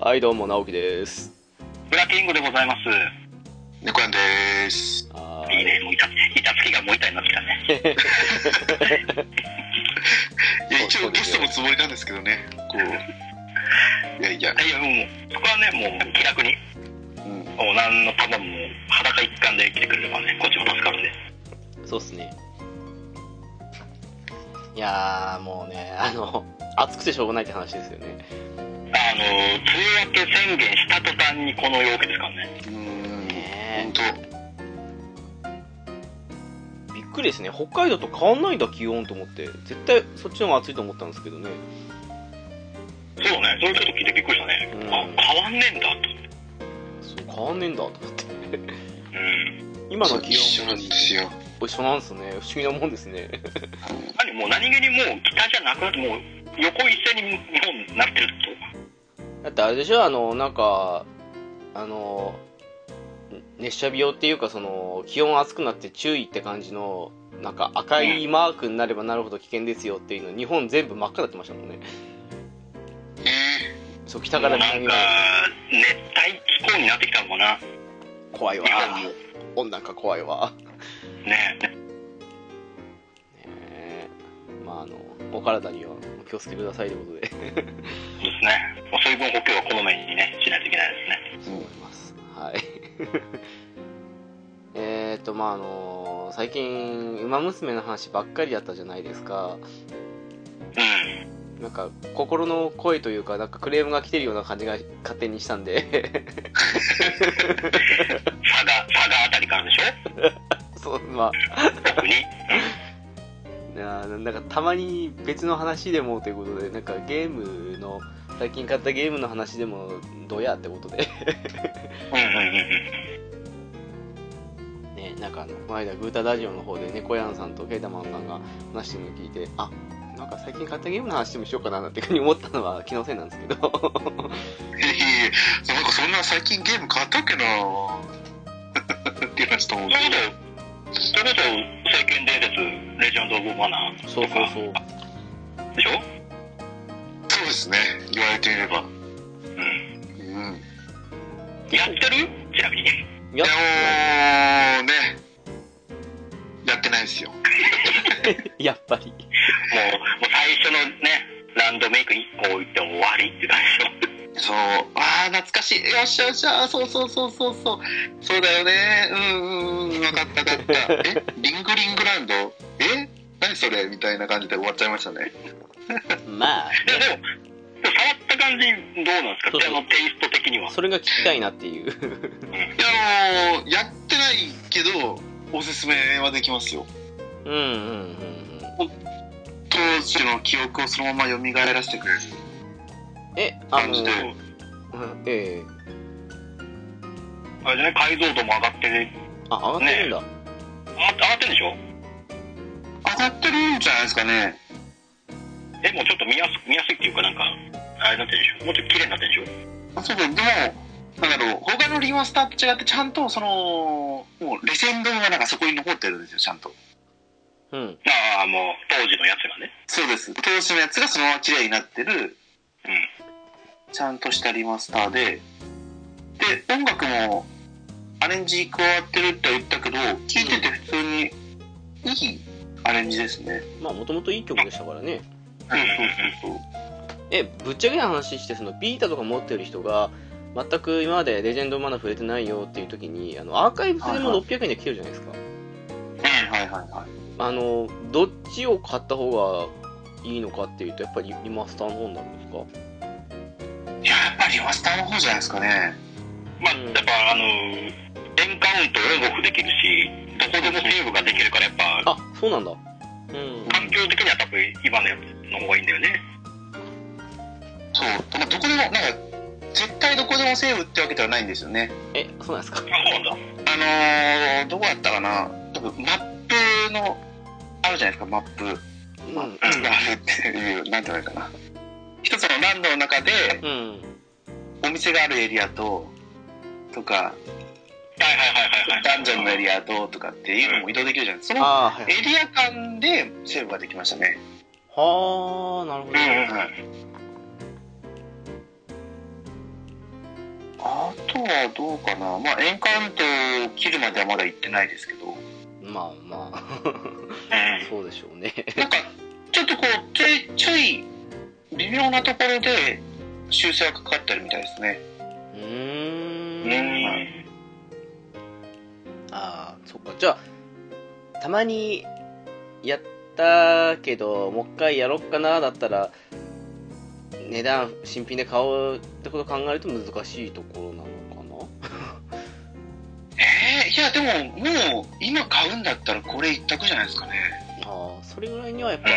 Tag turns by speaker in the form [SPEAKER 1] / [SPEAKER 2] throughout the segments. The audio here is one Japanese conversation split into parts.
[SPEAKER 1] はい、どうも、直樹です。
[SPEAKER 2] ブラキングでございます。
[SPEAKER 3] 猫やんでーす。
[SPEAKER 1] はい
[SPEAKER 2] いね、もう板板つきがもう板になってきたね。
[SPEAKER 3] いや、一
[SPEAKER 1] そう
[SPEAKER 3] 応
[SPEAKER 1] で
[SPEAKER 3] ゲ
[SPEAKER 1] す
[SPEAKER 3] ス
[SPEAKER 1] よ
[SPEAKER 3] トのつもりなんですけどね、こう。いやいや、
[SPEAKER 2] いや、もう、そこはね、もう気楽に、
[SPEAKER 3] うん、
[SPEAKER 2] もう何の束も裸一貫で来てくれればね、こっちも助かるんで。
[SPEAKER 1] そうっすね。いやー、もうね、あの、暑くてしょうがないって話ですよね。
[SPEAKER 2] あの、梅雨明け宣言した途端にこの陽気ですからね。
[SPEAKER 3] うん、
[SPEAKER 1] ね
[SPEAKER 3] 本当。
[SPEAKER 1] びっくりですね。北海道と変わんないんだ、気温と思って。絶対、そっちの方が暑いと思ったんですけどね。
[SPEAKER 2] そうね、それちょっと聞いてびっくりしたね。
[SPEAKER 1] うん
[SPEAKER 2] あ、変わんねえんだ、と。
[SPEAKER 1] そう、変わんねえんだ、と思って。
[SPEAKER 2] うん。
[SPEAKER 1] 今
[SPEAKER 3] そ
[SPEAKER 1] の
[SPEAKER 3] う
[SPEAKER 1] 気
[SPEAKER 3] 一緒
[SPEAKER 1] 温
[SPEAKER 3] なんですよ。
[SPEAKER 1] 一緒なんですね。不思議なもんですね。
[SPEAKER 2] 何もう何気にもう北じゃなくなって、もう横一線に日本になってると。
[SPEAKER 1] だってあれでしょあのなんかあの熱射病っていうかその気温暑くなって注意って感じのなんか赤いマークになればなるほど危険ですよっていうの日本全部真っ赤になってましたもんね
[SPEAKER 3] え
[SPEAKER 1] そう北から
[SPEAKER 2] なん
[SPEAKER 1] 南
[SPEAKER 2] か
[SPEAKER 1] まで、
[SPEAKER 2] 熱帯気候になってきたのかな。
[SPEAKER 1] 怖いわ
[SPEAKER 2] 日本も。
[SPEAKER 1] 温暖化怖いわ
[SPEAKER 2] ね。
[SPEAKER 1] ねえまああのお体にはお気をつけくださいということで
[SPEAKER 2] そうですね。まあ、水分補給はこの面にね、しないといけないですね。
[SPEAKER 1] そう思いますはい えっとまああの最近「ウマ娘」の話ばっかりだったじゃないですか
[SPEAKER 2] うん。
[SPEAKER 1] なんか心の声というかなんかクレームが来てるような感じが勝手にしたんで
[SPEAKER 2] 佐賀、佐賀あたりからでしょ
[SPEAKER 1] そうま
[SPEAKER 2] 特 に。
[SPEAKER 1] あななんかたまに別の話でもということでなんかゲームの最近買ったゲームの話でもどうやってことで
[SPEAKER 2] うんうんうんうん。
[SPEAKER 1] ねなんかあのこの間グータラジオの方で猫やんさんとケイタマンさんが話してるのを聞いてあなんか最近買ったゲームの話でもしようかななんていうふうに思ったのは気のせいなんですけど
[SPEAKER 3] ー、いやいやいやなんかそんな最近ゲーム変わったっけなっていう話と思う
[SPEAKER 2] そういうこと、そういうこと、聖剣伝説、レジェンド・オブ・マナー
[SPEAKER 1] そうそうそう
[SPEAKER 2] でしょ
[SPEAKER 3] そうですね、言われてみれば。
[SPEAKER 2] うん。
[SPEAKER 3] うん。
[SPEAKER 2] やってるちなみに。
[SPEAKER 1] い
[SPEAKER 3] い
[SPEAKER 1] や
[SPEAKER 3] や、もうね、やってないですよ。
[SPEAKER 1] やっぱり
[SPEAKER 2] もう、もう最初のね、ランドメイク1個置いて終わりって感じでしょ。
[SPEAKER 3] そう、ああ、懐かしい。よっしゃよっしゃ、そうそうそうそうそう。そうだよね。うんうんうん、わかったわかった。え、リングリングランドえ何それみたいな感じで終わっちゃいましたね。
[SPEAKER 1] まあ
[SPEAKER 2] ででも、でも触った感じどうなんです
[SPEAKER 1] そ
[SPEAKER 2] か
[SPEAKER 1] う
[SPEAKER 2] じ
[SPEAKER 1] そ
[SPEAKER 2] ゃ
[SPEAKER 1] う
[SPEAKER 2] あのテイスト的には。
[SPEAKER 1] それが聞きたいなっていう
[SPEAKER 3] いや、もう、やってないけど、おすすめはできますよ。
[SPEAKER 1] うんうんうんうん
[SPEAKER 3] 当時の記憶をそのまま蘇らせてくれる
[SPEAKER 1] えあ
[SPEAKER 3] 感
[SPEAKER 1] の
[SPEAKER 3] じで。
[SPEAKER 1] うんええ
[SPEAKER 2] あれじゃない解像度も上がってる。
[SPEAKER 1] あ上がってるんだ、
[SPEAKER 2] 上がって上がってるでしょ
[SPEAKER 3] 上がってるんじゃないですかね。
[SPEAKER 2] え、もうちょっと見やす見やすいっていうかなんか、あれなってるでしょもうちょっと綺麗になってるでしょ
[SPEAKER 3] あそうだ、でも、なんだろう、他のリマスターと違って、ちゃんと、その、もう、レジェンドがなんかそこに残ってるんですよ、ちゃんと。
[SPEAKER 1] うん
[SPEAKER 2] ああ、もう、当時のやつがね。
[SPEAKER 3] そうです。投資のやつがそのまま綺麗になってる、
[SPEAKER 2] うん。
[SPEAKER 3] ちゃんとしたリマスターで、で、で音楽もアレンジ加わってるって言ったけど聴いてて普通にいいアレンジですね、
[SPEAKER 1] まあもともといい曲でしたからね
[SPEAKER 3] そうそうそう
[SPEAKER 1] えぶっちゃけな話してそのビータとか持ってる人が全く今までレジェンドマナー触れてないよっていう時にあのアーカイブスでも600円で来てるじゃないですか、
[SPEAKER 3] そうはいはいはい
[SPEAKER 1] あのどっちを買った方がいいのかっていうとやっぱりリマスターの方になるんですか
[SPEAKER 3] いややっぱりリマスターの方じゃないですかね
[SPEAKER 2] まあ、やっぱあのエンカウントをオンオフできるしどこでもセーブができるからやっぱ
[SPEAKER 1] あそうなんだうん
[SPEAKER 2] 環境的には多分今のやつの方がいいんだよね
[SPEAKER 3] そう、まあ、どこでもなんか絶対どこでもセーブってわけではないんですよね
[SPEAKER 1] えそうなんですか
[SPEAKER 2] あそうなんだ
[SPEAKER 3] あのー、どこだったかな多分マップのあるじゃないですかマップ
[SPEAKER 1] うん
[SPEAKER 3] マップがあるっていう なんて言われかな一つのランドの中で
[SPEAKER 1] うん
[SPEAKER 3] お店があるエリアととか
[SPEAKER 2] はいはいはいはいはい
[SPEAKER 3] ダンジョンのエリアととかっていうのも移動できるじゃないですかその
[SPEAKER 1] ああはい
[SPEAKER 3] エリア間でセーブができましたね
[SPEAKER 1] はあなるほど、
[SPEAKER 3] はいあとはどうかなまあエンカウントを切るまではまだ行ってないですけど
[SPEAKER 1] まあまあ そうでしょうね
[SPEAKER 3] なんか、ちょっとこう、ちょい、ちょい、微妙なところで、修正がかかってるみたいですね。
[SPEAKER 1] うー
[SPEAKER 2] うん
[SPEAKER 1] ん
[SPEAKER 2] うん
[SPEAKER 1] ああそっかじゃあたまにやったけどもう一回やろっかなだったら値段新品で買おうってことを考えると難しいところなのか
[SPEAKER 3] ええいや、でも、もう、今買うんだったらこれ一択じゃないですかね。
[SPEAKER 1] なああそれぐらいにはやっぱ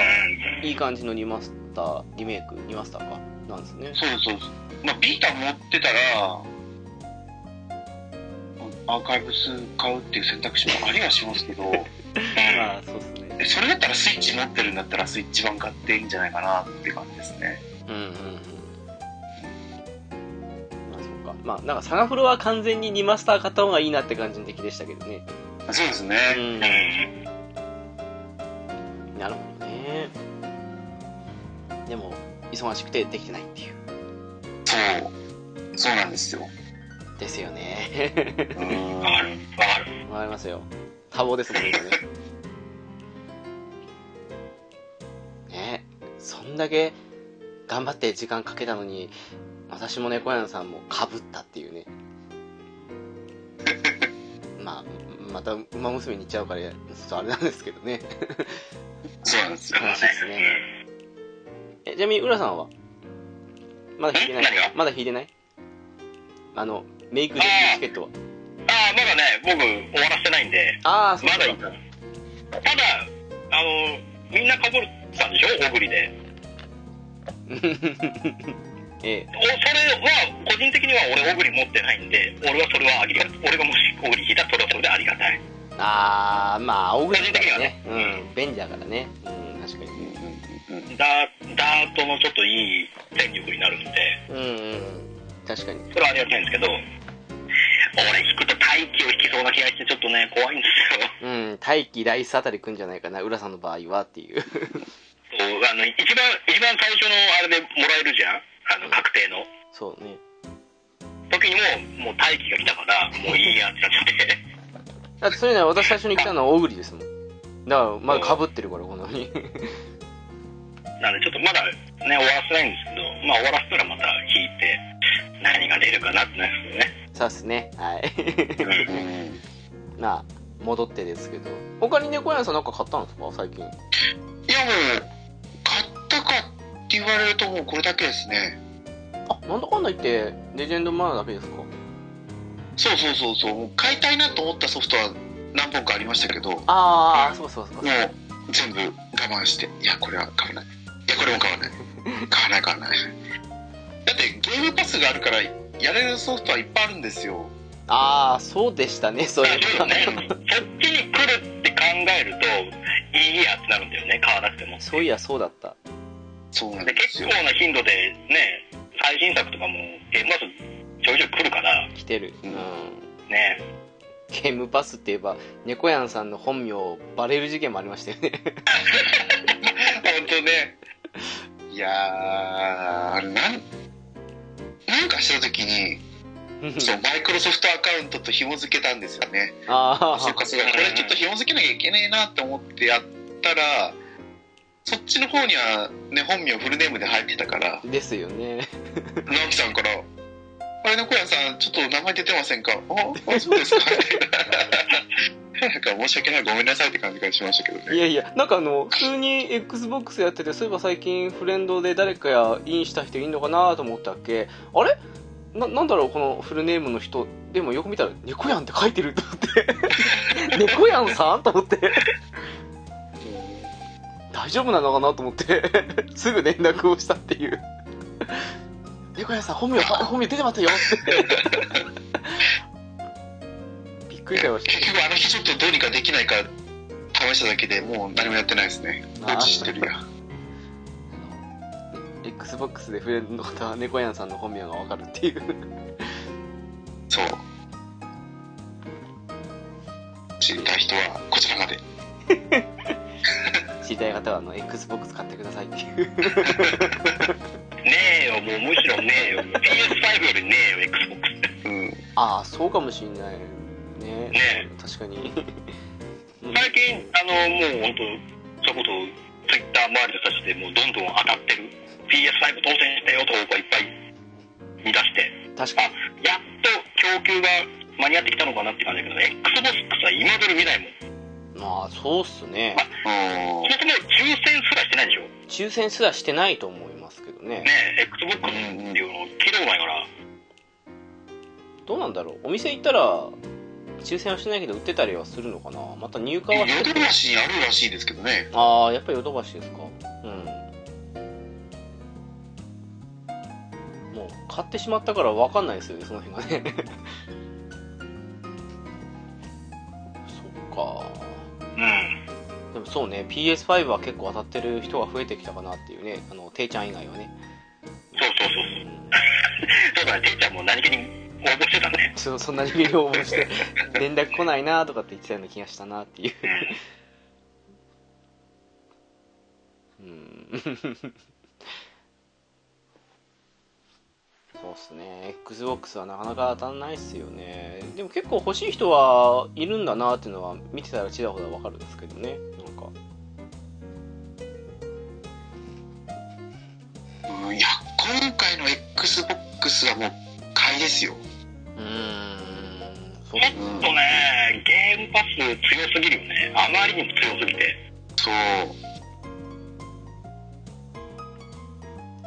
[SPEAKER 1] いい感じのリマスターリメイクリマスターかなんですね
[SPEAKER 3] そうそうそう。まあ、ビータ持ってたら、アーカイブス買うっていう選択肢もありはしますけど、
[SPEAKER 1] まあそうですね
[SPEAKER 3] それだったらスイッチ持ってるんだったらスイッチ版買っていいんじゃないかなって感じですね。
[SPEAKER 1] うんうんうんまあそっかまあなんかサガフロは完全にリマスター買った方がいいなって感じの出来でしたけどね
[SPEAKER 3] そうですね。
[SPEAKER 1] うん
[SPEAKER 2] うん
[SPEAKER 1] なるほどねでも忙しくてできてないっていう
[SPEAKER 3] そう。そうなんですよ。
[SPEAKER 1] ですよね
[SPEAKER 3] うん
[SPEAKER 2] わかるわかる
[SPEAKER 1] わかりますよ多忙ですもんね今ねねそんだけ頑張って時間かけたのに私も猫屋さんもかぶったっていうねまあまた馬娘に行っちゃうからちょっとあれなんですけどね
[SPEAKER 3] そうなんですよ。
[SPEAKER 1] 悲しいですねえちなみに浦さんはまだ弾いてない
[SPEAKER 2] え何が
[SPEAKER 1] まだ弾いてないあのメイクデビューチケットは
[SPEAKER 2] うんああまだね僕終わらせてないんで
[SPEAKER 1] ああーそう
[SPEAKER 2] まだいい
[SPEAKER 1] か
[SPEAKER 2] かただあのみんなかぶったんでしょ小栗で
[SPEAKER 1] ええ
[SPEAKER 2] おそれは個人的には俺小栗持ってないんで俺はそれはありがたい俺がもし小栗引いたらそれはそれでありがたい
[SPEAKER 1] ああまあ青栗だからねうん便利だからねうん確かに
[SPEAKER 3] うんうんうん
[SPEAKER 2] ダダートのちょっといい戦力になるんで
[SPEAKER 1] うんうんうん確かに
[SPEAKER 2] それはありがたいんですけど俺引くと大気を引きそうな気がしてちょっとね怖いんですよ
[SPEAKER 1] うん大輝ライスあたり来んじゃないかな浦さんの場合はっていう
[SPEAKER 2] そう あの一番一番最初のあれでもらえるじゃんあの確定の
[SPEAKER 1] そうね
[SPEAKER 2] 時にももう大気が来たからもういいやってなっちゃって
[SPEAKER 1] だってそれなら私最初に来たのは小栗ですもんだからまだかぶってるからこんなに
[SPEAKER 2] なんでちょっとまだね終わらせないんですけどまあ終わらせたらまた引いて何が出るかなってなるんですよね
[SPEAKER 1] そうっすねはい
[SPEAKER 3] うん
[SPEAKER 1] まあ戻ってですけど他に猫屋さんなんか買ったんですか最近
[SPEAKER 3] いやもう買ったかって言われるともうこれだけですね
[SPEAKER 1] あなんだかんだ言ってレジェンドマナーだけですか
[SPEAKER 3] そうそうそうそうもう買いたいなと思ったソフトは何本かありましたけどもう
[SPEAKER 1] ああそうそうそう
[SPEAKER 3] 全部我慢していやこれは買わないいやこれも買わない買わない買わないだってゲームパスがあるからやれるソフトはいっぱいあるんですよ
[SPEAKER 1] ああそうでしたねそうい
[SPEAKER 2] まあちょっ
[SPEAKER 1] う
[SPEAKER 2] とねそっちに来るって考えるといいやってなるんだよね買わなくても
[SPEAKER 1] そういやそうだった
[SPEAKER 3] そうなん
[SPEAKER 2] で
[SPEAKER 3] で
[SPEAKER 2] 結
[SPEAKER 3] す
[SPEAKER 2] 構
[SPEAKER 3] よ
[SPEAKER 2] な頻度でね最新作とかもゲームマスちょいちょい来るから
[SPEAKER 1] 来てるう
[SPEAKER 3] うんん
[SPEAKER 2] ね
[SPEAKER 1] ゲームパスって言えば猫やんさんの本名バレる事件もありましたよ ね
[SPEAKER 3] 本当ねいやーあれなんなんかした時に
[SPEAKER 1] う
[SPEAKER 3] そう、マイクロソフトアカウントと紐付けたんですよね。
[SPEAKER 1] あ
[SPEAKER 3] そうかそうか、これちょっと紐付けなきゃいけねえなって思ってやったら、そっちの方にはね、本名フルネームで入って たから
[SPEAKER 1] あ、ですよね
[SPEAKER 3] 直樹さんから「あれ猫屋さんちょっと名前出てませんかああそうです か」なんか申し訳ないごめんなさいって感じがしましたけど
[SPEAKER 1] い
[SPEAKER 3] ね
[SPEAKER 1] やいやなんかあの普通に XBOX やっててそういえば最近フレンドで誰かやインした人いんのかなと思ったっけあれななんだろうこのフルネームの人でもよく見たら「猫やん」って書いてると思って「猫やんさん?」と思って大丈夫なのかなと思ってすぐ連絡をしたっていう猫屋さん本名本名出てますよってびっくりだよ
[SPEAKER 3] 結局あの日ちょっとどうにかできないか試しただけでもう何もやってないですね
[SPEAKER 1] あー
[SPEAKER 3] 放置してるや
[SPEAKER 1] XBOX でフレンドの方は猫やんさんの本名がわかるっていう
[SPEAKER 3] そう知りたい人はこちらまで
[SPEAKER 1] 知りたい方はあの XBOX 買ってくださいっていう
[SPEAKER 2] ねえよ、もうむしろねえよ。PS5 よりねえよ、Xbox。
[SPEAKER 3] うん
[SPEAKER 1] ああそうかもしんないね
[SPEAKER 2] ね
[SPEAKER 1] 確かにうん
[SPEAKER 2] 最近、あの、もう本当、それこそ Twitter 周りの人たちでもうどんどん上がってる。PS5 当選したよと報告いっぱい見出して、
[SPEAKER 1] 確
[SPEAKER 2] あ
[SPEAKER 1] かに、
[SPEAKER 2] やっと供給が間に合ってきたのかなって感じだけど、Xbox は今頃見ないもん。
[SPEAKER 1] まあそうっすね
[SPEAKER 3] うん
[SPEAKER 2] そもそも抽選すらしてないでしょ。
[SPEAKER 1] 抽選すらしてないと思いますけどね
[SPEAKER 2] ねえ、Xbox っていうの聞いたことないから、
[SPEAKER 1] どうなんだろうお店行ったら抽選はしないけど売ってたりはするのかなまた入荷は
[SPEAKER 3] ヨドバシにあるらしいですけどね
[SPEAKER 1] ああやっぱりヨドバシですかうんもう買ってしまったから分かんないですよねその辺がね そっか
[SPEAKER 2] うん。
[SPEAKER 1] でもそうね PS5 は結構当たってる人が増えてきたかなっていうねあのていちゃん以外はね、
[SPEAKER 2] そうそうそう
[SPEAKER 1] う
[SPEAKER 2] そう。
[SPEAKER 1] ん、
[SPEAKER 2] そうだね、てっちゃんも何気に応募してたね。
[SPEAKER 1] そそんなにメール応募 して連絡来ないなとかって言ってたような気がしたなっていううんそうっすね XBOX はなかなか当たんないっすよねでも結構欲しい人はいるんだなっていうのは見てたらちらほらわかるんですけどねなんか
[SPEAKER 3] うんいや今回の XBOX はもう買いですよ
[SPEAKER 1] うーんそう
[SPEAKER 2] ちょっとね、ゲームパス強すぎるよね。あまりにも強すぎて。
[SPEAKER 3] そう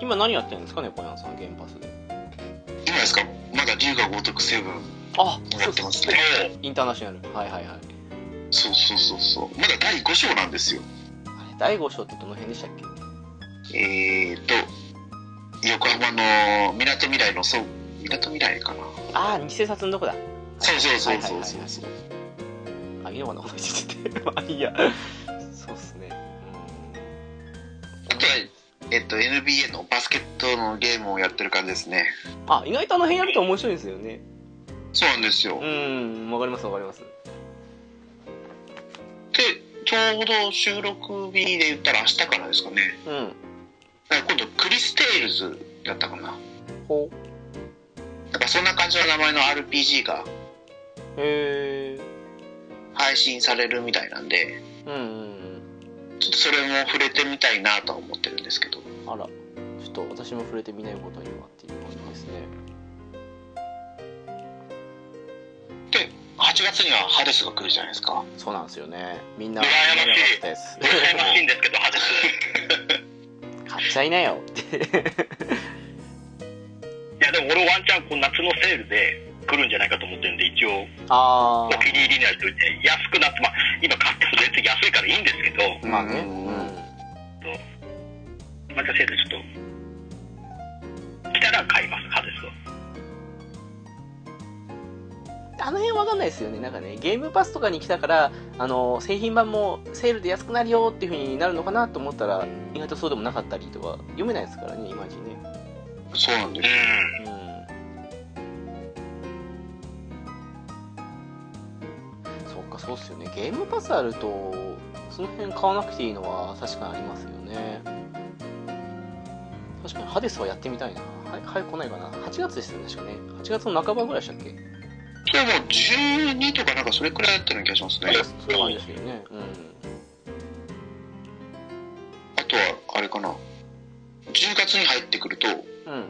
[SPEAKER 1] 今何やってるんですかね小山さんゲームパスで
[SPEAKER 3] 今ですかまだ龍が如くセブン
[SPEAKER 1] あ
[SPEAKER 3] やってますね
[SPEAKER 1] インターナショナルはいはいはいあれ
[SPEAKER 3] そうそうそうそうまだ第5章なんですよ
[SPEAKER 1] 第5章ってどの辺でしたっけ
[SPEAKER 3] えーと横浜のみなとみらいのそうみなとみらいかな
[SPEAKER 1] ああ偽札のとこだ
[SPEAKER 3] そうそうそうそうそうそう
[SPEAKER 1] あいいのかな話して てまあいいやそうっすね
[SPEAKER 3] あとはえっと NBA のバスケットのゲームをやってる感じですね
[SPEAKER 1] うんあ意外とあの辺やると面白いですよね
[SPEAKER 3] そうなんですよ
[SPEAKER 1] うんわかりますわかります
[SPEAKER 3] でちょうど収録日で言ったら明日からですかね
[SPEAKER 1] うん
[SPEAKER 3] だから今度クリス・テイルズだったかな
[SPEAKER 1] ほう
[SPEAKER 3] なんかそんな感じの名前の RPG が
[SPEAKER 1] へえ
[SPEAKER 3] 配信されるみたいなんで
[SPEAKER 1] うんうん
[SPEAKER 3] ちょっとそれも触れてみたいなとは思ってるんですけど
[SPEAKER 1] うんあらちょっと私も触れてみないことにはっていう感じですね
[SPEAKER 3] で8月にはハデスが来るじゃないですか
[SPEAKER 1] そうなんですよねみんな
[SPEAKER 2] 羨ましい
[SPEAKER 1] みんなが来たやつ
[SPEAKER 2] 羨ましいんですけど、ハデス。
[SPEAKER 1] 買っちゃいなよ
[SPEAKER 2] いや、でも俺ワンチャンこう夏のセールで来るんじゃないかと思ってるんで、一応
[SPEAKER 1] あ
[SPEAKER 2] お気に入りになるといて、安くなって、まあ、今買っても全然安いからいいんですけど、
[SPEAKER 1] あまあね
[SPEAKER 3] うん
[SPEAKER 2] またセールちょっと、来たら買います、ハデスは。
[SPEAKER 1] あの辺わかんないですよね、なんかね、ゲームパスとかに来たから、あの製品版もセールで安くなるよっていう風になるのかなと思ったら、意外とそうでもなかったりとか、読めないですからね、いまいちね。
[SPEAKER 3] そうなんです
[SPEAKER 2] う
[SPEAKER 1] う
[SPEAKER 2] ん。
[SPEAKER 1] ん。そっか、そうっすよね、ゲームパスあると、その辺買わなくていいのは確かにありますよね。確かにハデスはやってみたいな。はい、早く来ないかな。8月ですよね、確かね。8月の半ばぐらいでしたっけ
[SPEAKER 3] それもう12とかなんかそれくらいだったような気がしますね。
[SPEAKER 1] そんな感じですけどね。うん。
[SPEAKER 3] あとは、あれかな。10月に入ってくると、
[SPEAKER 1] うん。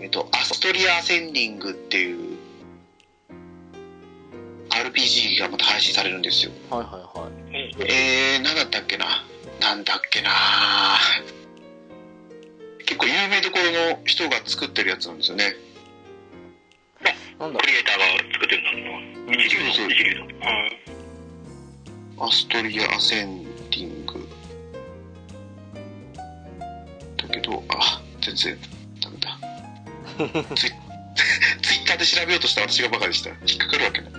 [SPEAKER 3] えっと、アストリア・アセンディングっていう、RPG がまた配信されるんですよ。
[SPEAKER 1] はいはいはい。
[SPEAKER 3] えー、なんだったっけな。なんだっけな結構有名どころの人が作ってるやつなんですよね。
[SPEAKER 1] なんだ
[SPEAKER 2] クリエイターが作ってるんだろうな一流の
[SPEAKER 3] そうそう
[SPEAKER 2] 一流のうん
[SPEAKER 3] アストリア・アセンディング。だけど、あ、全然、ダメ だ。ツイ ツイッターで調べようとした私がバカでした。引っかかるわけない。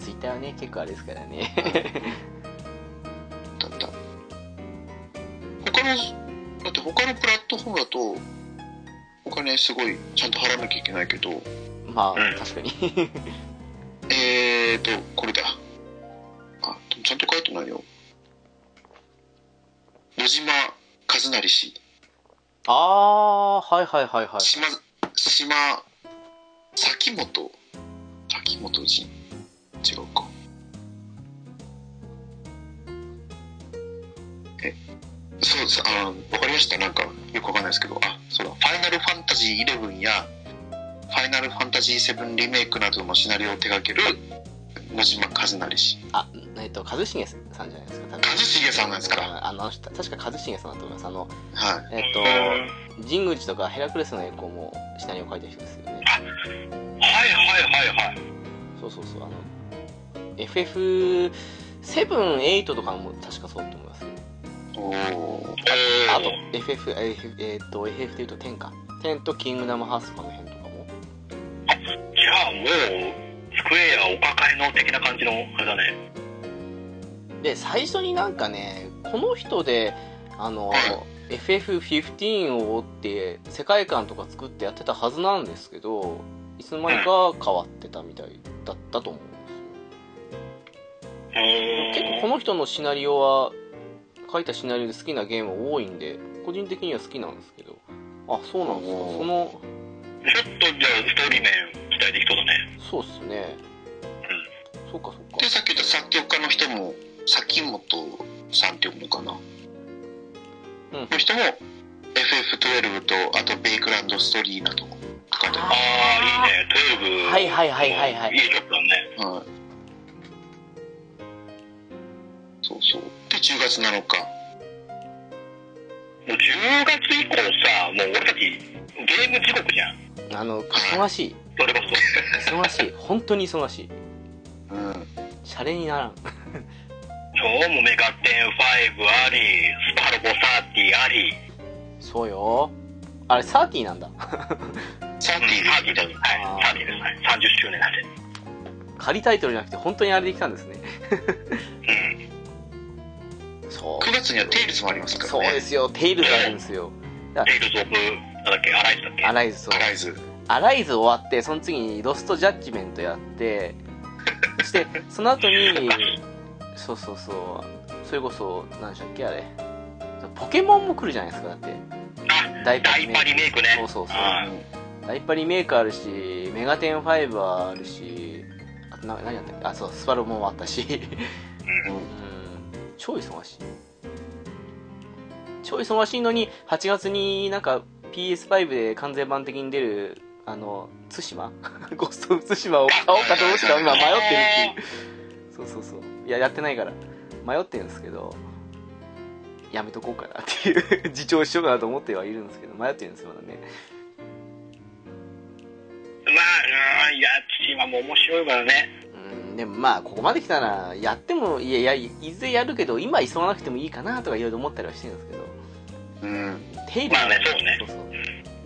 [SPEAKER 1] ツイッターはね、結構あれですから ね。
[SPEAKER 3] だった。他の、だって他のプラットフォームだと、お金すごいちゃんと払わなきゃいけないけど、
[SPEAKER 1] ま
[SPEAKER 2] う
[SPEAKER 1] あ、
[SPEAKER 2] ん
[SPEAKER 1] 確かに。
[SPEAKER 3] えーと、これだ。あ、でもちゃんと書いてないよ。野島和成氏。
[SPEAKER 1] あー、はいはいはいはい。
[SPEAKER 3] 島、島、崎本、崎本人。違うか。え、そうです。あの、わかりました。なんか、よくわかんないですけど。あ、そうだ。ファイナルファンタジー11や、ファイナルファンタジー7リメイクなどのシナリオを手掛ける、野島和成氏。
[SPEAKER 1] あ、えっと、一茂さんじゃないですか、多分
[SPEAKER 3] 一茂さんなんですか。
[SPEAKER 1] あの、あの人確か一茂さんだと思います。あの、
[SPEAKER 3] はい。
[SPEAKER 1] えっと、神宮寺とかヘラクレスの栄光もシナリオ書いてる人ですよね。
[SPEAKER 2] はいはいはいはい
[SPEAKER 1] そうそうそう、あの、FF7、8とかも確かそうだと思いますよ。
[SPEAKER 3] おー。
[SPEAKER 1] あと、FF、えーえーっと、FF でいうと10か。10とキングダムハーツとかの辺とかも。
[SPEAKER 2] じゃあもうスクエアお抱えの的な感じのあれだね
[SPEAKER 1] で最初になんかねこの人であの、FF15 を追って世界観とか作ってやってたはずなんですけどいつの間にか変わってたみたいだったと思うんですよ結構この人のシナリオは書いたシナリオで好きなゲーム多いんで個人的には好きなんですけどあそうなんですかその
[SPEAKER 2] ちょっとじゃあストーリー面期待できそうだね
[SPEAKER 1] そうっすねそうかそう
[SPEAKER 3] で、
[SPEAKER 1] か
[SPEAKER 3] さっき言った作曲家の人も、崎本さんって読むのかな。
[SPEAKER 1] うん
[SPEAKER 3] の人も FF12 とあとベイクランドストリーなどとかで
[SPEAKER 2] ああいいね12
[SPEAKER 1] はいはいはいはいはい
[SPEAKER 2] いい曲だね
[SPEAKER 3] はいそうそうで10月7
[SPEAKER 2] も
[SPEAKER 3] 日
[SPEAKER 2] う10月以降さもう俺たちゲーム地獄じゃん
[SPEAKER 1] あの忙しい
[SPEAKER 2] それこそ
[SPEAKER 1] 忙しい本当に忙しい
[SPEAKER 3] うん
[SPEAKER 1] シャレにならん
[SPEAKER 2] 今日もメガテン5ありスパロボ30あり
[SPEAKER 1] そうよあれサーティなんだ
[SPEAKER 3] サーティー
[SPEAKER 2] 30ですはい30ですはい30周年なんで
[SPEAKER 1] 仮タイトルじゃなくて本当にあれできたんですね
[SPEAKER 2] うん
[SPEAKER 1] そ
[SPEAKER 3] 9月にはテイルズもありますか
[SPEAKER 1] そう
[SPEAKER 3] ら
[SPEAKER 1] で
[SPEAKER 3] ね
[SPEAKER 1] すよテイルズあるんですよ
[SPEAKER 2] テイルズ・オブなんだっけアライズだっけ
[SPEAKER 1] アライズを
[SPEAKER 3] アライズ
[SPEAKER 1] アライズ終わってその次にロストジャッジメントやってそしてその後にそうそうそうそれこそ何でしたっけあれポケモンも来るじゃないですかだって
[SPEAKER 2] あ
[SPEAKER 1] ダイ
[SPEAKER 2] ダイパリメイクね
[SPEAKER 1] そうそうそう
[SPEAKER 2] あ
[SPEAKER 1] ダイパリメイクあるしメガテン5はあるしあとな何やったっけあそうスパロボもあったしうん超忙しい超忙しいのに8月になんか PS5 で完全版的に出るあの対馬 ゴースト・オブ対馬を買おうかどうか今迷ってるっていうそうそうそういややってないから迷ってるんですけどやめとこうかなっていう自重しようかなと思ってはいるんですけど迷ってるんですよまだね
[SPEAKER 2] まあうんいやチームも面白いからね
[SPEAKER 1] うんでもまあここまで来たらやってもいやいやいずれやるけど今急がなくてもいいかなとかいろいろ思ったりはしてるんですけど
[SPEAKER 3] うん
[SPEAKER 1] テイルズ、
[SPEAKER 2] まあねそうね
[SPEAKER 1] そうそう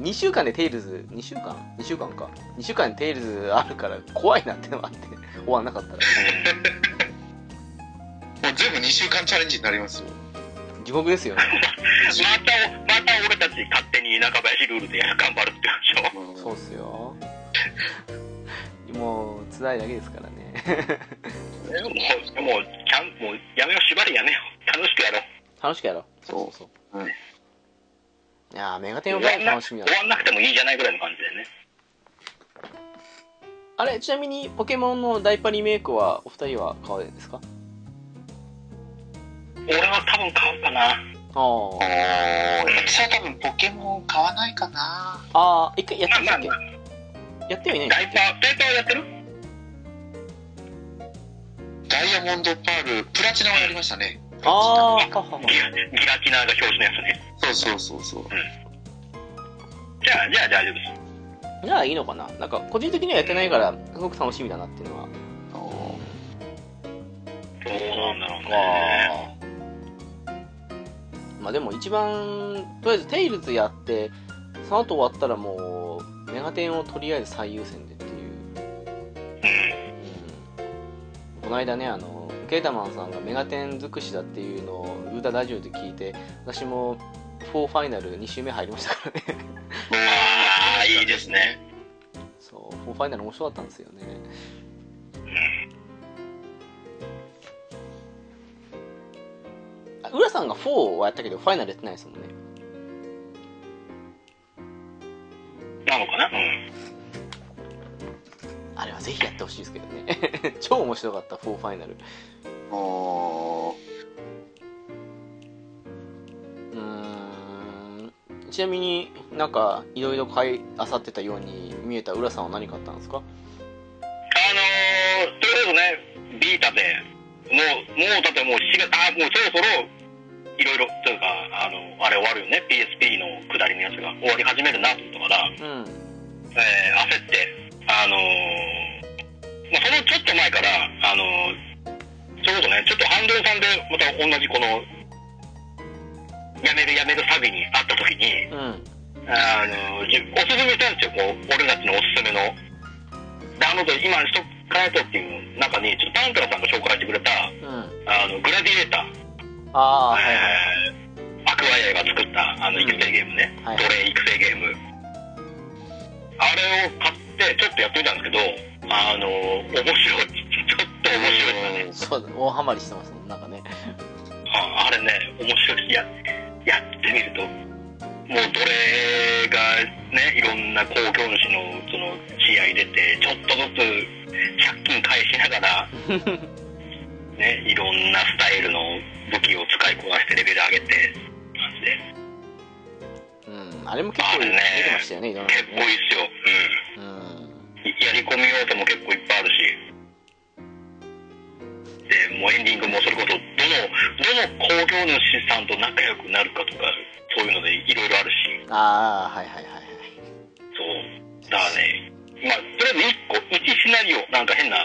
[SPEAKER 1] 2週間でテイルズ2週間2週間か2週間でテイルズあるから怖いなってのがあって終わんなかったら
[SPEAKER 3] もう全部2週間チャレンジになりますよ
[SPEAKER 1] 地獄ですよね
[SPEAKER 2] またまた俺たち勝手に中林ルールで頑張るって言うでしょ
[SPEAKER 3] うん
[SPEAKER 1] そうっすよ もう辛いだけですからね
[SPEAKER 2] もうもうちゃんもうやめよう縛りやめよう楽しくやろう
[SPEAKER 1] 楽しくやろう
[SPEAKER 3] そう
[SPEAKER 1] そう
[SPEAKER 3] うん
[SPEAKER 1] いやーメガテンオブライブ
[SPEAKER 2] 終わんな
[SPEAKER 1] 楽しみだ
[SPEAKER 2] 終
[SPEAKER 1] な
[SPEAKER 2] わんなくてもいいじゃないぐらいの感じでね。
[SPEAKER 1] あれちなみにポケモンのダイパリメイクはお二人は買われるんですか
[SPEAKER 2] 俺は多分買うかな。
[SPEAKER 1] あ
[SPEAKER 3] お
[SPEAKER 1] あ
[SPEAKER 3] ー私は多分ポケモン買わないかな
[SPEAKER 1] あー一回やってました
[SPEAKER 2] まあ
[SPEAKER 1] っけ
[SPEAKER 2] まあ、
[SPEAKER 1] やってはいないん
[SPEAKER 2] ダ
[SPEAKER 1] だ
[SPEAKER 2] イ
[SPEAKER 1] っ
[SPEAKER 2] パ
[SPEAKER 1] け
[SPEAKER 2] ー、ダイパーはやってる
[SPEAKER 3] ダイヤモンドパールプラチナはやりましたね
[SPEAKER 1] あーははは
[SPEAKER 2] ギラギラキナーが表紙のやつね。
[SPEAKER 3] そうそうそうそう
[SPEAKER 2] じゃあ、じゃあ大丈夫です。
[SPEAKER 1] じゃあいいのかななんか個人的にはやってないからすごく楽しみだなっていうのは
[SPEAKER 3] おー
[SPEAKER 2] どうなんだろうね。
[SPEAKER 1] あまあでも一番とりあえずテイルズやってその後終わったらもうメガテンをとりあえず最優先でっていう、うん、この間ねあのケータマンさんがメガテン尽くしだっていうのをウーダラジオで聞いて私も4ファイナル2周目入りましたからね
[SPEAKER 2] ああ、いいですね。
[SPEAKER 1] そう4ファイナル面白かったんですよねあ浦さんが4はやったけどファイナルやってないですもんね
[SPEAKER 2] なのかなうん。
[SPEAKER 1] あれはぜひやってほしいですけどね 超面白かった4ファイナル
[SPEAKER 3] お
[SPEAKER 1] うーんちなみになんかいろいろ買いあさってたように見えた浦さんは何買ったんですか
[SPEAKER 2] あのー、とりあえずね、ビータで、もう、もうだってもう4月、あーもうそろそろ、いろいろ、というか、あの、あれ終わるよね、PSP の下りのやつが終わり始めるなと思ったから、
[SPEAKER 1] うん
[SPEAKER 2] えー焦って、あのー、まあ、そのちょっと前から、あのー、ちょうどね、ちょっとハンドルさんで、また同じこの、やめるやめる詐欺に会った時に、
[SPEAKER 1] うん
[SPEAKER 2] あの、じおすすめしたんですよ、こう、俺たちのおすすめの。ダウンロード、今、ストックカートっていう中に、ちょっとタンタラさんが紹介してくれた、
[SPEAKER 1] うん
[SPEAKER 2] あの、グラディエーター、
[SPEAKER 1] ああはいはい
[SPEAKER 2] えーアクアイアイが作った、あの、
[SPEAKER 1] うん
[SPEAKER 2] 育成ゲームね。
[SPEAKER 1] はい
[SPEAKER 2] 奴隷育成ゲーム。あれを買って、ちょっとやってみたんですけど、あの、面白い。ちょっと面白いですね。
[SPEAKER 1] そうだ大ハマりしてましたもんなんかね
[SPEAKER 2] ああれね、面白いし、ややってみると、もう奴隷がね、いろんな公共主のその試合出て、ちょっとずつ借金返しなが ら、ね、いろんなスタイルの武器を使いこなしてレベル上げて、なんで、
[SPEAKER 1] うんあれも結構
[SPEAKER 2] あ
[SPEAKER 1] 出
[SPEAKER 2] れ
[SPEAKER 1] て
[SPEAKER 2] ね
[SPEAKER 1] ましたよねいろんな
[SPEAKER 2] 結構いい
[SPEAKER 1] ね
[SPEAKER 2] っすよ。
[SPEAKER 1] うん
[SPEAKER 2] うん。やり込み要素も結構いっぱいあるし、で、もうエンディングもそれこそ、どの、どの工業主さんと仲良くなるかとか、そういうのでいろいろあるし、
[SPEAKER 1] ああはいはいはいはい
[SPEAKER 2] そう。だからね、まあ、とりあえず1個、1シナリオ、なんか変な、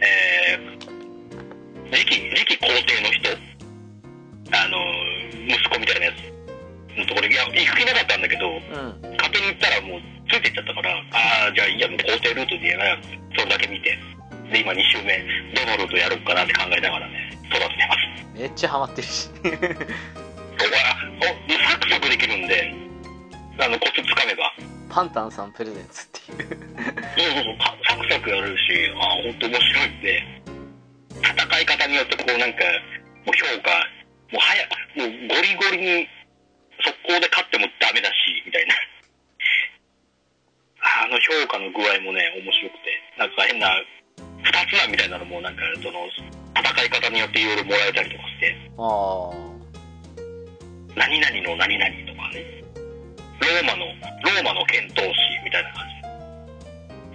[SPEAKER 2] えー、次期、次期皇帝の人、あのー、息子みたいなやつのところに、いや、行く気なかったんだけど、
[SPEAKER 1] うん
[SPEAKER 2] 勝手に行ったらもうついてっちゃったから、ああ、じゃあいいや、もう皇帝ルートでやらなそれだけ見て。で、今2周目、どのルートやろうかなって考えながらね、育ててます。
[SPEAKER 1] めっちゃハマってるし
[SPEAKER 2] ここは、お、もうサクサクできるんで、あの、コツつかめば。
[SPEAKER 1] パンタンさんプレゼンツっていう
[SPEAKER 2] そうそうそう、サクサクやれるし、ああ、ほんと面白いんで、戦い方によってこうなんか、もう評価、もう早く、もうゴリゴリに速攻で勝ってもダメだし、みたいな。 あの評価の具合もね、面白くて、なんか変な、二つなんみたいなのもなんか、その、戦い方によっていろいろもらえたりとかして、
[SPEAKER 1] ああ
[SPEAKER 2] 何々の何々とかね、ローマの、ローマの剣闘士みたいな感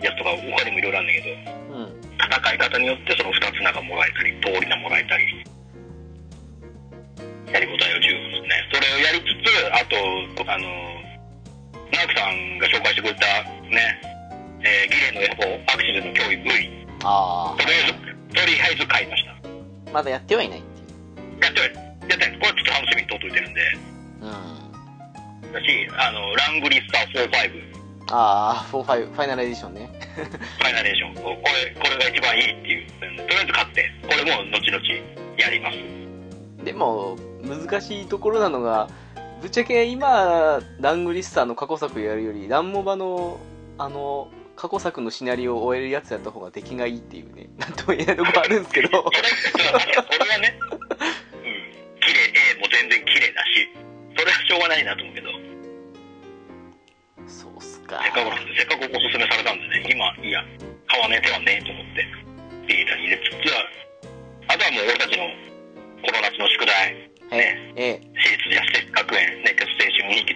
[SPEAKER 2] じ。やつとか他にもいろいろあるんだけど、
[SPEAKER 1] うん
[SPEAKER 2] 戦い方によってその2つなんかもらえたり通りなもらえたりやりごたえは十分ですねそれをやりつつあとあの直樹さんが紹介してくれたね、えーギレの野望アクシデントの脅威 V
[SPEAKER 1] あ
[SPEAKER 2] とりあえずとりあえず買いました
[SPEAKER 1] あまだやってはいないっていう
[SPEAKER 2] やってないやってないこれはちょっと楽しみに取っといてるんで
[SPEAKER 1] うん
[SPEAKER 2] だしあのラングリスター45
[SPEAKER 1] ああ、フォーファイファイナルエディションね。
[SPEAKER 2] ファイナレーションこれこれが一番いいっていうとりあえず買ってこれも後々やります
[SPEAKER 1] でも、難しいところなのが、ぶっちゃけ今、ラングリスターの過去作やるより、ランモバの、あの、過去作のシナリオを終えるやつやった方が出来がいいっていうね、なんとも言えないところあるんですけど
[SPEAKER 2] それ、それはね、うん、綺麗 A も全然綺麗だし、それはしょうがないなと思うけど、
[SPEAKER 1] か
[SPEAKER 2] せっかくなんで、せっかくおすすめされたんでね、今、いや、買わねえ手はねえと思って、ビーダに入れつつ、あとはもう俺たちのこの夏の宿題、
[SPEAKER 1] はい ええ
[SPEAKER 2] 私立安田学園熱血青春2期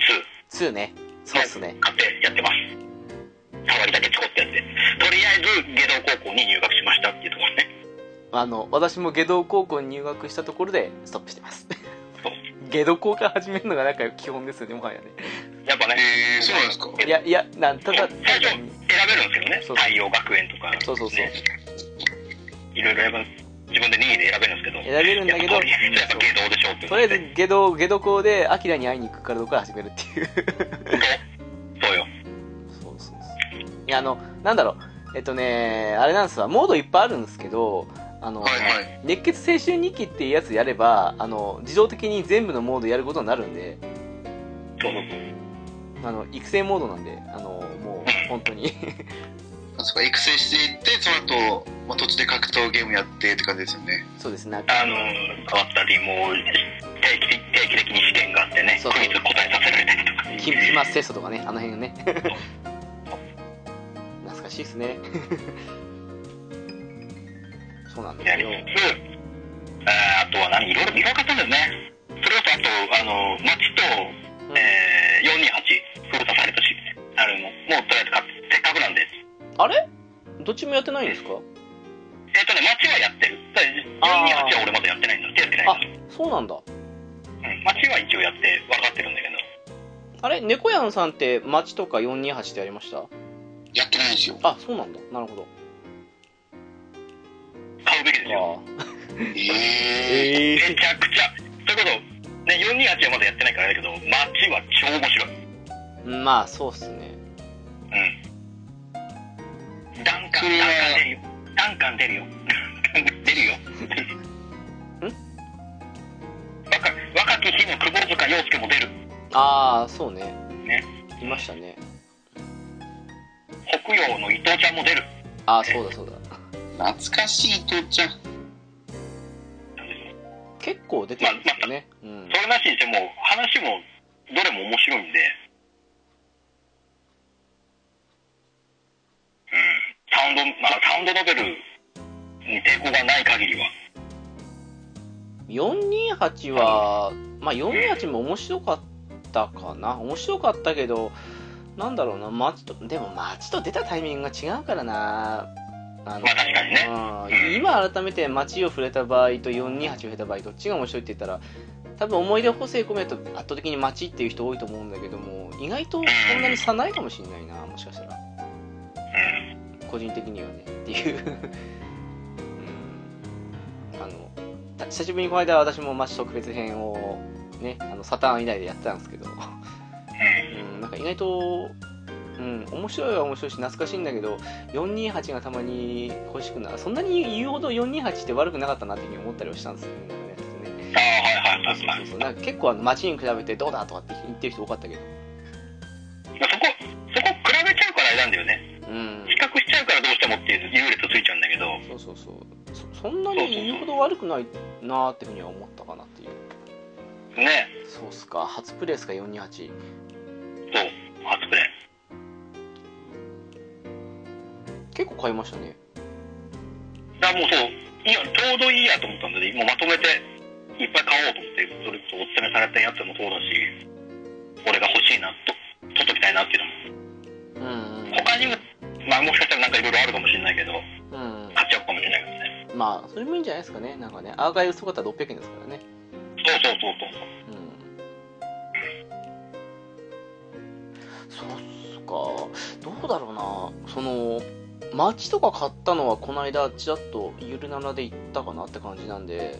[SPEAKER 2] 2、
[SPEAKER 1] 2ねそうっすね
[SPEAKER 2] 買ってやってます。たまにだけちょこっとやって、とりあえず下道高校に入学しましたっていうところね。
[SPEAKER 1] あの私も下道高校に入学したところでストップしてます下道校から始めるのがなんか基本ですよねもはやね
[SPEAKER 2] やっぱね、
[SPEAKER 3] えー、そうなんですか
[SPEAKER 1] いやいやなんただ
[SPEAKER 2] そう
[SPEAKER 1] ただに
[SPEAKER 2] 選べるんですけ
[SPEAKER 1] そう
[SPEAKER 2] どね、太陽学園とか、ね、
[SPEAKER 1] そうそうそう
[SPEAKER 2] いろいろ選ぶ自分で2位で選べるんですけど、
[SPEAKER 1] 選べるんだけど
[SPEAKER 2] やっぱとりあえずやっぱ芸道でしょうって
[SPEAKER 1] とりあえず下道下道校でアキラに会いに行くからどこから始めるっていう
[SPEAKER 2] そうよ。
[SPEAKER 1] そうそうそういやあのなんだろうえっとねあれなんですわモードいっぱいあるんですけどあの、
[SPEAKER 3] はいはい
[SPEAKER 1] 熱血青春日記っていうやつやればあの自動的に全部のモードやることになるんで
[SPEAKER 2] そうそうそう
[SPEAKER 1] あの育成モードなんであのもう本当 に
[SPEAKER 3] あそこ育成していってその後、まあ、途中で格闘ゲームやってって感じですよね
[SPEAKER 1] そうですね
[SPEAKER 2] あの、変わったり、もう、定期的定期的に試験があってね、
[SPEAKER 1] そうそう
[SPEAKER 2] クイズ答えさせられたりとか。
[SPEAKER 1] 金マステストとかねあの辺ね懐かしいですね そうなんです
[SPEAKER 2] やり
[SPEAKER 1] よ
[SPEAKER 2] つつ、あーあとは何、いろいろ、いろいろ買ったんですね。それこそ、あと、あの、町と、
[SPEAKER 1] うん
[SPEAKER 2] えー、428、封鎖されたし、あれも、もうとりあえず買って、せっかくなんで。
[SPEAKER 1] あれどっちもやってないんですか
[SPEAKER 2] えっ、とね、町はやってる。だから
[SPEAKER 1] あー
[SPEAKER 2] 428は俺まだやってないんだ。手やってない
[SPEAKER 1] あ
[SPEAKER 2] んだ。
[SPEAKER 1] そうなんだ
[SPEAKER 2] うん、町は一応やって、分かってるんだけど。
[SPEAKER 1] あれ猫やんさんって町とか428ってやりました
[SPEAKER 3] やってないんですよ
[SPEAKER 1] あそうなんだなるほど
[SPEAKER 2] 買うべきですよ。
[SPEAKER 1] あ
[SPEAKER 3] ええ
[SPEAKER 1] え
[SPEAKER 2] めちゃくちゃ。ということ、ね、428はまだやってないからあれだけど、町は超面白い。
[SPEAKER 1] ー、まあそうっすね
[SPEAKER 2] うん。ダンカ
[SPEAKER 3] そ
[SPEAKER 2] ン、
[SPEAKER 3] れ
[SPEAKER 2] ダ
[SPEAKER 3] は
[SPEAKER 2] ンカン出るよ。ダンカン出るよ。ダンカン出るよ。 若若き日の久保塚洋介も出る。
[SPEAKER 1] ああそうね
[SPEAKER 2] ね
[SPEAKER 1] いましたね
[SPEAKER 2] 北洋の伊藤ちゃんも出る。
[SPEAKER 1] ああそうだそうだ
[SPEAKER 3] 懐かしい父ちゃん
[SPEAKER 1] 結構出てるんですよね、うん
[SPEAKER 2] それなしにしても、話も、どれも面白いんで。うん。サウンド、まあ、サウンドノベルに抵抗がない限りは。
[SPEAKER 1] 428は、まあ、428も面白かったかな面白かったけどなんだろうな街とでも街と出たタイミングが違うからなあの
[SPEAKER 2] まあ確かにね
[SPEAKER 1] うん今改めて街を触れた場合と428を触れた場合どっちが面白いって言ったら多分思い出補正込めると圧倒的に街っていう人多いと思うんだけども意外とそんなに差ないかもしれないなもしかしたら
[SPEAKER 2] うん。
[SPEAKER 1] 個人的にはねっていう、うん、あのた久しぶりにこの間私も町特別編をねあのサターン以来でやってたんですけど、うん、なんか意外と、うん、面白いは面白いし懐かしいんだけど428がたまに欲しくなそんなに言うほど428って悪くなかったなっていうふうに思ったりはしたんですよねなんかね
[SPEAKER 2] ああ、はいはいはい
[SPEAKER 1] そう
[SPEAKER 2] は
[SPEAKER 1] そ
[SPEAKER 2] い。
[SPEAKER 1] うそうなんか結構あの街に比べてどうだとかって言ってる人多かったけど
[SPEAKER 2] まあそこ、そこ比べちゃうからあれなんだよね。
[SPEAKER 1] うん
[SPEAKER 2] 比較しちゃうからどうしてもっていう優劣ついちゃうんだけど、
[SPEAKER 1] そうそうそうそそんなに言うほど悪くないなーっていうふうには思ったかなっていう
[SPEAKER 2] ね、
[SPEAKER 1] そうっすか、初プレイですか、428。
[SPEAKER 2] そう、初プレイ。
[SPEAKER 1] 結構買いましたね。
[SPEAKER 2] だからもうそう、いや、ちょうどいいやと思ったんで、もうまとめていっぱい買おうと思って、それとお勧めされたやつもそうだし、俺が欲しいな、と、取っときたいなっていう
[SPEAKER 1] うんうん
[SPEAKER 2] のも。他にも、まあもしかしたらなんかいろいろあるかもしれないけど、
[SPEAKER 1] うん。
[SPEAKER 2] 買っちゃうかもしれないけどね。
[SPEAKER 1] まあ、それもいいんじゃないですかね。なんかね、アーカイブとかだったら600円ですからね。
[SPEAKER 2] そうそうそうそ
[SPEAKER 1] う
[SPEAKER 2] う。
[SPEAKER 1] ん。そうっすか。どうだろうな。その、街とか買ったのはこの間、ちらっとゆるななで行ったかなって感じなんで、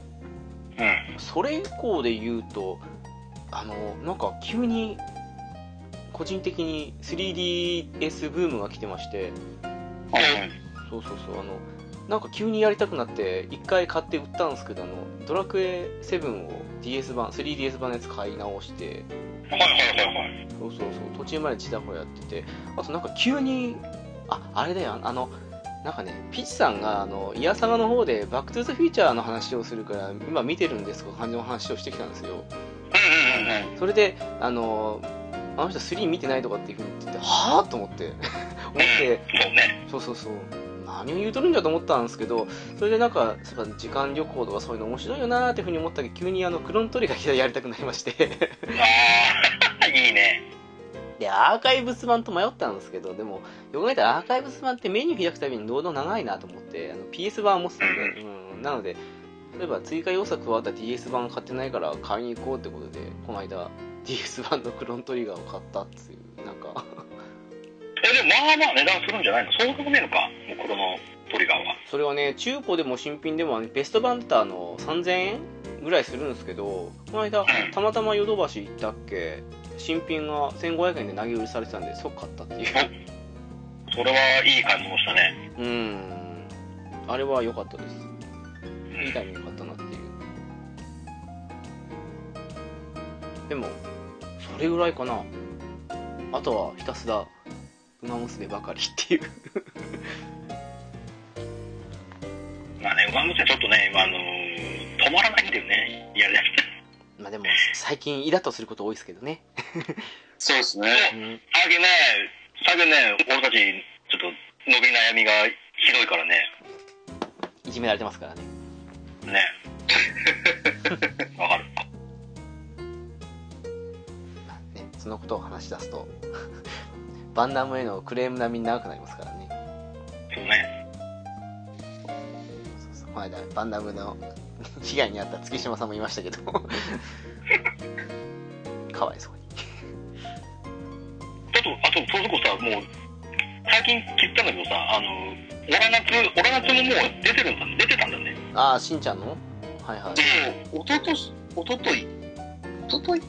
[SPEAKER 2] うん。
[SPEAKER 1] それ以降で言うとあのなんか急に個人的に 3DS ブームが来てまして
[SPEAKER 3] はい
[SPEAKER 1] そうそうそうあのなんか急にやりたくなって一回買って売ったんですけどあのドラクエ7を DS 版 3DS 版のやつ買い直して
[SPEAKER 2] はいはいはいはい。
[SPEAKER 1] そうそうそう途中までちだこやっててあとなんか急にああれだよあのあのなんかねピチさんがあのイヤサガの方でバックトゥーザフューチャーの話をするから今見てるんですとか感じの話をしてきたんですよ
[SPEAKER 2] うんうんうんうん。
[SPEAKER 1] それであのあの人3見てないとかっていうふうに言っててはぁと思って 思って
[SPEAKER 2] そうね。
[SPEAKER 1] そうそうそう何を言うとるんだと思ったんですけどそれでなんかそういえば時間旅行とかそういうの面白いよなーっていうふうに思ったけど急にあのクロントリガーやりたくなりまして
[SPEAKER 2] ああ、 いいね。
[SPEAKER 1] でアーカイブス版と迷ったんですけどでもよく考えたらアーカイブス版ってメニュー開くたびにどうど長いなと思ってあの PS 版を持ってたんで、うん、なので例えば追加要素加わった DS 版買ってないから買いに行こうってことでこの間 DS 版のクロントリガーを買ったっていうなんか
[SPEAKER 2] え、でもまあまあ値段するんじゃないのそうでもねえのか、もうこのトリガーは。
[SPEAKER 1] それはね中古でも新品でもベスト版って言ったらあの3000円ぐらいするんですけどこの間たまたまヨドバシ行ったっけ新品が1500円で投げ売りされてたんで即買ったっていう
[SPEAKER 2] それはいい感じもしたね。
[SPEAKER 1] うーんあれは良かったですいいタイミングだったなっていうでもそれぐらいかなあとはひたすらウマ娘ばかりっていう
[SPEAKER 2] まあね、馬娘ちょっとね、今あのー止まらないんだよね。やりだした。
[SPEAKER 1] まあでも最近イラッとすること多いですけどね、
[SPEAKER 3] そうですね。
[SPEAKER 1] うん、
[SPEAKER 2] 最近ね、最近ね、俺たち、ちょっと伸び悩みがひどいからね。
[SPEAKER 1] いじめられてますからね
[SPEAKER 2] ね。わかる。
[SPEAKER 1] まあねそのことを話し出すと バンナムへのクレーム並みに長くなりますからね
[SPEAKER 2] そうね。
[SPEAKER 1] そうそうこの間バンダムの被害に遭った月島さんもいましたけど かわいそうに
[SPEAKER 2] ちょっと、あと、そういうとこさ、もう、最近聞いたんだけどさ、あの、オラ夏、オラ夏ももう出てるんだ、出てたんだね。
[SPEAKER 1] ああしんちゃんのはいはい
[SPEAKER 3] でも、おととし、おととい、おととい
[SPEAKER 2] つい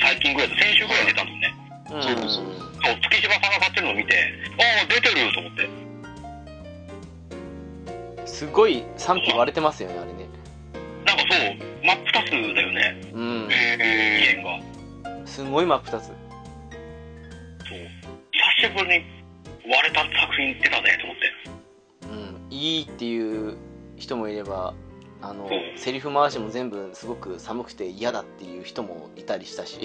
[SPEAKER 2] 最近ぐらいだ、先週ぐらい出たんだよね。
[SPEAKER 1] うん
[SPEAKER 3] そうそうそ
[SPEAKER 2] そ
[SPEAKER 3] う
[SPEAKER 2] う、月島さんが買ってるのを見て、ああ、出てると思って。
[SPEAKER 1] すごい賛否割れてますよねあれね
[SPEAKER 2] なんかそう、真っ二つだよね、
[SPEAKER 1] うん
[SPEAKER 2] 意見が。
[SPEAKER 1] すごい真っ二つ
[SPEAKER 2] そう。久しぶりに割れた作品出たねと思って。
[SPEAKER 1] うんいいっていう人もいればあの
[SPEAKER 2] うん
[SPEAKER 1] セリフ回しも全部すごく寒くて嫌だっていう人もいたりしたし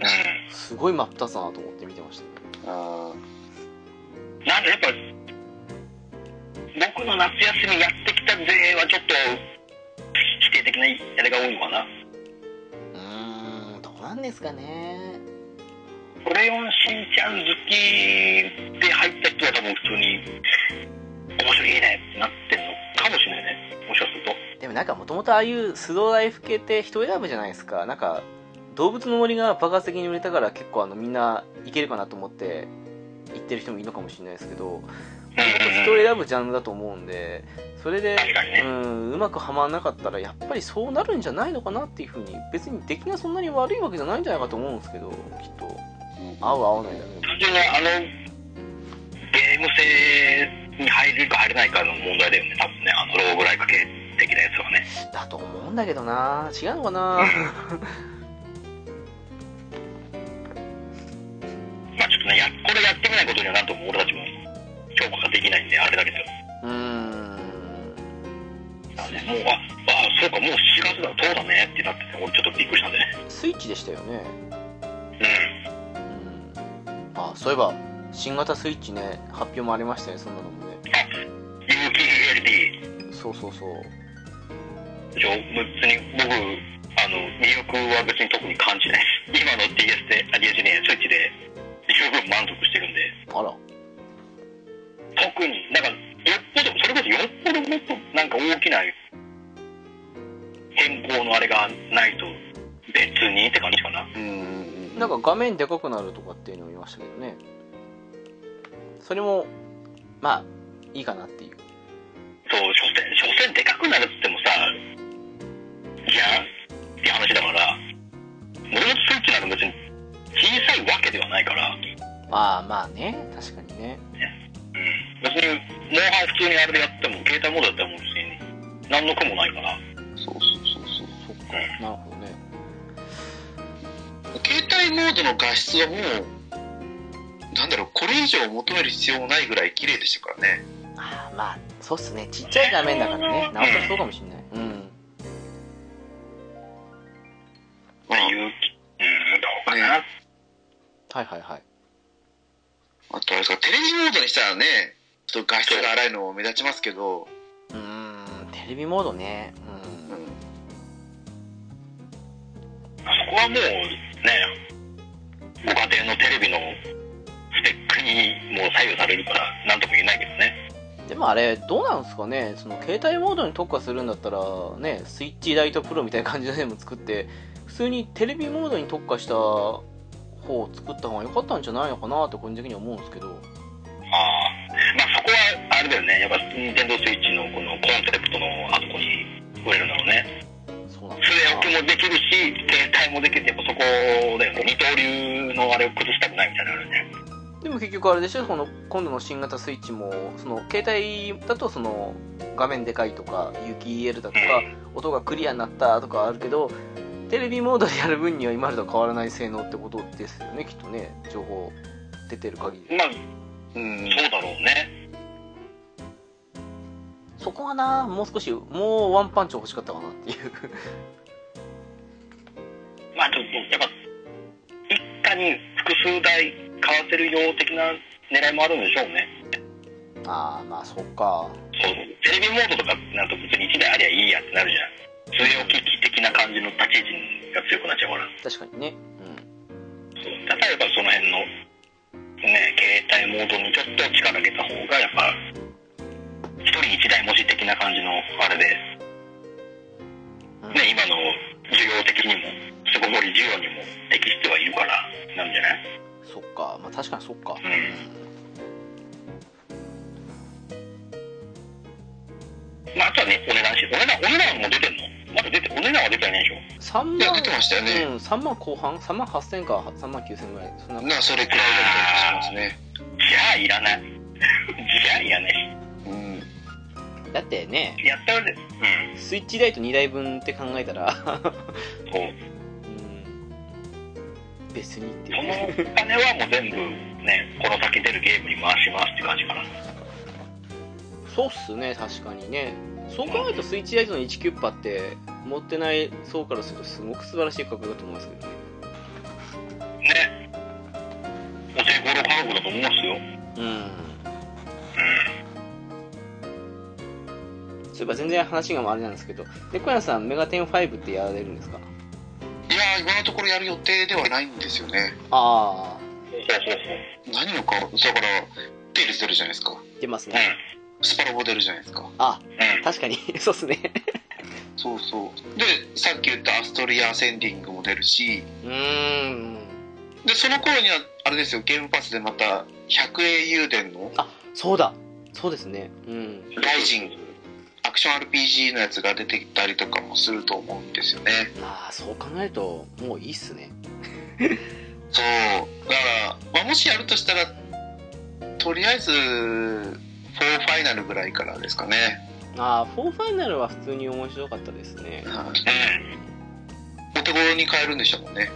[SPEAKER 2] う
[SPEAKER 1] すごい真っ二つだなと思って見てました
[SPEAKER 3] あ
[SPEAKER 2] ん。なんでやっぱ、僕の夏休みやってきた勢はちょっと、否定的なあれが多いのかな。
[SPEAKER 1] うーんどうなんですかね
[SPEAKER 2] クレヨンしんちゃん好きで入った人は多分普通に面白いねってなってんのかもしれないねもしかすると
[SPEAKER 1] でもなんかもともとああいうスローライフ系って人選ぶじゃないですかなんか動物の森が爆発的に売れたから結構あのみんないけるかなと思って行ってる人もいるのかもしれないですけどもともと人を選ぶジャンルだと思うんでそれで
[SPEAKER 2] 確かにね
[SPEAKER 1] うんうまくはまらなかったらやっぱりそうなるんじゃないのかなっていうふうに別に出来がそんなに悪いわけじゃないんじゃないかと思うんですけどきっと
[SPEAKER 3] ー
[SPEAKER 1] 合う合わないだけでも
[SPEAKER 2] 単純にあのゲーム性に入れるか入れないかの問題だよね多分ねあのローグライク系的なやつはね
[SPEAKER 1] だと思うんだけどな違うのかな
[SPEAKER 2] まあちょっとねやこれやってみないことにはなんとも俺たちも評価ができないんであれだけど
[SPEAKER 1] うーん
[SPEAKER 2] ねもうああそうかもう4月だそうだねってなってて俺ちょっとびっくりしたんでね
[SPEAKER 1] スイッチでしたよね
[SPEAKER 2] うん
[SPEAKER 1] うんあそういえば新型スイッチね発表もありましたねそんなのもね
[SPEAKER 2] 有機 LD
[SPEAKER 1] そうそうそう
[SPEAKER 2] でしょ別に僕あの魅力は別に特に感じないです今の DS であ DS ねスイッチで十分満足してるんで
[SPEAKER 1] あら
[SPEAKER 2] 特になんかよっぽどそれこそよっぽどもっとなんか大きな変更のあれがないと別にって感じかな
[SPEAKER 3] うんうんうん。
[SPEAKER 1] なんか画面でかくなるとかっていうのを見ましたけどねそれもまあいいかなっていう
[SPEAKER 2] そう所詮所詮でかくなるっつってもさじゃあって話だから俺のスイッチなんか別に小さいわけではないから
[SPEAKER 1] まあまあね確かにね
[SPEAKER 2] うん別にモンハン普通にあれでやっても携帯モードやったらもう別に何の苦もないから
[SPEAKER 3] そうそうそうそう。
[SPEAKER 1] そっかなるほどね
[SPEAKER 3] 携帯モードの画質はもう、なんだろう、これ以上求める必要もないぐらい綺麗でしたからね。
[SPEAKER 1] ああまあそうっすねちっちゃい画面だからねなおさらそうかもしんないうん
[SPEAKER 2] まあ勇気うんどうかな
[SPEAKER 1] はいはいはい。
[SPEAKER 3] あとあれですか、テレビモードにしたらね、ちょっと画質が荒いの目立ちますけど、
[SPEAKER 1] うーん、テレビモードね。
[SPEAKER 3] うん、
[SPEAKER 2] あそこはもうねご家庭のテレビのスペックにもう左右されるから何とも言えないけどね
[SPEAKER 1] うん。でもあれ、どうなんですかね、その携帯モードに特化するんだったら、ね、スイッチライトプロみたいな感じのでも作って、普通にテレビモードに特化した方を作った方が良かったんじゃないのかなって個人的には思うんですけど。
[SPEAKER 2] ああまあそこはあれだよねやっぱ任天堂スイッチのこのコンセプトのあそこに売れるんだろうね
[SPEAKER 1] そうなんだ
[SPEAKER 2] 据え置きもできるし携帯もできるやっぱそこだよね二刀流のあれを崩したくないみたいなのあるよね
[SPEAKER 1] でも結局あれでしょその今度の新型スイッチもその携帯だとその画面でかいとか有機 EL だとか音がクリアになったとかあるけどテレビモードでやる分には今までと変わらない性能ってことですよねきっとね情報出てる限り
[SPEAKER 2] まあ
[SPEAKER 3] うん、
[SPEAKER 2] そうだろうね
[SPEAKER 1] そこはなもう少しもうワンパンチ欲しかったかなっていう
[SPEAKER 2] まあちょっとやっぱ一家に複数台買わせるよう的な狙いもあるんでしょうね
[SPEAKER 1] ああまあそっか
[SPEAKER 2] そうテレビモードとかなんと別に1台ありゃいいやってなるじゃん据え置き機的な感じの立ち位置が強くなっちゃうから
[SPEAKER 1] 確かにね
[SPEAKER 2] そう例えばその辺のね携帯モードにちょっと力入れた方がやっぱ一人一台持ち的な感じのあれで、
[SPEAKER 1] うん、うん
[SPEAKER 2] ね、今の需要的にも巣ごもり需要にも適してはいるからなんじゃない
[SPEAKER 1] そっかまあ確かにそっか、
[SPEAKER 2] うんまああとはねお値段しお値段お値段も出てんのまだ出てお値段は出てないでしょ
[SPEAKER 1] 3万
[SPEAKER 3] いや出てましたよね
[SPEAKER 1] うん、3万後半3万8000か3万9000ぐらいそんな
[SPEAKER 3] なそれくらいだったりしますね。
[SPEAKER 2] じゃあいらないじゃあいらない
[SPEAKER 3] うん、
[SPEAKER 1] だってね
[SPEAKER 2] やったわけです
[SPEAKER 1] ス
[SPEAKER 2] うん
[SPEAKER 1] イッチライト2台分って考えたら、
[SPEAKER 2] そ
[SPEAKER 1] う
[SPEAKER 2] う
[SPEAKER 1] ん、別にって
[SPEAKER 2] そ
[SPEAKER 1] いう
[SPEAKER 2] の
[SPEAKER 1] ね
[SPEAKER 2] お金はもう全部ねこの先出るゲームに回しますって感じかな
[SPEAKER 1] そうっすね確かにねそう考えるとスイッチライトの1キュッパって持ってない層からするとすごく素晴らしい価格だと思いますけどね
[SPEAKER 2] ねお手頃価格だと思いますよ
[SPEAKER 1] うんそういえば全然話があれなんですけど猫屋さんメガテン5ってやられるんですか
[SPEAKER 3] いやー、今のところやる予定ではないんですよね。
[SPEAKER 1] ああ
[SPEAKER 2] そうそうそう
[SPEAKER 3] 何のか、だから、テイルズ出るじゃないですか。
[SPEAKER 1] 出ます
[SPEAKER 2] うん
[SPEAKER 1] ね
[SPEAKER 3] スパロボ出るじゃないですか。
[SPEAKER 1] あ
[SPEAKER 2] うん
[SPEAKER 1] 確かに そうっすね
[SPEAKER 3] そうそう。で、さっき言ったアストリア・アセンディングも出るし、
[SPEAKER 1] うーん
[SPEAKER 3] で、その頃には、あれですよ、ゲームパスでまた、百英雄伝の
[SPEAKER 1] あそうだそうですねうん
[SPEAKER 3] ライジング、アクション RPG のやつが出てきたりとかもすると思うんですよね。
[SPEAKER 1] ああそう考えるともういいっすね
[SPEAKER 3] そう。だから、まあ、もしやるとしたら、とりあえず、4ファイナルぐらいからですかね。
[SPEAKER 1] ああ4ファイナルは普通に面白かったですね
[SPEAKER 3] はい
[SPEAKER 2] うん
[SPEAKER 3] お手頃に買えるんでしたもんね。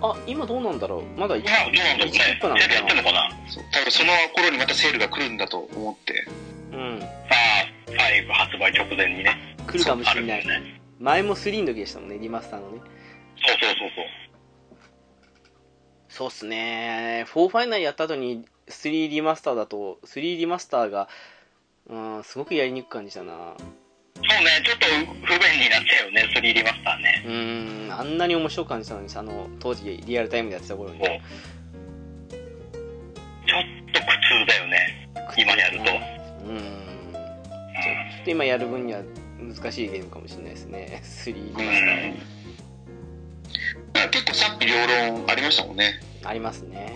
[SPEAKER 1] あ今どうなんだろうまだ1
[SPEAKER 2] いやどうなんだろうね
[SPEAKER 1] チップなの
[SPEAKER 2] セールやって
[SPEAKER 1] か
[SPEAKER 2] んのかな
[SPEAKER 3] そう多分その頃にまたセールが来るんだと思って。
[SPEAKER 1] なうん
[SPEAKER 2] さあ5発売直前にね
[SPEAKER 1] 来るかもしれな
[SPEAKER 2] あ
[SPEAKER 1] い
[SPEAKER 2] るんだよね
[SPEAKER 1] 前も3の時でしたもんねリマスターのね
[SPEAKER 2] そうそうそうそう
[SPEAKER 1] そうっすね4ファイナルやった後に3リマスターだと3リマスターがうんすごくやりにくく感じたな
[SPEAKER 2] そうねちょっと不便になっちゃうよね3リマスターね
[SPEAKER 1] うーんあんなに面白く感じたのにさあの当時リアルタイムでやってた頃に
[SPEAKER 2] そうちょっと苦痛だよね今やると
[SPEAKER 1] うーんちょちょっと今やる分には難しいゲームかもしれないですね3リ マスター
[SPEAKER 3] だから結構賛否両論ありましたもんね。
[SPEAKER 1] ありますね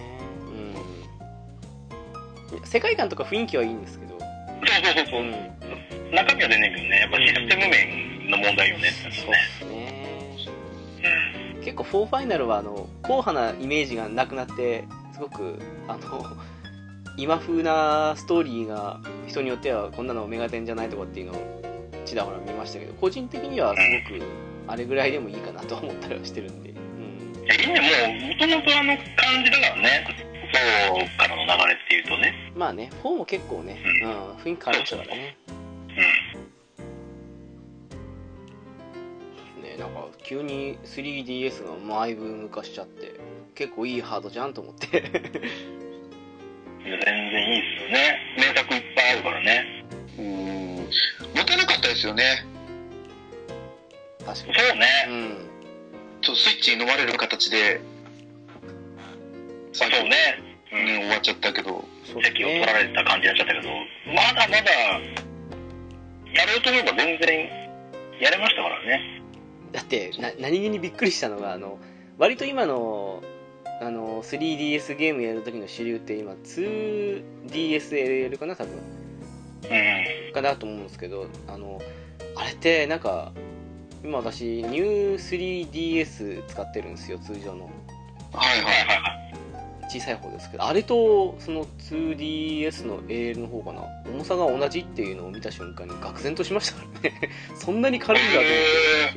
[SPEAKER 1] うん世界観とか雰囲気はいいんですけど
[SPEAKER 2] そうそうそうそう中身は出ないけどねやっぱシステム面の問題よね
[SPEAKER 1] そう
[SPEAKER 2] ね
[SPEAKER 1] ですね結構4ファイナルはあの硬派なイメージがなくなってすごくあの 今風なストーリーが人によってはこんなのメガテンじゃないとかっていうのをちらほら見ましたけど個人的にはすごくあれぐらいでもいいかなと思ったりはしてるんで、うん
[SPEAKER 2] いやいいねもうもともとあの感じだからねそうからの流れっていうとね
[SPEAKER 1] まあね4も結構ね、うん、雰囲気変わりましたからね
[SPEAKER 2] う
[SPEAKER 1] ねなんか急に 3DS がマイブーム化しちゃって結構いいハードじゃんと思って
[SPEAKER 2] いや全然いいっすよね名作いっぱいあるからね
[SPEAKER 3] うんもったいなかったですよね
[SPEAKER 1] 確か
[SPEAKER 2] そうね、
[SPEAKER 1] にうん
[SPEAKER 3] ちょっとスイッチに飲まれる形で、
[SPEAKER 2] そうね、う
[SPEAKER 3] ね、
[SPEAKER 2] ん
[SPEAKER 3] 終わっちゃったけど
[SPEAKER 1] そう
[SPEAKER 2] 席を取られてた感じになっちゃったけど、まだまだやろうと思えば全然やれましたからね
[SPEAKER 1] だってな何気にびっくりしたのがあの割と今のあの 3DS ゲームやるときの主流って今 2DSLL かな多分
[SPEAKER 2] うん
[SPEAKER 1] かなと思うんですけどあのあれってなんか今私 New3DS 使ってるんですよ通常の
[SPEAKER 3] はい
[SPEAKER 2] はい
[SPEAKER 3] はい
[SPEAKER 2] はいはい
[SPEAKER 1] 小さい方ですけどあれとその 2DS の AL の方かな重さが同じっていうのを見た瞬間に愕然としましたからね そんなに軽いんだと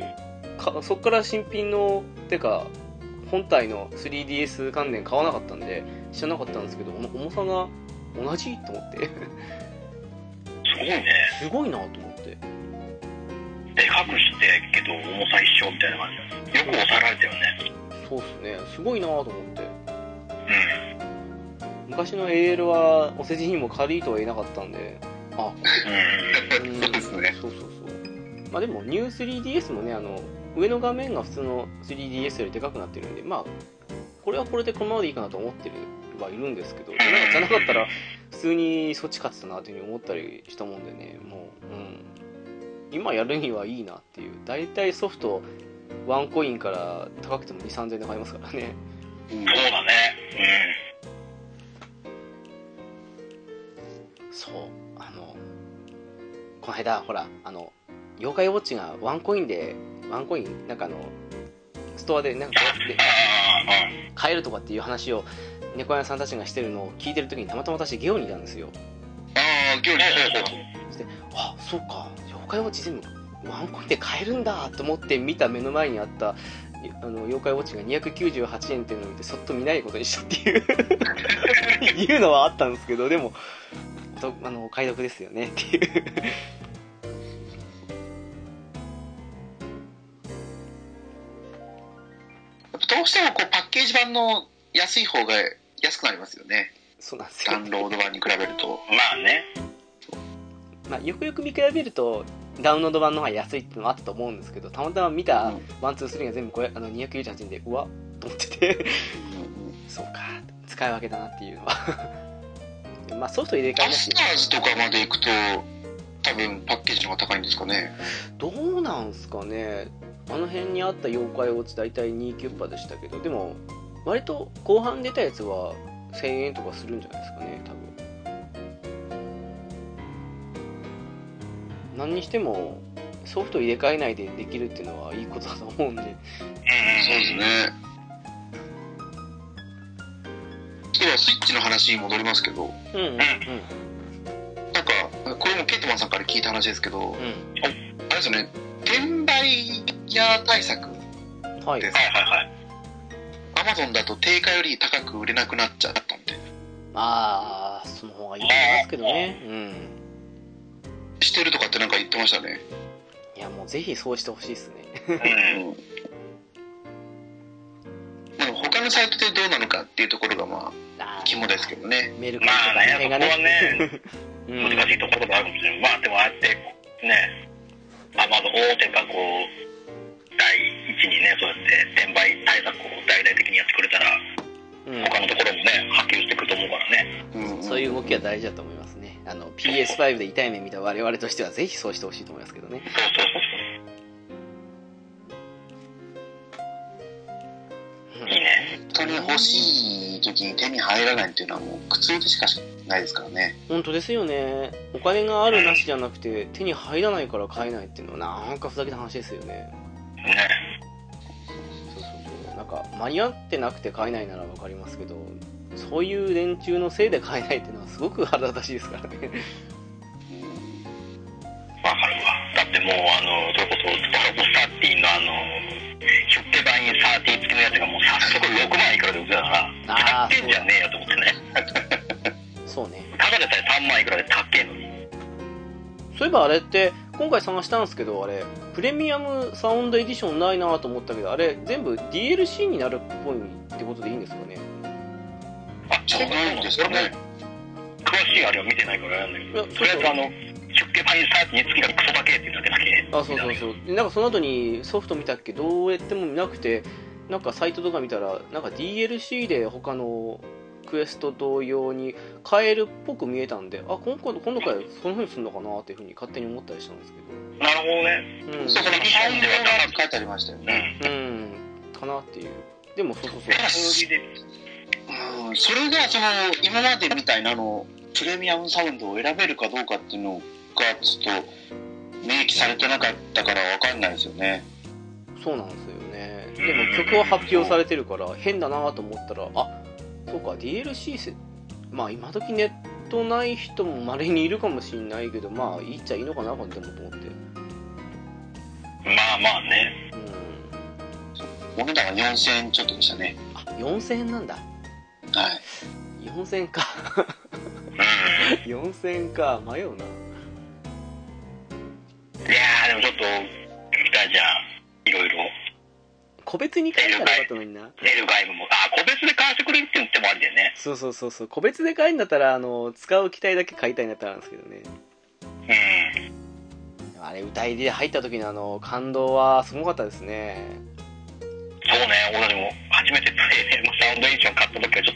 [SPEAKER 1] 思って。かそっから新品のてか本体の 3DS 関連買わなかったんで知らなかったんですけどお重さが同じと思って
[SPEAKER 2] すごいね
[SPEAKER 1] すごいなと思って
[SPEAKER 2] でかくしてけど重さ一緒みたいな感じよく抑えられたよね
[SPEAKER 1] そうっすねすごいなと思って
[SPEAKER 2] う
[SPEAKER 1] 昔の AL はお世辞にも軽いとは言えなかったんであ
[SPEAKER 2] んうん
[SPEAKER 1] ん
[SPEAKER 3] そうですね
[SPEAKER 1] そうそうそうまあでも New3DS もねあの上の画面が普通の 3DS よりでかくなってるんでまあこれはこれでこのままでいいかなと思ってるはいるんですけどじゃなじゃなかったら普通にそっち勝ってたなというふうに思ったりしたもんでねもううん今やるにはいいなっていう大体ソフトワンコインから高くても2 3 0 0 0円で買えますからね
[SPEAKER 3] うん
[SPEAKER 2] そうだね
[SPEAKER 1] そうあのこの間ほらあの妖怪ウォッチがワンコインでワンコインなんかあのストアでなんかで
[SPEAKER 2] うんああうん
[SPEAKER 1] 買えるとかっていう話を猫屋さんたちがしてるのを聞いてる時にたまたま私ゲオにいたんですよ
[SPEAKER 3] ああ今日
[SPEAKER 2] そうそうそう
[SPEAKER 1] あそうか妖怪ウォッチ全部ワンコインで買えるんだと思って見た目の前にあったあの妖怪ウォッチが298円っていうのを見てそっと見ないことにしたっていういうの はあったんですけどでもとあのお買い得ですよねっていう
[SPEAKER 3] どうしてもこうパッケージ版の安い方が安くなりますよね
[SPEAKER 1] そうなんですよ
[SPEAKER 3] ダウンロード版に比べると
[SPEAKER 2] まあね
[SPEAKER 1] まあ、よくよく見比べるとダウンロード版の方が安いっていうのもあったと思うんですけどたまたま見た
[SPEAKER 3] うん
[SPEAKER 1] 123が全部これあの298円でうわっと思ってて そうか使い分けだなっていうのはで まあソフト入れ替え
[SPEAKER 3] ア
[SPEAKER 1] だし
[SPEAKER 3] スターズとかまで行くと多分パッケージの方が高いんですかね
[SPEAKER 1] どうなんすかねあの辺にあった妖怪ウォッチ大体2キュッパでしたけどでも割と後半出たやつは1000円とかするんじゃないですかね多分何にしてもソフト入れ替えないでできるっていうのはいいことだと思うんで
[SPEAKER 2] うん
[SPEAKER 3] そうですねではスイッチの話に戻りますけど
[SPEAKER 1] うんうんうん
[SPEAKER 3] なんかこれもケイトマンさんから聞いた話ですけどあれですよね転売屋対
[SPEAKER 1] う
[SPEAKER 3] 策
[SPEAKER 1] んはい
[SPEAKER 3] です
[SPEAKER 2] はいはいはい
[SPEAKER 3] アマゾンだと定価より高く売れなくなっちゃったみたいな
[SPEAKER 1] まあその方がいいと思いますけどねうん
[SPEAKER 3] してるとかってなんか言ってましたね
[SPEAKER 1] いやもうぜひそうしてほしいですね
[SPEAKER 2] うん
[SPEAKER 3] でも他のサイトでどうなのかっていうところがま
[SPEAKER 1] あー
[SPEAKER 3] あ肝ですけどね
[SPEAKER 1] メルカリ
[SPEAKER 2] ま
[SPEAKER 1] とか
[SPEAKER 2] あね、そこはね、
[SPEAKER 1] う
[SPEAKER 2] 難
[SPEAKER 1] ん
[SPEAKER 2] しいところがあるかもしれない。まあ、でもああやって、ね、あまず大手がこう、第一にね、そうやって転売対策を大々的にやってくれたら、
[SPEAKER 1] うん
[SPEAKER 2] 他のところもね、波及してくると思うからね。
[SPEAKER 1] そういう動きは
[SPEAKER 3] は
[SPEAKER 1] 大事だと思いますね。あの PS5 で痛い目見た我々としてはぜひそうしてほしいと思いますけどね。
[SPEAKER 2] そうそうそうそう。いいね。
[SPEAKER 3] 本当に欲しい時に手に入らないっていうのはもう苦痛でしかないですからね
[SPEAKER 1] 本当ですよね。お金があるなしじゃなくて手に入らないから買えないっていうのはなんかふざけた話ですよね。
[SPEAKER 2] ね。
[SPEAKER 1] そうそうそう。なんか間に合ってなくて買えないならわかりますけど、そういう連中のせいで買えないっていうのはすごく腹立たしいですからね。
[SPEAKER 2] わかるわ。だってもう、あの、それこそ、スパロボ13のあの、出手版に13付きのやつがもう早速6万いくらで売ってたから、
[SPEAKER 1] あー
[SPEAKER 2] 高っけんじゃねえよと思ってね。
[SPEAKER 1] そうね。
[SPEAKER 2] ただでさえ3万いくらで高っけえのに。
[SPEAKER 1] そういえばあれって今回探したんですけどあれプレミアムサウンドエディションないなと思ったけどあれ全部 DLC になるっぽいってことでいいんですかね
[SPEAKER 2] あ、
[SPEAKER 3] じ
[SPEAKER 2] そ
[SPEAKER 3] ゃ
[SPEAKER 2] う
[SPEAKER 3] な
[SPEAKER 2] ないん
[SPEAKER 3] んで
[SPEAKER 2] ですす
[SPEAKER 3] か
[SPEAKER 2] か
[SPEAKER 3] ね
[SPEAKER 2] ね。詳しいあれは見てないからなんだけ
[SPEAKER 1] いや
[SPEAKER 2] ど、
[SPEAKER 1] そうそう
[SPEAKER 2] とりあえずあの、出家パイサーチに月がクソだけってだけだけ。
[SPEAKER 1] あそうそうそうでなんかその後にソフト見たっけどうやっても見なくてなんかサイトとか見たらなんか DLC で他のクエスト同様にカエルっぽく見えたんであ今度今度からそのふうにするのかなっていうふうに勝手に思ったりしたんです
[SPEAKER 2] なるほどね。
[SPEAKER 1] けどうん
[SPEAKER 3] そうそう、パウンドがなんか書いてありましたよ
[SPEAKER 2] う
[SPEAKER 3] ね。
[SPEAKER 2] ん。
[SPEAKER 1] うん、かなっていう。でも、そうそうそう。
[SPEAKER 3] だから
[SPEAKER 2] それで
[SPEAKER 3] うん、それがその今までみたいなあのプレミアムサウンドを選べるかどうかっていうのがちょっと明記されてなかったからわかんないですよね。
[SPEAKER 1] そうなんですよね。でも、曲は発表されてるから、変だなと思ったら、あそうか、DLC せ、まあ、今時ネットない人も稀にいるかもしれないけど、まあ、いいっちゃいいのかな、でもと思って。
[SPEAKER 2] まあまあね。
[SPEAKER 1] うん。
[SPEAKER 3] お値段が4000円ちょっとでしたね。
[SPEAKER 1] あ、4000円なんだ。
[SPEAKER 3] はい。
[SPEAKER 1] 4000円か。
[SPEAKER 2] うん。
[SPEAKER 1] 4000円か。迷うな。
[SPEAKER 2] いやー、でもちょっと、行きたいじゃん。いろいろ。
[SPEAKER 1] 個別に買えばよかったのにな。
[SPEAKER 2] エルガイムも。あ、個別で買わせてくれるって言ってもあるんだよね。
[SPEAKER 1] そうそうそうそう。個別で買えんだったら、あの、使う機体だけ買いたいなったらなんですけどね。
[SPEAKER 2] うん。
[SPEAKER 1] あれ歌いで入った時のあの感動はすごかったですね
[SPEAKER 2] そうね、俺でも初めてプレイのサウンドエディション買った時はちょっ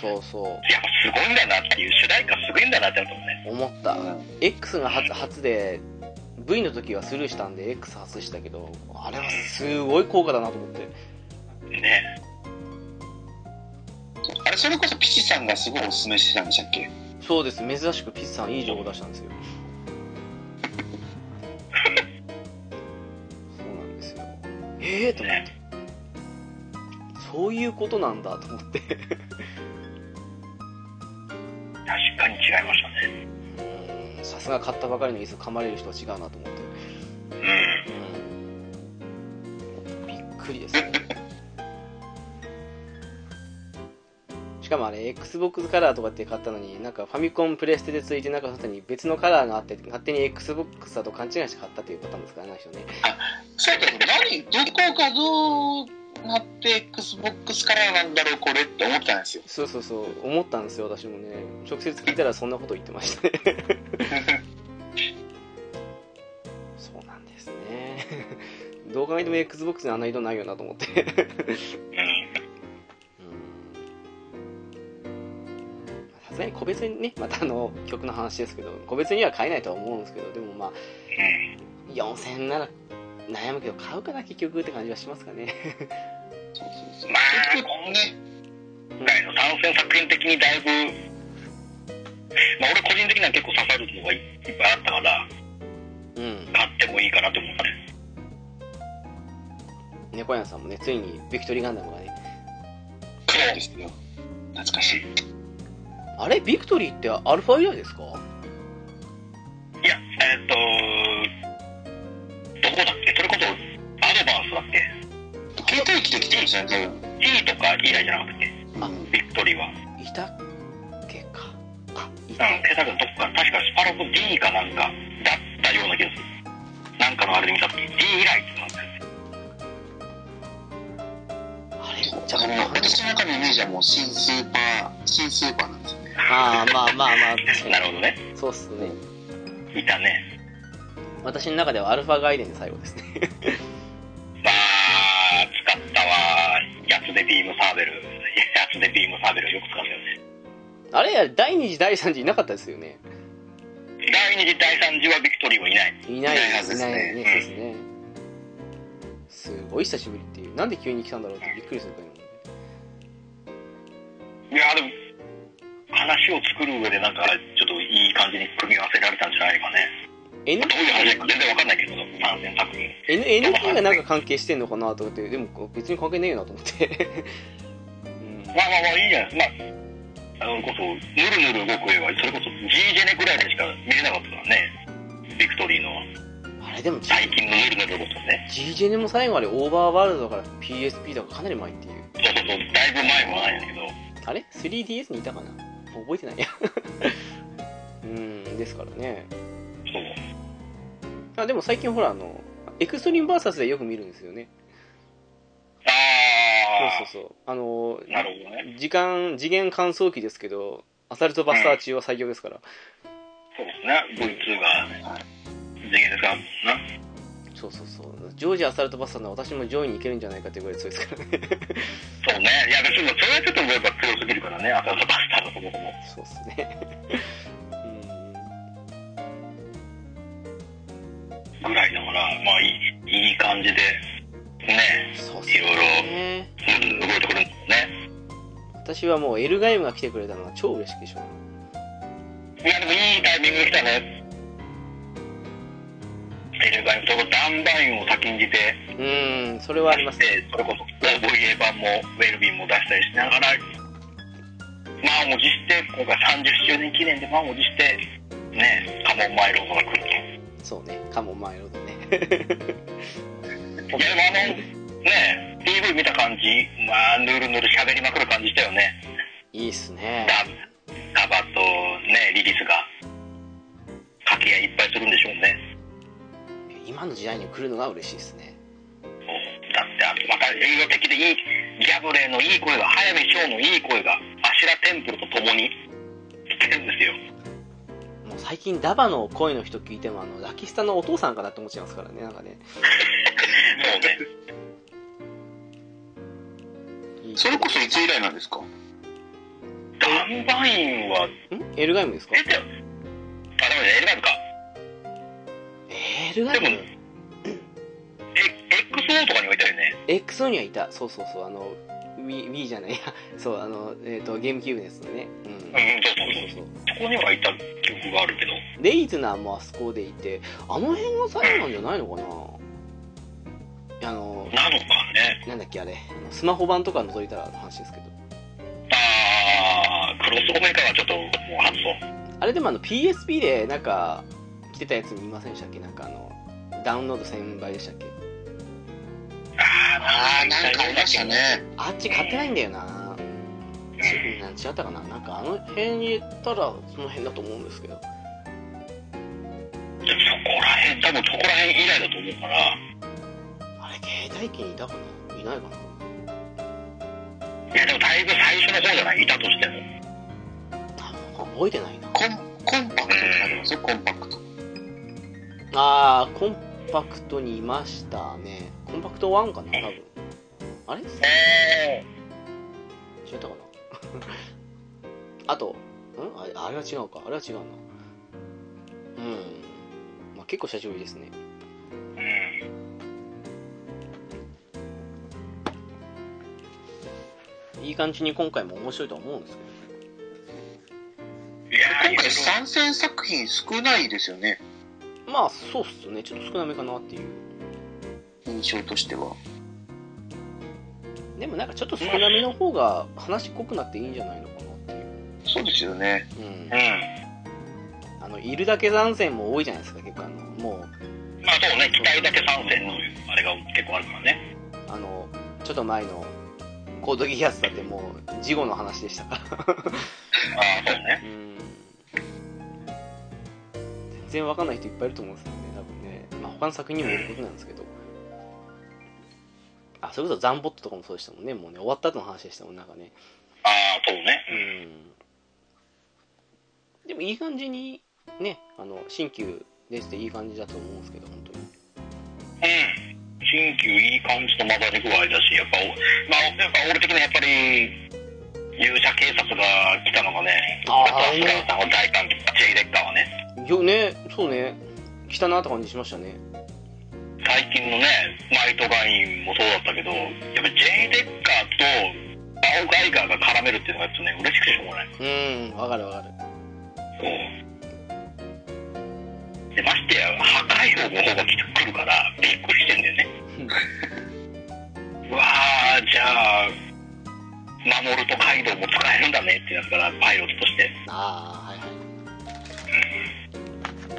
[SPEAKER 2] と、
[SPEAKER 1] そうそうそ
[SPEAKER 2] やっぱすごいんだなっていう、主題歌すごいんだなって思ったもんね。
[SPEAKER 1] う思った
[SPEAKER 3] うん
[SPEAKER 1] X が初初で V の時はスルーしたんで X 外したけどあれはすごい効果だなと思って
[SPEAKER 2] ね。
[SPEAKER 3] あれそれこそピチさんがすごいおすすめしてたんでしたっけ
[SPEAKER 1] そうです珍しくピッツさんいい情報出したんですよそうなんですよええー、と思ってそういうことなんだと思って
[SPEAKER 2] 確かに違いましたね。
[SPEAKER 1] うーんさすが買ったばかりの椅子噛まれる人は違うなと思って
[SPEAKER 2] うん。
[SPEAKER 1] うんびっくりですねしかもあれ XBOX カラーとかって買ったのになんかファミコンプレステでついてなんかそのに別のカラーがあって勝手に XBOX だと勘違いして買ったっていうパターンですからねあの人ね
[SPEAKER 3] そうだよね。何、どこかどうなって XBOX カラーなんだろうこれって思ったん ですよ。
[SPEAKER 1] そうそうそう思ったんですよ私もね直接聞いたらそんなこと言ってましたねそうなんですね どう考えても XBOX にあんな色ないよなと思って
[SPEAKER 2] うん。
[SPEAKER 1] うんさすがに個別にね、またあの曲の話ですけど、個別には買えないとは思うんですけど、でもまあ、4000円なら悩むけど、買うかな、結局って感じはしますかね。
[SPEAKER 3] そうそうそう
[SPEAKER 2] まあ
[SPEAKER 3] 結局ね、
[SPEAKER 2] 今回の参戦作品的にだいぶ、まあ俺個人的には結構刺さるのがいっぱいあったから、
[SPEAKER 1] うん、
[SPEAKER 2] 買ってもいいかなと思ったね。
[SPEAKER 1] 猫屋さんもね、ついにビクトリーガンダムがね、
[SPEAKER 3] カラーですよ。懐かしい。
[SPEAKER 1] あれ、ビクトリーってアルファ以来ですか
[SPEAKER 2] いや、えーっ、と、どこだっけそれこそ、アドバンスだっけ
[SPEAKER 3] 携帯機で来てましたね、多分。
[SPEAKER 2] ?T とか以来じゃなかったっけ
[SPEAKER 1] あ
[SPEAKER 2] ビクトリーは。うん、
[SPEAKER 1] いたっけか。あ、いた。
[SPEAKER 2] 今朝のどっか、確かスパロボ D かなんかだったような気がする。なんかのあれで見たとき、D 以来ってなんだよね。
[SPEAKER 1] あれ
[SPEAKER 3] だから私の中のイメージはもう新スーパー、新スーパーなんですよね。
[SPEAKER 1] あーまあまあまあ、確かに
[SPEAKER 2] なるほどね。
[SPEAKER 1] そうっすね。
[SPEAKER 2] いたね。
[SPEAKER 1] 私の中ではアルファガイデンで最後ですね。
[SPEAKER 2] まあ、使ったわ。やつでビームサーベル。やつでビームサーベルよく使ったよね。
[SPEAKER 1] あれ、第2次、第3次いなかったですよね。
[SPEAKER 2] 第二次、第三次はビクトリーはいない。
[SPEAKER 1] いない
[SPEAKER 3] いないはずですね
[SPEAKER 1] いないそうですね。すごい久しぶりっていう。なんで急に来たんだろうってびっくりするか今。
[SPEAKER 2] いや、でも、話を作る上でなんか、ちょっといい感じに組み合わせられたんじゃないかね。
[SPEAKER 1] N
[SPEAKER 2] どういう話か全然わかんないけど、参戦作品。
[SPEAKER 1] N NT がなんか関係してんのかなと思って、でも別に関係ねえよなと思って。うん
[SPEAKER 2] まあまあまあ、いいじゃないですか。まあ、あの、こそ、ぬるぬる動く絵は、それこそ G ジェネぐらいでしか見れなかったからね。ビクトリーの
[SPEAKER 1] あれでも G-
[SPEAKER 2] 最近のぬるぬる動くとね。
[SPEAKER 1] GJ も最後までオーバーワールドから PSP だからかなり前っていう。
[SPEAKER 2] そうそうそう、だいぶ前もないんだけど。
[SPEAKER 1] あれ ?3DS にいたかな覚えてないや。 うん、ですからね。
[SPEAKER 2] そう。
[SPEAKER 1] あでも最近ほら、あの、エクストリームバーサスでよく見るんですよね。
[SPEAKER 2] あ
[SPEAKER 1] そうそうそうあの
[SPEAKER 2] なるほどね。
[SPEAKER 1] 時間次元乾燥機ですけどアサルトバスター中は最強ですから、
[SPEAKER 2] そうですね。V2 が、次元ですかな。
[SPEAKER 1] そうそうそう常時アサルトバスターなら私も上位に行けるんじゃないかっていうぐらい強いですからね
[SPEAKER 2] そうね。いや、別に、それはちょっともうやっぱ強すぎるからね、アサルトバスターのそもそも。
[SPEAKER 1] そうっすねうん
[SPEAKER 2] ぐらいだから、まあ、いい、いい感じで、ね、
[SPEAKER 1] そうっすね
[SPEAKER 2] うん、動いてくるんですよね。
[SPEAKER 1] 私はもうエルガイムが来てくれたのは超嬉しくてしょうがない
[SPEAKER 2] いや、でもいいタイミングで来たね。エルガイム、そこダンバインを先んじて、
[SPEAKER 1] うーんそれはありますね
[SPEAKER 2] でそれこそ OVA 版もウェルビンも出したりしながら満を持して今回30周年記念で満を持してねカモンマイロードが来るとい
[SPEAKER 1] そうねカモンマイロードね
[SPEAKER 2] やでもあのね PV 見た感じまあぬるぬる喋りまくる感じしたよね
[SPEAKER 1] いいっすね
[SPEAKER 2] ダダバとねリリスが掛け合いいっぱいするんでしょうね
[SPEAKER 1] 今の時代に来るのが嬉しいっすね
[SPEAKER 2] だってあまた栄養的でいいギャブレーのいい声が早見翔のいい声がアシュラテンプルと共に来てるんですよ
[SPEAKER 1] もう最近ダバの声の人聞いてもあのラキスタのお父さんかなって思っちゃいますからねなんかね
[SPEAKER 2] そうね
[SPEAKER 1] いい
[SPEAKER 3] それこそいつ以来なんですか
[SPEAKER 2] ダンバインは
[SPEAKER 1] んエルガイムですか
[SPEAKER 2] 出てあ、ダメだ、エルガムか。
[SPEAKER 1] エルガイム
[SPEAKER 2] でもえ、XO とかに置いてあるよね。
[SPEAKER 1] XO にはいたそうそうそうあの Wii Wii じゃないや そうあの、えー、とゲームキューブですよねうん、
[SPEAKER 2] うん、そうそう
[SPEAKER 1] そうそうそ
[SPEAKER 2] そう。
[SPEAKER 1] う
[SPEAKER 2] そこにはいた記憶があるけど。
[SPEAKER 1] レイズナーもあそこでいてあの辺が最後なんじゃないのかなあの
[SPEAKER 2] なのかね。
[SPEAKER 1] なんだっけあれあのスマホ版とか覗いたらの話ですけど
[SPEAKER 2] あー、クロスオメーカーはちょっともう外そう。
[SPEAKER 1] あれでもあの PSP でなんか来てたやつ見ませんでしたっけなんかあのダウンロード1000倍でしたっけ
[SPEAKER 2] あー、なんかありましたね。
[SPEAKER 3] ね
[SPEAKER 1] あっち買ってないんだよな違う違ったかななんかあの辺に行ったらその辺だと思うんですけど
[SPEAKER 2] そこら辺、多分そこら辺以来だと思うから。
[SPEAKER 1] あれ携帯機にいたかないないかない
[SPEAKER 2] や、でもだいぶ最初の方じゃないいたとしても。
[SPEAKER 1] あ覚えてないな
[SPEAKER 3] コンコンパクトになりますよコンパクト
[SPEAKER 1] あーコンパクトにいましたねコンパクト1かな多分あれ
[SPEAKER 2] え
[SPEAKER 1] 違ったかな あとんあれあれは違うかあれは違うなうん、まあ、結構社長いいですね
[SPEAKER 2] ー。うん。
[SPEAKER 1] いい感じに今回も面白いとは思うんですけど
[SPEAKER 2] いやー、
[SPEAKER 3] 今回
[SPEAKER 2] そう
[SPEAKER 3] 参戦作品少ないですよね
[SPEAKER 1] まあそうっすねちょっと少なめかなっていう
[SPEAKER 3] 印象としては
[SPEAKER 1] でもなんかちょっと少なめの方が話濃くなっていいんじゃないのかなっていう
[SPEAKER 3] そうですよね
[SPEAKER 1] うん
[SPEAKER 2] う。
[SPEAKER 1] あのいるだけ参戦も多いじゃないですか結構あのもうん
[SPEAKER 2] まあそうね、期待だけ参戦のあれが結構あるからね。
[SPEAKER 1] あのちょっと前のコードギアスだってもう事後の話でしたから
[SPEAKER 2] あー、そうね。
[SPEAKER 1] うん全然わかんない人いっぱいいると思うんですよね多分ね、まあ、他の作品にもよることなんですけどあそれこそザンボットとかもそうでしたもんねもうね終わった後の話でしたもんなんかね
[SPEAKER 2] あー、そうね。うん
[SPEAKER 1] うんでもいい感じにねあの新旧出てていい感じだと思うんですけど本当に
[SPEAKER 2] うん。新旧いい感じの混ざり具合だし、やっぱ、おまあ、やっぱ俺的にはやっぱり、勇者警察が来たのがね、
[SPEAKER 1] あー
[SPEAKER 2] やっぱスラウさんの大感激、チェイレッカーはね、
[SPEAKER 1] よねそうね来たなって感じしましたね
[SPEAKER 2] 最近のね、マイトガインもそうだったけど、やっぱりチェイレッカーと、バオガイガーが絡めるっていうのがちょっとね、嬉しくてしょうがない。
[SPEAKER 1] うんわかるわかる
[SPEAKER 2] うんでましてや、破壊王の方が来てくるから、びっくりしてんだよね。うわあじゃあ守るとカイドウも使えるんだねってなったからパイロットとして
[SPEAKER 1] ああはいはい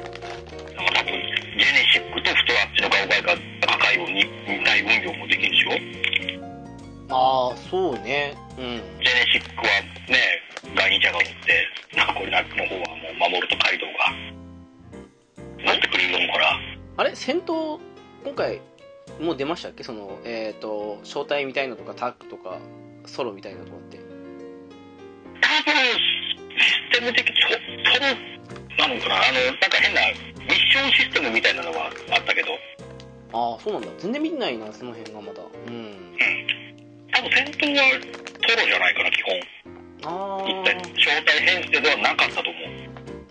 [SPEAKER 2] だから多分ジェネシックとフトラッチのガオガイが赤いように大運用もできるでしょ
[SPEAKER 1] ああそうねうん
[SPEAKER 2] ジェネシックはねガイニチャが乗ってなんかこれナックの方はもう守るとカイドウが乗ってくれるもんから
[SPEAKER 1] あれ戦闘今回もう出ましたっけその、えっ、と、招待みたいなのとか、タッグとか、ソロみたいなとかって。
[SPEAKER 2] 多分システム的にそそれなのかなあのなんか変なミッションシステムみたいなのはあったけど
[SPEAKER 1] ああ、そうなんだ。全然見てないな、その辺がまだ。うん。
[SPEAKER 2] 多分戦闘はトロじゃないかな基本
[SPEAKER 1] あ
[SPEAKER 2] 一体招待編成ではなかったと思う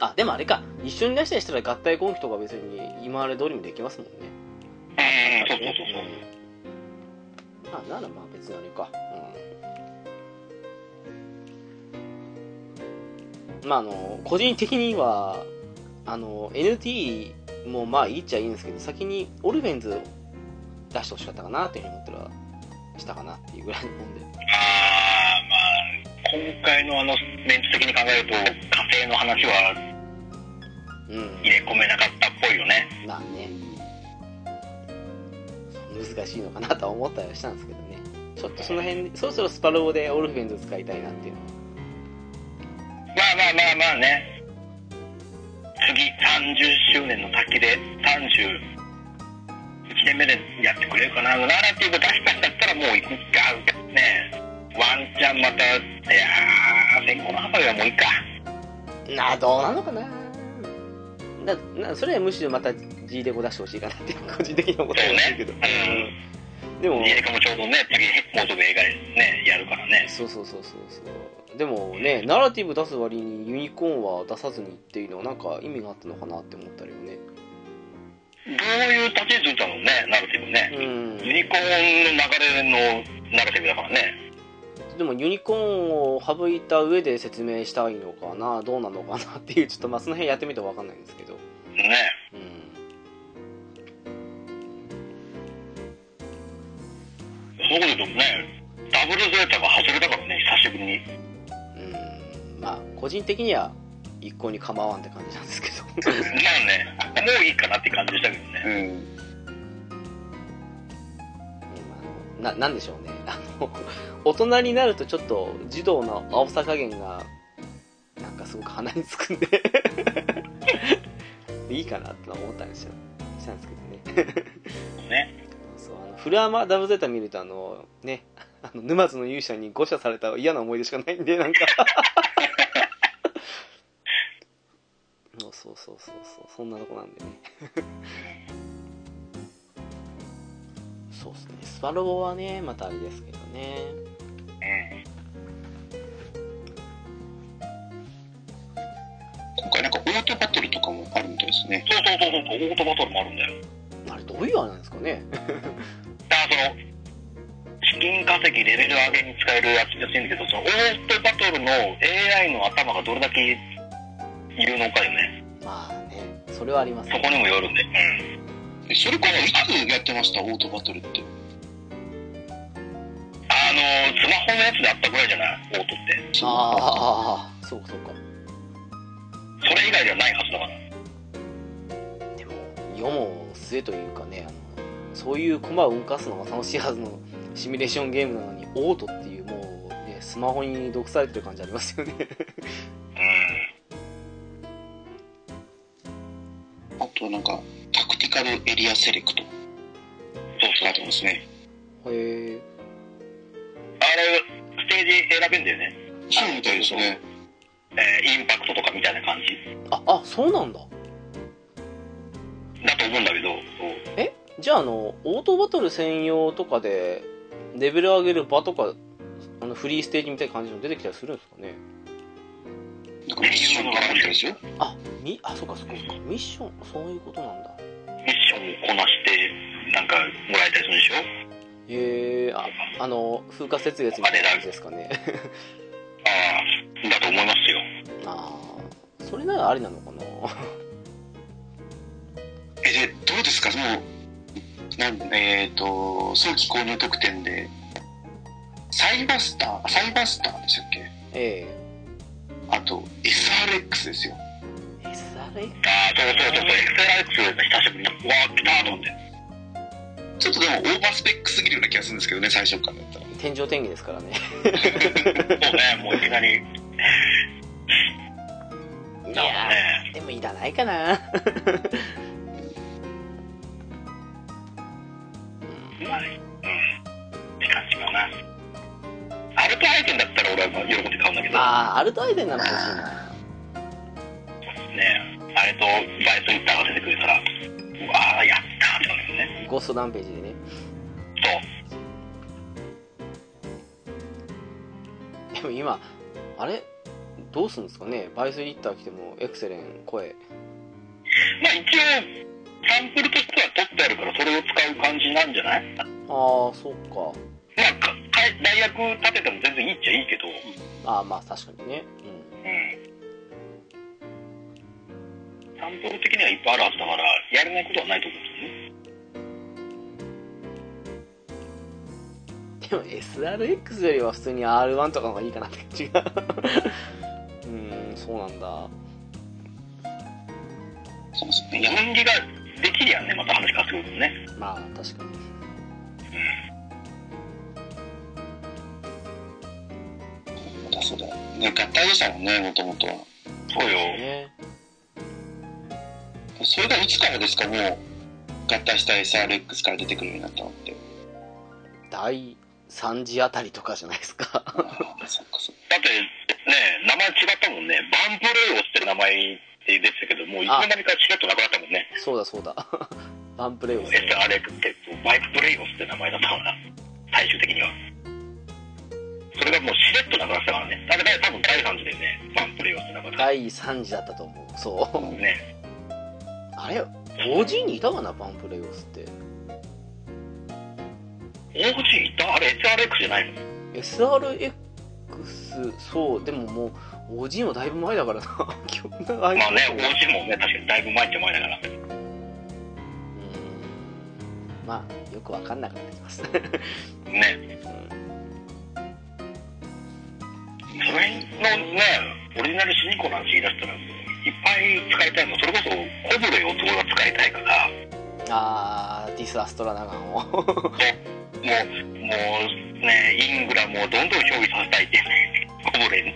[SPEAKER 1] あ。あ、でもあれか。一緒に出したりしたら合体攻撃とか別に今あれ通りもできますもんね。
[SPEAKER 2] うんそうそうそうそう
[SPEAKER 1] うんあ、ならまあ別にあれか。うん。まああの、個人的には、あの、NT もまあいいっちゃいいんですけど、先にオルフェンズを出してほしかったかなっていうふうに思ったら、したかなっていうぐらいのもんで。
[SPEAKER 2] あーまあ今回のあのメンツ的に考えると火星の話は
[SPEAKER 1] うん
[SPEAKER 2] 入。れ込めなかったっぽいよね
[SPEAKER 1] まあね、難しいのかなとは思ったりはしたんですけどね、ちょっとその辺、そろそろスパロボでオルフェンズ使いたいなっていうの
[SPEAKER 2] まあまあまあまあね次30周年の先で31年目でやってくれるかなナラティブ出したんだったらもう行くかねワンチャンまたいやー先行のハサウェイはもういいか
[SPEAKER 1] なあ、どうなのかなだなそれはむしろまた G デコ出してほしいかなって、個人的には思ってるんですけ ど、うんでも、
[SPEAKER 2] ディレカもちょうどね次もうすぐ映画ねやるからね
[SPEAKER 1] そうそうそうそうそう、でもね、ナラティブ出す割にユニコーンは出さずにっていうのは、なんか意味があったのかなって思ったりもね。
[SPEAKER 2] どういう立ち位置だろうねナラティブね
[SPEAKER 1] うん
[SPEAKER 2] ユニコーンの流れのナラティブだからね
[SPEAKER 1] でもユニコーンを省いた上で説明したいのかなどうなのかなっていうちょっとまあその辺やってみてわかんないんですけど
[SPEAKER 2] ね
[SPEAKER 1] うん
[SPEAKER 2] そうですよねダブルゼータが外れたからね久しぶりに
[SPEAKER 1] うんまあ個人的には一向に構わんって感じなんですけど
[SPEAKER 2] まあね、もういいかなって感じしたけどね。
[SPEAKER 3] うん。
[SPEAKER 1] うんあのななんでしょうねあの大人になるとちょっと児童の青さ加減がなんかすごく鼻につくんでいいかなとは思ったりしたしたんですけどね
[SPEAKER 2] ね。
[SPEAKER 1] そうあのフルアーマーダブルゼータ見るとあのねあの沼津の勇者に誤射された嫌な思い出しかないんでなんか そうそうそうそうそうそんなとこなんでね そうっすねスパロボはねまたあれですけどね
[SPEAKER 2] うん。
[SPEAKER 3] 今回なんかオートバトルとかもあるみたいですね。
[SPEAKER 2] そうそうそうそう、オートバトルもあるんだよ。
[SPEAKER 1] あれどういうあれなんですか ね
[SPEAKER 2] だからその、資金稼ぎレベル上げに使えるやつらしいんだけど、そのオートバトルの AI の頭がどれだけ有能かよね。
[SPEAKER 1] まあねそれはあります
[SPEAKER 2] そこにもよるんで。うん。
[SPEAKER 3] えそれこそいつやってましたオートバトルって。
[SPEAKER 2] あの、スマホのやつであったぐらいじゃないオートって。
[SPEAKER 1] ああ そうかそうか
[SPEAKER 2] それ以外ではないはずだから。
[SPEAKER 1] でも世も末というかねあのそういう駒を動かすのが楽しいはずのシミュレーションゲームなのにオートっていうもう、ね、スマホに毒されてる感じありますよね
[SPEAKER 2] う
[SPEAKER 3] あとはなんかタクティカルエリアセレクト
[SPEAKER 2] ん。そう
[SPEAKER 3] と
[SPEAKER 2] そう。
[SPEAKER 3] かありますね。
[SPEAKER 1] へえ
[SPEAKER 2] あれ、ステージ選べんだよね。
[SPEAKER 3] そうみたいですね。
[SPEAKER 2] えーインパクトとかみたいな感じ
[SPEAKER 1] ああそうなんだ
[SPEAKER 2] だと思うんだけど、そう
[SPEAKER 1] えじゃああのオートバトル専用とかでレベル上げる場とかあのフリーステージみたいな感じの出てきたりするんですかね
[SPEAKER 3] なんかミッションがあるみたいですよ。
[SPEAKER 1] あみあそうかそうかそうかミッションそういうことなんだ
[SPEAKER 2] ミッションをこなして、なんかもらえたりするんでしょ
[SPEAKER 1] へえああの風化雪月みたいな感じですかね
[SPEAKER 2] ああ、だと思いますよ。
[SPEAKER 1] ああそれならありなのかな
[SPEAKER 3] えでどうですかもうなんえっ、と早期購入特典でサイバースターサイバースターでしたっけ？
[SPEAKER 1] え
[SPEAKER 3] あと SRX ですよ。
[SPEAKER 1] え SRX?
[SPEAKER 2] ああ、そうそうそうそう、XLX 久しぶりに、わあ、来たと思って。
[SPEAKER 3] ちょっとでもオーバースペックすぎるような気がするんですけどね最初からだったら。
[SPEAKER 1] 天井天気ですからね
[SPEAKER 2] そうね、もういきなり。
[SPEAKER 1] い
[SPEAKER 2] だからね、
[SPEAKER 1] ーでもいらないかなうアルトアイゼンなら欲しいな
[SPEAKER 2] ねあれとバイトインターが出てくるからうわあやったーってなるんですね
[SPEAKER 1] ゴーストダンページでねで
[SPEAKER 2] そう
[SPEAKER 1] も今あれどうするんですかねバイスリッター来てもエクセレン声
[SPEAKER 2] まあ一応サンプルとしては取ってあるからそれを使う感じなんじゃない
[SPEAKER 1] ああそっか
[SPEAKER 2] まあかか代役立てても全然いいっちゃいいけど
[SPEAKER 1] ああまあ確かにね
[SPEAKER 2] うんサンプル的にはいっぱいあるはずだからやれないことはないと思うんですよ
[SPEAKER 1] うん
[SPEAKER 2] ね
[SPEAKER 1] でも SRX よりは普通に R1 とかの方がいいかなって感じが うーんそうなんだ
[SPEAKER 2] そうですね山木ができりゃねまた話変わってくるけどね
[SPEAKER 1] まあ確かに
[SPEAKER 3] またそうだよね合体でしたもんねもともとは
[SPEAKER 2] そうよ
[SPEAKER 1] ね
[SPEAKER 3] それがいつからですかもう合体した SRX から出てくるようになったのって
[SPEAKER 1] 第3次あたりとかじゃないです か
[SPEAKER 3] ああそっかそっか
[SPEAKER 2] だってね名前違ったもんねバンプレイをしてる名前って出てたけどもういつの間にかチラッとなくなったもんね
[SPEAKER 1] そうだ そうだバンプレイをする
[SPEAKER 2] SRX ってバイクブレイオスって名前だったから最終的にはそれがもうしれっとなくなったからねだから多分第3次だよねバンプレイオスって名前だ
[SPEAKER 1] 第3次だったと思うそう
[SPEAKER 2] ね
[SPEAKER 1] あれ OG にいたかなバンプレイオスって
[SPEAKER 2] OG いたあれ SRX じゃないの
[SPEAKER 1] SRX そうでももう OG もだいぶ前だからな 記憶が曖昧
[SPEAKER 2] まあね OG もね確かにだいぶ前っちゃ前だから
[SPEAKER 1] うんまあよくわかんなくなってます
[SPEAKER 2] ねそれのねオリジナルシニコなんて言い出したらいっぱい使いたいのそれこそコブレイオスが使いたいから
[SPEAKER 1] あーディス・アストラナガンを
[SPEAKER 2] もう、もうね、イングラもどんどん憑依させたいって、こぼれに。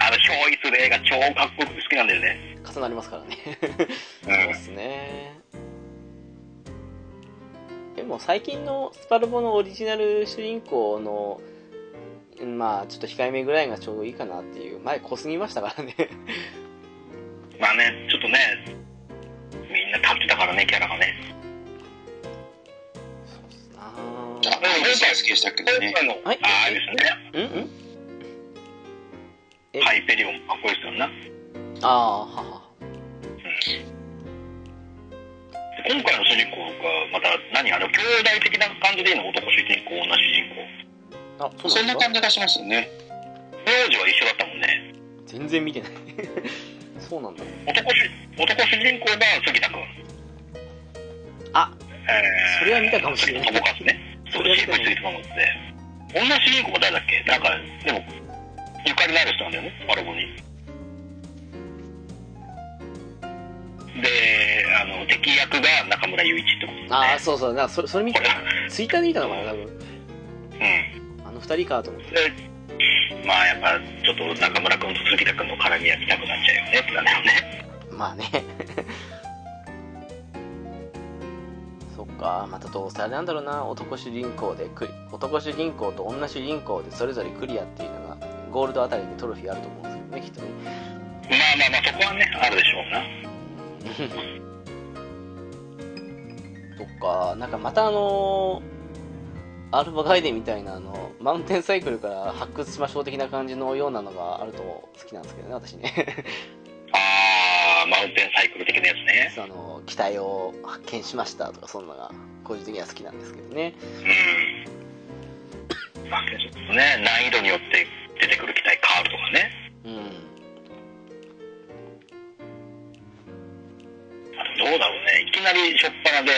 [SPEAKER 2] あの、憑依する映画超かっこよくて好きなんだよね。
[SPEAKER 1] 重なりますからね
[SPEAKER 2] う
[SPEAKER 1] そうっすねでも最近のスパルボのオリジナル主人公のまあちょっと控えめぐらいがちょうどいいかなっていう前濃すぎましたからね
[SPEAKER 2] まあね、ちょっとね、みんな立ってたからね、キャラがね。
[SPEAKER 1] あ
[SPEAKER 3] あ
[SPEAKER 1] ー
[SPEAKER 3] れも好きでしたけどね
[SPEAKER 2] の、
[SPEAKER 1] はい
[SPEAKER 2] ああれですね、
[SPEAKER 1] うんうんえ
[SPEAKER 2] ハイペリオンもかっこいいですよな。で
[SPEAKER 1] ああはは
[SPEAKER 2] 今回の主人公が、また、何あれ、兄弟的な感じでいいの男主人公、女主人公。
[SPEAKER 1] あそう
[SPEAKER 3] そん
[SPEAKER 1] な
[SPEAKER 3] なん
[SPEAKER 1] ですか
[SPEAKER 3] 感じがしますよね
[SPEAKER 2] 名字は一緒だったもんね。
[SPEAKER 1] 全然 見てないそうなんだ
[SPEAKER 2] 男主男主人公が杉田君。
[SPEAKER 1] あ
[SPEAKER 2] えー
[SPEAKER 1] それは見たかもしれない
[SPEAKER 2] トモカツね。そう、シープシートマムって。女主人公は誰だっけなんか、でも、ゆかりのある人なんだよね、パルボに。で、あの、敵役が中村雄一ってことです
[SPEAKER 1] あ
[SPEAKER 2] ね
[SPEAKER 1] あ。そうそうなんかそれそれ見
[SPEAKER 2] こ
[SPEAKER 1] た
[SPEAKER 2] れは、
[SPEAKER 1] ツイッターで見たのかな多分
[SPEAKER 2] うん。
[SPEAKER 1] あの二人かと思って
[SPEAKER 2] でまあ、やっぱ、ちょっと中村君と杉田君の絡みは見たくなっちゃうよねってなんだよね。
[SPEAKER 1] まあね そっかまたどうせあれなんだろうな男主人公でクリ男主人公と女主人公でそれぞれクリアっていうのがゴールドあたりでトロフィーあると思うんですけどねきっとね
[SPEAKER 2] まあまあまあ、そこはね、あるでしょうな。
[SPEAKER 1] そっかなんかまたあのーアルファガイデンみたいなあのマウンテンサイクルから発掘しましょう的な感じのようなのがあると好きなんですけどね私ね
[SPEAKER 2] あー、マウンテンサイクル的なやつね。
[SPEAKER 1] あの機体を発見しましたとかそんなのが個人的には好きなんですけどね
[SPEAKER 2] うん。まあ、ちょっとね、難易度によって出てくる機体変わるとかね。
[SPEAKER 1] うん
[SPEAKER 2] あとどうだろうね、いきなり初っ端で、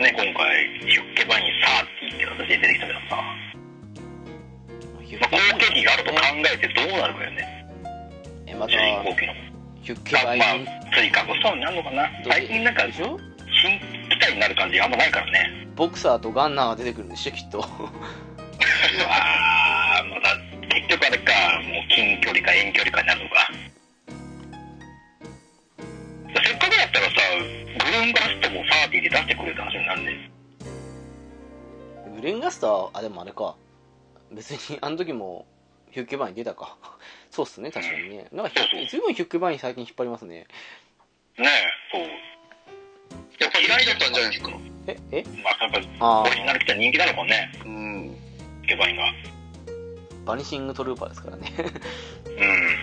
[SPEAKER 2] ね、今回、出家版にサーティーって形で出てきたけどさ、まあ、後継機があると考えてどうなるかよね、
[SPEAKER 1] えまた
[SPEAKER 2] 主人公機の。
[SPEAKER 1] ヒュッケ
[SPEAKER 2] ま
[SPEAKER 1] バ
[SPEAKER 2] あ
[SPEAKER 1] イ
[SPEAKER 2] まあ、追加コストになるのかな。最近なんか
[SPEAKER 1] で、しょ
[SPEAKER 2] 新機体になる感じあんまないからね。
[SPEAKER 1] ボクサーとガンナーが出てくるんでしょきっと
[SPEAKER 2] うわー、また、結局あれか、もう近距離か遠距離かになるのか。せっかくだったらさ、グルーンガストもサーティーで出してくれた話になるね。
[SPEAKER 1] グレンガスターあでもあれか別にあの時もヒュッケバーに出たか。 そうっすね、確かにね。なんかヒュッ、ずいぶんヒュッケバーに最近引っ張りますね。
[SPEAKER 2] ねえそう
[SPEAKER 3] やっぱり依頼だったんじゃないですか
[SPEAKER 1] え、え
[SPEAKER 2] まあやっぱ
[SPEAKER 1] あ
[SPEAKER 2] オリジナ
[SPEAKER 1] ー
[SPEAKER 2] ルって人気なのかもね
[SPEAKER 3] うん
[SPEAKER 2] スケバインが
[SPEAKER 1] バニシングトルーパーですからね。
[SPEAKER 2] うん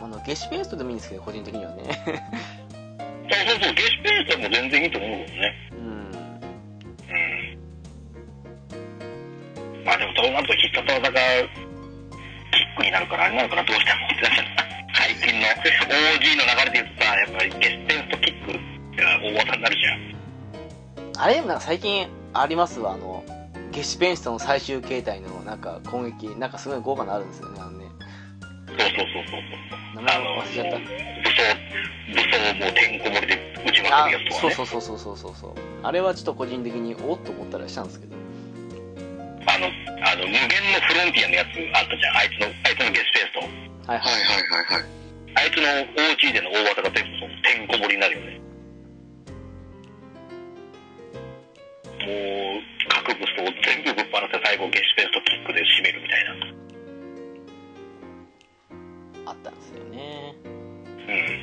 [SPEAKER 1] あの、ゲシペーストでもいいんですけど、個人的にはね。
[SPEAKER 2] そうそうそうゲシュペースも全然いいと思うけどね
[SPEAKER 1] うん。
[SPEAKER 2] うんまあでもそうなると必殺技がキックになるからあれなるからどうしてもってなっちゃう最近の OG の流れで言ったらやっぱりゲスペースとキックが大技になるじゃん
[SPEAKER 1] あれなんか最近ありますわ、あの、ゲシペンストの最終形態のなんか攻撃、なんかすごい豪華なあるんですよね、あのね。
[SPEAKER 2] そうそうそうそう
[SPEAKER 1] 名
[SPEAKER 2] あ
[SPEAKER 1] 前
[SPEAKER 2] の
[SPEAKER 1] 忘れちゃった。
[SPEAKER 2] 武装武装もうてんこ盛りで打ちま
[SPEAKER 1] あ
[SPEAKER 2] くるやつ
[SPEAKER 1] そ
[SPEAKER 2] と
[SPEAKER 1] う
[SPEAKER 2] かね
[SPEAKER 1] そうそうそうそうそうそうあれはちょっと個人的におっと思ったりはしたんですけど
[SPEAKER 2] あのあの無限のフロンティアのやつあったじゃんあいつのあいつのゲスペースと
[SPEAKER 1] はい
[SPEAKER 3] は
[SPEAKER 1] はいい
[SPEAKER 3] はいはいはい
[SPEAKER 2] あいつの OG での大技が全部そのてんこ盛りになるよねもう各武装全部ぶっ放して最後ゲシュペースとキックで締めるみたいな
[SPEAKER 1] あったんですよね
[SPEAKER 2] うん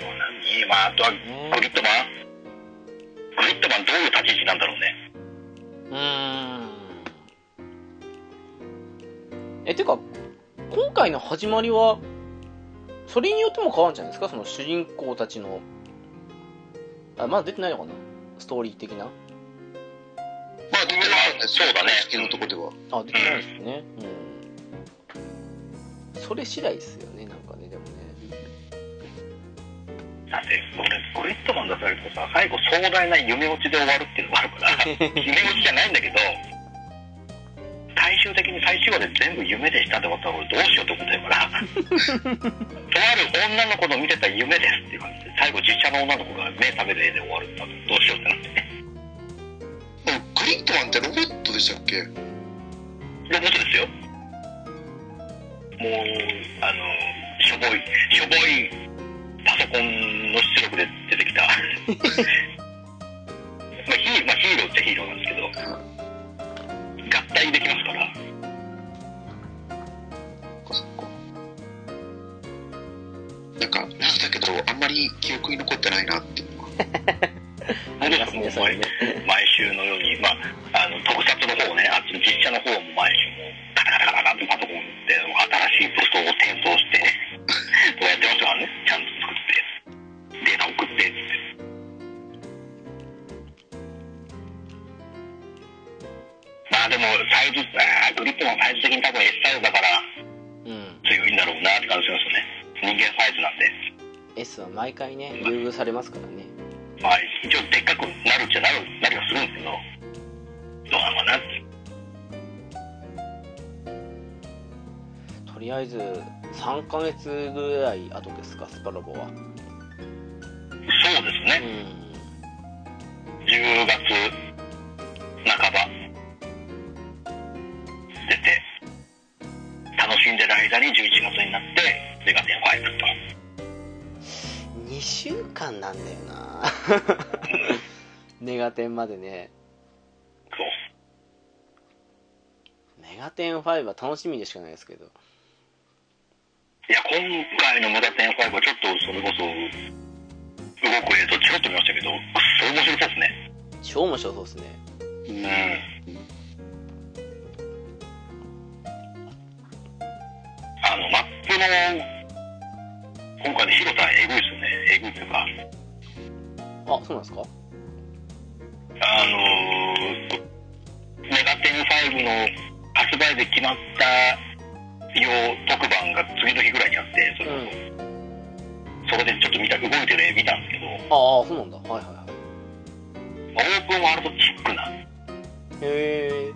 [SPEAKER 2] そうなんねまああとは
[SPEAKER 1] ね
[SPEAKER 2] グリッドマングリッドマンどういう立ち位置なんだろうね
[SPEAKER 1] うーんえてか今回の始まりはそれによっても変わるんじゃないですかその主人公たちのあまだ出てないのかなストーリー的な
[SPEAKER 3] まあ出てなかったです
[SPEAKER 2] そうだね
[SPEAKER 3] 好きのとこでは
[SPEAKER 1] あ出てないですねうんそれ次第ですよねなんかねでもね
[SPEAKER 2] だって俺グリッドマン出されるとさ最後壮大な夢落ちで終わるっていうのがあるから 夢落ちじゃないんだけど最終的に最終話で全部夢でしたって終わったら俺どうしようと思ってるからと ある女の子の見てた夢ですっていう感じで最後実写の女の子が目覚める絵で終わるってどうしようってなって
[SPEAKER 3] でもグリッドマンってロボットでしたっけ
[SPEAKER 2] ロボットですよもうあのしょぼいしょぼいパソコンの出力で出てきたまあヒー、まあ、ヒーローっちゃヒーローなんですけど合体できますから
[SPEAKER 3] そっかなんかなんだけどあんまり記憶に残ってないなっていうのは
[SPEAKER 1] ありますね
[SPEAKER 2] 僕
[SPEAKER 1] それ
[SPEAKER 2] はもう
[SPEAKER 1] ね
[SPEAKER 2] 毎毎週のように、まあ、あの特撮の方ねあっちの実写の方も毎週もうカラカラカラってパソコンで新しい武装を転送 してこうやってましたからねちゃんと作ってデータ送ってってまあでもサイズあーグリップマンサイズ的に多分 S サイズだから
[SPEAKER 1] うん
[SPEAKER 2] 強いんだろうなって感じしますよね人間サイズなんで
[SPEAKER 1] S は毎回ね優遇されますからね
[SPEAKER 2] まあ、一応でっかくなるっちゃなるなりはするんですけどどうなのかなって
[SPEAKER 1] とりあえず3ヶ月ぐらい後ですかスパロボは
[SPEAKER 2] そうです
[SPEAKER 1] う
[SPEAKER 2] ね
[SPEAKER 1] ん
[SPEAKER 2] 10月半ば出て楽しんでる間に11月になってメガテン5と
[SPEAKER 1] 2週間なんだよ なネガテンまでね
[SPEAKER 2] そう
[SPEAKER 1] メガテン5は楽しみでしかないですけど
[SPEAKER 2] いや今回のメガテン5はちょっとそれこそ動く映像ちょっと見ましたけどくっそ面白そうですね
[SPEAKER 1] 超面白そうですね
[SPEAKER 3] うん
[SPEAKER 2] あのマップの今回の広田えぐいですよねえぐいっていうか
[SPEAKER 1] あそうなんですか
[SPEAKER 2] あのーメガテン5の発売で決まった用特番が次の日ぐらいにあって、それ,、
[SPEAKER 1] うん
[SPEAKER 2] それでちょっと見た、動いてる絵見たんですけど、
[SPEAKER 1] ああそうなんだはいはいはい
[SPEAKER 2] まあオープンワールドチックな
[SPEAKER 1] へえ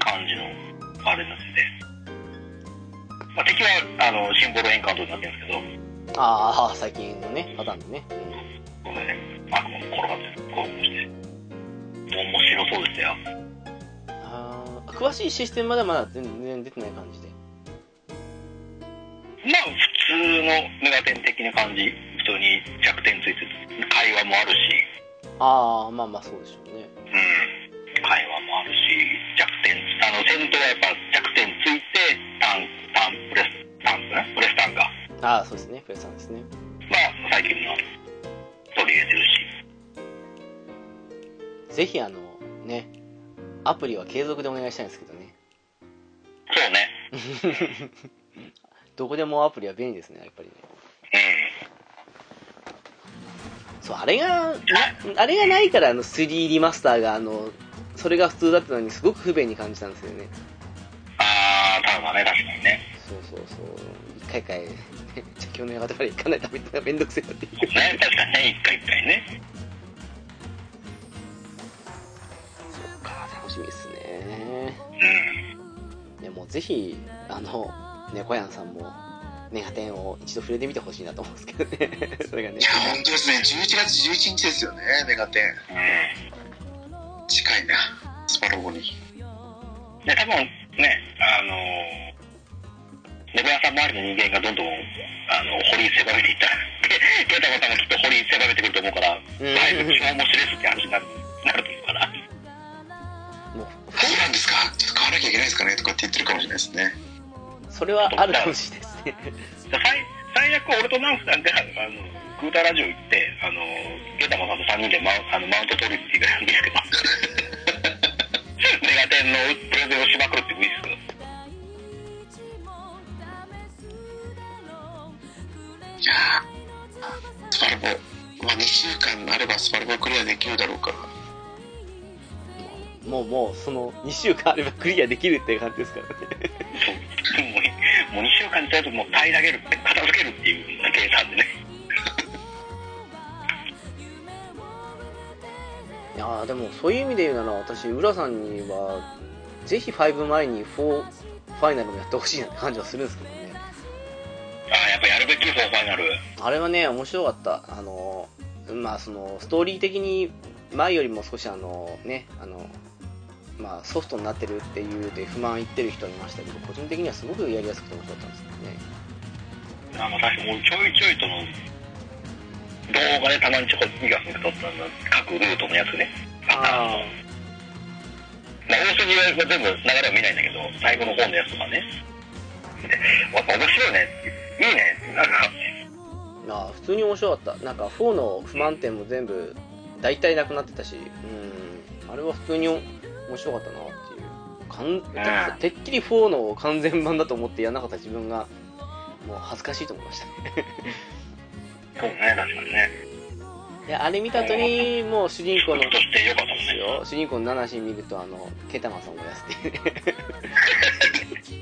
[SPEAKER 2] 感じのあれになってて、まあ、敵はあのシンボルエンカウントになってるんですけど、
[SPEAKER 1] ああ最近のねパターンでね、
[SPEAKER 2] ごめんね、悪魔に転がって、こうして、面白そうですよ。
[SPEAKER 1] うん、あー詳しいシステムまではまだ全然出てない感じで
[SPEAKER 2] まあ普通のメガテン的な感じ、普通に弱点ついてて、会話もあるし、
[SPEAKER 1] ああまあまあそうでしょうね
[SPEAKER 2] うん、会話もあるし弱点あの先頭はやっぱ弱点ついてタンタンプレスタンプねプレスタンが
[SPEAKER 1] ああそうですねプレスタンですね
[SPEAKER 2] まあ最近の取り入れてるし
[SPEAKER 1] ぜひあのねアプリは継続でお願いしたいんですけどね
[SPEAKER 2] そうね
[SPEAKER 1] どこでもアプリは便利ですねやっぱりね
[SPEAKER 2] うん
[SPEAKER 1] そうあれがなあれがないからあの 3D マスターがあのそれが普通だったのにすごく不便に感じたんですよね
[SPEAKER 2] ああタンはね確かにね
[SPEAKER 1] そうそうそう一回一回 じゃあ今日の夕方から行かないとめめんどくせえなっていう
[SPEAKER 2] ね確かにね一回一回ね
[SPEAKER 1] そうか楽しみですね
[SPEAKER 2] うん
[SPEAKER 1] でもぜひあの猫やんさんもネガテンを一度触れてみてほしいなと思うんですけどねそれがね
[SPEAKER 3] いや、本当ですね。11月11日ですよね、メガテン。
[SPEAKER 2] う
[SPEAKER 3] 近いな、スパロボに。
[SPEAKER 2] んで多分ねあのー猫屋さん周りの人間がどんどんあの掘り狭めていったら ケタコさんもきっと掘り狭めてくると思うか
[SPEAKER 1] う
[SPEAKER 2] ら
[SPEAKER 1] ん
[SPEAKER 2] だいぶ超面白いですって話になるなると思うから
[SPEAKER 1] も
[SPEAKER 3] そうなんですかちょっと買わなきゃいけないですかねとかって言ってるかもしれないですね。
[SPEAKER 1] うそれはあるかもしれないですね
[SPEAKER 2] 最最悪俺とナンスさんがあのクータラジオ行ってあのゲタマさんと3人でマウあのマウント取るっていうぐらいなんですけど メガテンのプレゼンをしまくるってもいいですけど
[SPEAKER 3] いやースパロボ。まあ、2週間あればスパロボクリアできるだろうから。
[SPEAKER 1] もうもうその2週間あればクリアできるって感じですからね
[SPEAKER 2] そうもうもう2週間にとりあえずもう平らげる片付けるっていう計算でね
[SPEAKER 1] いやーでもそういう意味で言うなら私浦さんにはぜひ5前に4ファイナルもやってほしいなって感じはするんですけどね
[SPEAKER 2] ああやっぱやるべき方法になる
[SPEAKER 1] あれはね面白かったあのーまあそのストーリー的に前よりも少しあのねあのまあソフトになってるっていうで不満言ってる人いましたけど個人的にはすごくやりやすくて面白かったんですけどね
[SPEAKER 2] あの確かに俺ちょいちょいとの動画でたまにちょこっと気がするとったの各ルートのやつね
[SPEAKER 1] あ
[SPEAKER 2] まあ、要するには全部流れは見ないんだけど、最後の方のやつとかね。で、やっぱ面白いね。いいね。なんか、
[SPEAKER 1] あ普通に面白かったなんか4の不満点も全部大体なくなってたしうんあれは普通に面白かったなっていうかんてっきり4の完全版だと思ってやらなかった自分がもう恥ずかしいと思いましたね
[SPEAKER 2] そうね、確かにね。
[SPEAKER 1] であれ見た後にもう主人公
[SPEAKER 2] 服
[SPEAKER 1] の
[SPEAKER 2] として良かったもん
[SPEAKER 1] です
[SPEAKER 2] ね。
[SPEAKER 1] よ主人公のナナシ見るとあのケタマさんをやすっていうね
[SPEAKER 2] そ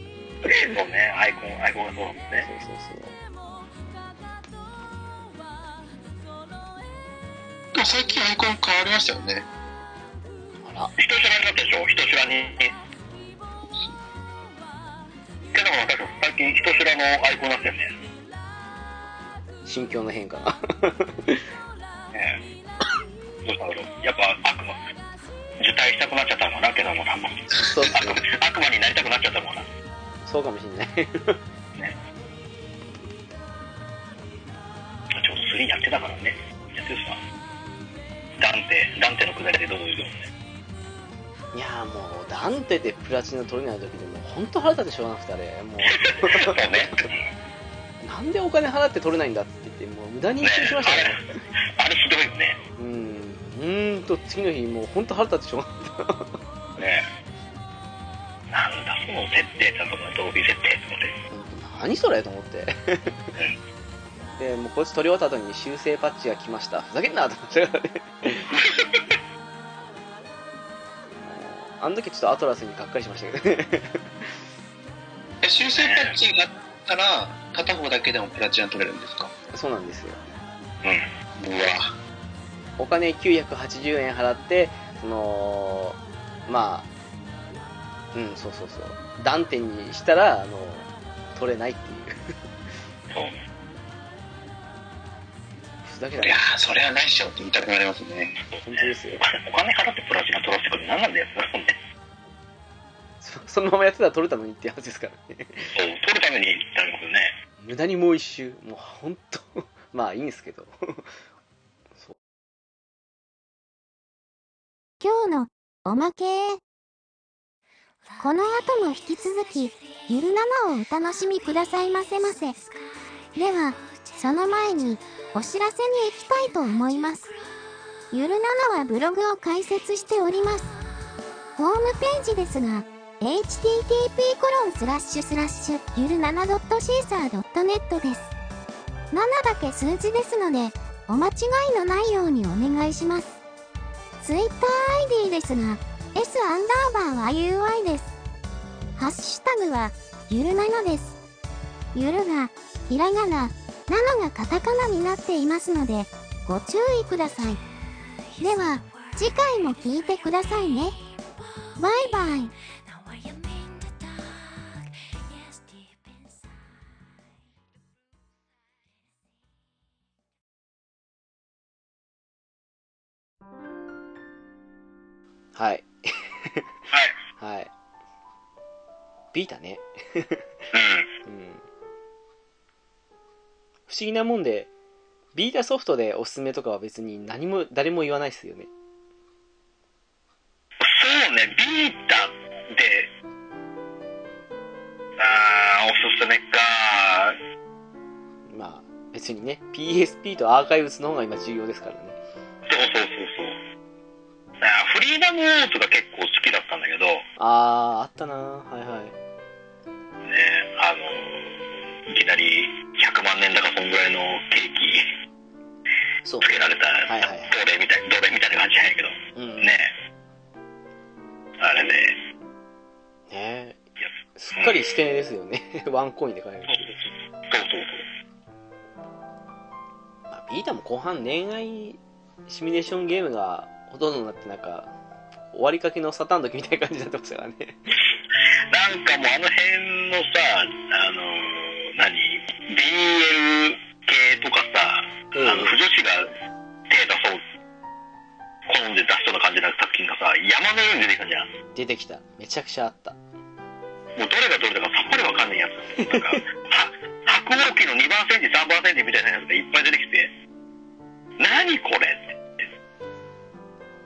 [SPEAKER 2] うね、アイコン、アイコンがそうだもん
[SPEAKER 1] そう
[SPEAKER 2] ね。
[SPEAKER 1] そうそう
[SPEAKER 3] でも最近アイコン変わりましたよね。
[SPEAKER 1] あら
[SPEAKER 2] 人知らなかったでしょ人知らに。けども確か最近人知らのアイコンになったよね。
[SPEAKER 1] 心境の変化が
[SPEAKER 2] ねえどうしたんだろう。やっぱ悪魔。受胎したくなっちゃったのかな、けども多分。
[SPEAKER 1] そうです
[SPEAKER 2] 悪
[SPEAKER 1] ね
[SPEAKER 2] 悪魔になりたくなっちゃったのかな。
[SPEAKER 1] そうかもしんない
[SPEAKER 2] ちょうど3やってたからね。やってるさ。ダンテ、ダンテのくだりでどうい うのね。
[SPEAKER 1] いやーもうダンテでプラチナ取れない時でもう本当腹立ってしょうがなくてあれも
[SPEAKER 2] そうね。
[SPEAKER 1] うなんでお金払って取れないんだって言ってもう無駄に
[SPEAKER 2] ね
[SPEAKER 1] 一緒にしましたね
[SPEAKER 2] あれ、あれひどいよね。
[SPEAKER 1] うんうーんと次の日もう本当腹立ってしょうがない
[SPEAKER 2] ねえなんだ、その設定ちゃんとか、同期設定とかで。
[SPEAKER 1] 何それと思ってでもうこいつ取り終わった後に修正パッチが来ましたふざけんなと思ってたからねあの時ちょっとアトラスにがっかりしましたけどね
[SPEAKER 3] え修正パッチがあったら、片方だけでもプラチナ取れるんですか
[SPEAKER 1] そうなんですよ
[SPEAKER 3] うわ。
[SPEAKER 1] お金980円払ってそのまあうんそうそうそうダンテにしたらあの取れないっていう
[SPEAKER 2] そう。
[SPEAKER 1] ふざけた
[SPEAKER 3] いやー、それはないっしょって言いたくなりますね。
[SPEAKER 1] 本当ですよ
[SPEAKER 2] お金払ってプラチナ取らせてくる何なんだよ、それね。
[SPEAKER 1] そそのままやってたら取れたのにって話ですからね
[SPEAKER 2] そう、取るためになりますよね。
[SPEAKER 1] 無駄にもう一周もう本当 まあいいんですけどそう
[SPEAKER 4] 今日のおまけこの後も引き続き、ゆる7をお楽しみくださいませませ。では、その前に、お知らせに行きたいと思います。ゆる7はブログを開設しております。ホームページですが、http:// ゆる 7.caesar.net です。7だけ数字ですので、お間違いのないようにお願いします。TwitterID ですが、S アンダーバーは UI です。ハッシュタグは、ゆるなのです。ゆるが、ひらがな、なのがカタカナになっていますので、ご注意ください。では、次回も聞いてくださいね。バイバイ。
[SPEAKER 5] Now I am in the dark. Yes, deep inside.
[SPEAKER 1] 「はい
[SPEAKER 2] はい。」
[SPEAKER 1] はいビータね
[SPEAKER 2] うん。
[SPEAKER 1] うん不思議なもんでビータソフトでおすすめとかは別に何も誰も言わないっすよね
[SPEAKER 2] そうね、ビータで、あー、おすすめか。
[SPEAKER 1] まあ別にね PSP とアーカイブスの方が今重要ですからね
[SPEAKER 2] そうそうそうそう。あーフリーダムウォーズが結構好きだったんだけど、ね、
[SPEAKER 1] あーあったなはいはい
[SPEAKER 2] あの、いきなり100万年だかそんぐらいのケーキ
[SPEAKER 1] そう
[SPEAKER 2] つけられた、
[SPEAKER 1] はいはいはい
[SPEAKER 2] 奴隷みたい、奴隷みたいな感じじゃないけど、
[SPEAKER 1] うん
[SPEAKER 2] ね。あれね、
[SPEAKER 1] ね
[SPEAKER 2] いや
[SPEAKER 1] すっかりしてですよね ワンコインで買える
[SPEAKER 2] そうそうそう。そうそうそう。
[SPEAKER 1] まあ、ビータも後半恋愛シミュレーションゲームがほとんどになってなんか終わりかけのサタン時みたいな感じになってましたからね
[SPEAKER 2] なんかもうあの辺のさ、あのー、何 ?BL 系とかさ、
[SPEAKER 1] うん
[SPEAKER 2] あの、腐女子が手出そう、好んで出しそうな感じの作品がさ、山のように出てきたじゃん。
[SPEAKER 1] 出てきためちゃくちゃあった
[SPEAKER 2] もうどれがどれだかさっぱりわかんないやつ。なんか、は、白鸚記の2番センチ、3番センチみたいなやつがいっぱい出てきて、何これって。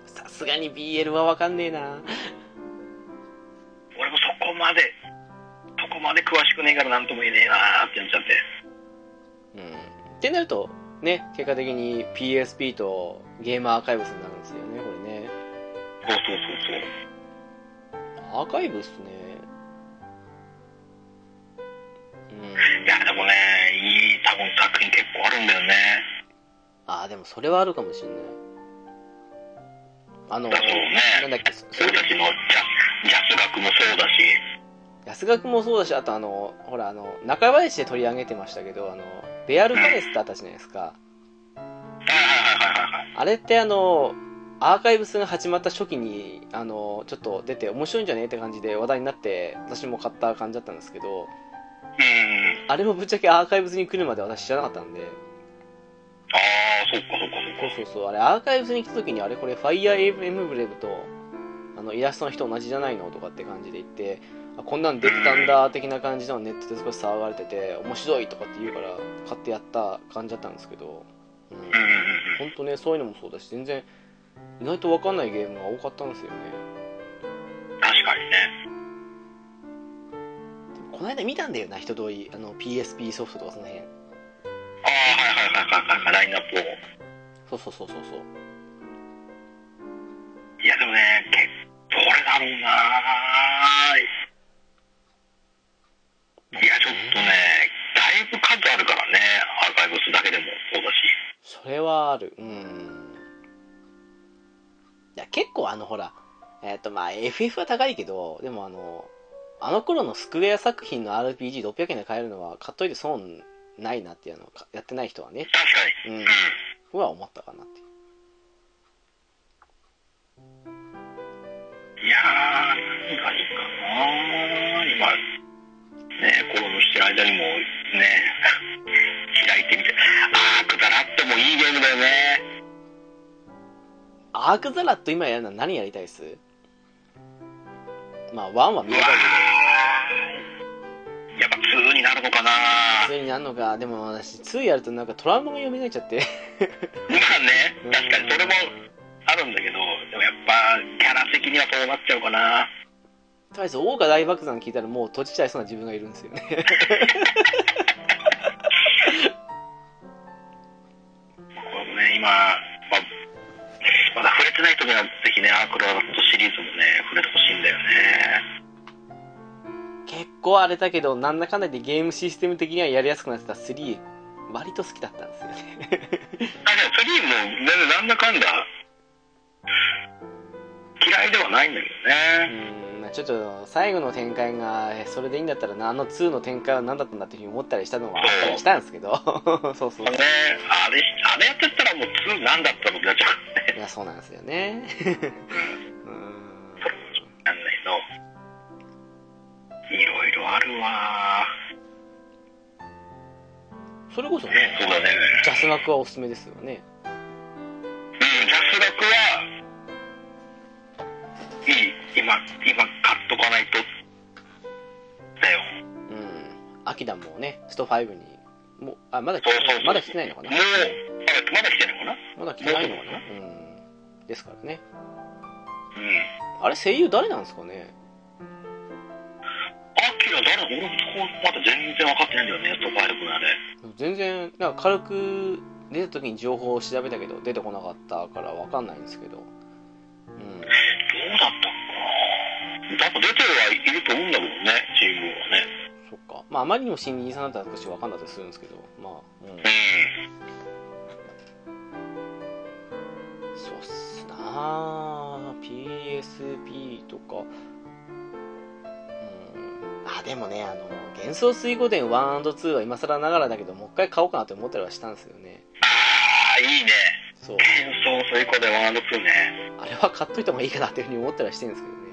[SPEAKER 1] さすがに BL はわかんねえな
[SPEAKER 2] 俺もそこまで、そこまで詳しくねえからなんとも言えねえなーってなっちゃって。
[SPEAKER 1] うんってなるとね結果的に PSP とゲームアーカイブスになるんですよねこれね
[SPEAKER 2] そうそうそうそう。
[SPEAKER 1] アーカイブスね
[SPEAKER 2] い
[SPEAKER 1] うん
[SPEAKER 2] や、でもね、いい多分作品結構あるんだよね。
[SPEAKER 1] ああでもそれはあるかもしれないあの
[SPEAKER 2] だそうね
[SPEAKER 1] なんだっけそそ
[SPEAKER 2] 俺
[SPEAKER 1] れ
[SPEAKER 2] たちのジャジャス学もそうだし、
[SPEAKER 1] 安学もそうだし、あとあの、ほら、あの、中林で取り上げてましたけど、あの、ベアルパレスってあったじゃないですか。あれってあの、アーカイブスが始まった初期に、あの、ちょっと出て面白いんじゃねって感じで話題になって、私も買った感じだったんですけど、
[SPEAKER 2] うん。
[SPEAKER 1] あれもぶっちゃけアーカイブスに来るまで私知らなかったんで、
[SPEAKER 2] ああ、そっかそっか
[SPEAKER 1] そう
[SPEAKER 2] そっか。
[SPEAKER 1] そうそう、あれアーカイブスに来た時に、あれこれファイアーエムブレムと、あの、イラストの人同じじゃないのとかって感じで言って、あこんなん出てたんだ的な感じのネットで少し騒がれてて、面白いとかって言うから、買ってやった感じだったんですけど、うん、
[SPEAKER 2] うんうんうん。
[SPEAKER 1] 本当ね、そういうのもそうだし、全然、意外とわかんないゲームが多かったんですよね。
[SPEAKER 2] 確かにね。
[SPEAKER 1] でもこの間見たんだよな、人通り、あの、PSP ソフトとかその辺。
[SPEAKER 2] ああ、はいはいはいはいはい、ラインナップを。
[SPEAKER 1] そうそうそうそうそう。
[SPEAKER 2] いや、でもね、結構どれだろうなーいや、ちょっとね、だいぶ数あるからね、アーカイブスだけでもそうだし。
[SPEAKER 1] それはあるうんいや結構あのほらえっ、とまあ FF は高いけどでもあのあの頃のスクエア作品の RPG600 円で買えるのは買っといて損ないなっていうのかやってない人はね
[SPEAKER 2] 確かに。
[SPEAKER 1] うん
[SPEAKER 2] うん。
[SPEAKER 1] ふは思ったかなっていう
[SPEAKER 2] いやー、何がいいかなー今、ね、コロナしてる間にも、ね、 開いてみて、あー、くだらってもいいゲームだよね。
[SPEAKER 1] アークザラット今やるのは何やりたいっすまあ1は見
[SPEAKER 2] う
[SPEAKER 1] た
[SPEAKER 2] わ
[SPEAKER 1] い
[SPEAKER 2] ー、やっぱ2になるの
[SPEAKER 1] けど
[SPEAKER 2] かな
[SPEAKER 1] 普通になんのかでも私2やるとなんかトラウマが蘇っちゃって
[SPEAKER 2] まあね、確かにそれも、あるんだけど、でもやっぱキャラ的にはそうなっちゃうかな。
[SPEAKER 1] とりあえず、大河大爆弾聞いたらもう閉じちゃいそうな自分がいるんですよ ね。
[SPEAKER 2] これもね、今、まあ、まだ触れてない人にはぜひね、アークロバットシリーズもね、触れてほしいんだよね。
[SPEAKER 1] 結構あれだけど、なんだかんだでゲームシステム的にはやりやすくなってた3、割と好きだったんですよね。
[SPEAKER 2] あ、でも3も全然なんだかんだ、嫌いではないんだけど
[SPEAKER 1] う
[SPEAKER 2] ね。
[SPEAKER 1] ん、 まあちょっと最後の展開が、えそれでいいんだったらな、あの2の展開は何だったんだっていうふうに思ったりしたのはあったりしたんですけ ど、そうそう
[SPEAKER 2] まあね、あれ、あれやってたらもう2なんだったのになっちゃうからね。
[SPEAKER 1] いや、そうなんですよね。うん
[SPEAKER 2] なんないの。いろいろあるわ。
[SPEAKER 1] それこそ
[SPEAKER 2] そう
[SPEAKER 1] ね、
[SPEAKER 2] だね。
[SPEAKER 1] ジャスナクはおすすめですよね。
[SPEAKER 2] うん、ジャスラクは、いい、今、今買っとかないと、だよ。
[SPEAKER 1] うん。アキダもね、スト5に、もう、あ、まだ来
[SPEAKER 2] そ
[SPEAKER 1] て
[SPEAKER 2] うそうそう。
[SPEAKER 1] まだ来てないのかな
[SPEAKER 2] もう、まだ、まだ来てないのかな
[SPEAKER 1] まだ来てないのかなうん。ですからね。
[SPEAKER 2] うん。
[SPEAKER 1] あれ、声優誰なんですかね
[SPEAKER 2] アキラ誰俺もそこまだ全然分かってないんだよね、ストファイブのあれ。
[SPEAKER 1] 全然、なんか軽く出た時に情報を調べたけど、出てこなかったからわかんないんですけど。うん。
[SPEAKER 2] どうだったっかな多分出てはいると思うんだけどね、チームはね。
[SPEAKER 1] そっか。まあ、あまりにも新人さんだったら少しわかんなかったりするんですけど、まあ、うん。
[SPEAKER 2] う
[SPEAKER 1] そうっすなあ PSP とかうんあでもねあの幻想水滸伝1&2は今更ながらだけどもう一回買おうかなって思ったりはしたんですよね
[SPEAKER 2] ん。あー、いいね。
[SPEAKER 1] そう
[SPEAKER 2] 変装そういう子でワールド2ね。
[SPEAKER 1] あれは買っといた方がいいかなっていうふうに思ったりはしてるんですけどね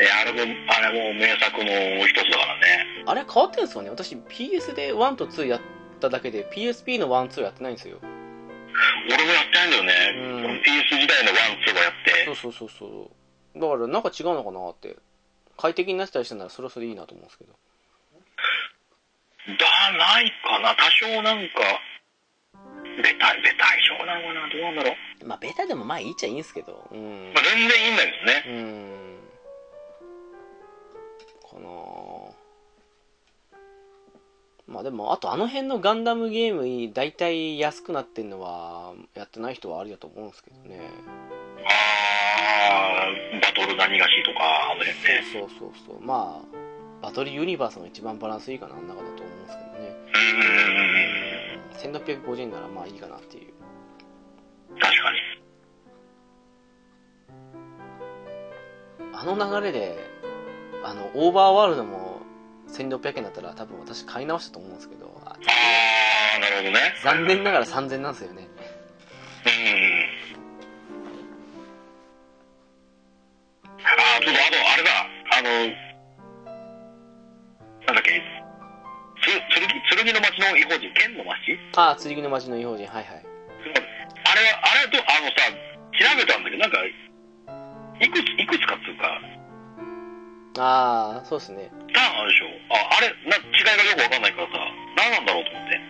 [SPEAKER 2] え、あれも、あれも名作の一つだからね。
[SPEAKER 1] あれ変わってるんですかね私 PS で1と2やっただけで PSP の1、2やってないんですよ
[SPEAKER 2] 俺もやってないんだよね。
[SPEAKER 1] うん
[SPEAKER 2] PS 時代のワン、ツーはやって
[SPEAKER 1] そ。うそうそうそうだからなんか違うのかなって快適になってたりしたならそれはそれでいいなと思うんですけど
[SPEAKER 2] だ、ないかな。多少なんか、ベタ、ベタいなのかな。どうなんだろう。
[SPEAKER 1] まあベタでもまあいいっちゃいいんですけどうん
[SPEAKER 2] まあ、全然いいんだけどね。
[SPEAKER 1] うーんかなあまあでもあとあの辺のガンダムゲームに大体安くなってんのはやってない人はありだと思うんですけどね
[SPEAKER 2] あー、バトル何がしとか、あの辺ね。
[SPEAKER 1] そうそうそうまあバトルユニバースが一番バランスいいかなあん中だと思うんですけどね
[SPEAKER 2] うーん。
[SPEAKER 1] 1650円ならまあいいかなっていう
[SPEAKER 2] 確かに。
[SPEAKER 1] あの流れであのオーバーワールドも1600円だったら多分私買い直したと思うんですけどあ
[SPEAKER 2] あー、なるほどね。
[SPEAKER 1] 残念ながら3000なんですよね
[SPEAKER 2] うん。あー、そうだ、あと、あれだ、あの、なんだっけ、つ、剣、剣の町の異邦人、剣の町
[SPEAKER 1] ああ、釣り具の街の異邦人、はいはい。
[SPEAKER 2] あれは、あれと、あのさ、調べたんだけど、なんか、いくつ、いくつかっていうか、
[SPEAKER 1] ああ、そうですね。
[SPEAKER 2] ターンあるでしょあ、あれ、な、違いがよくわかんないからさ、何なんだろうと思って。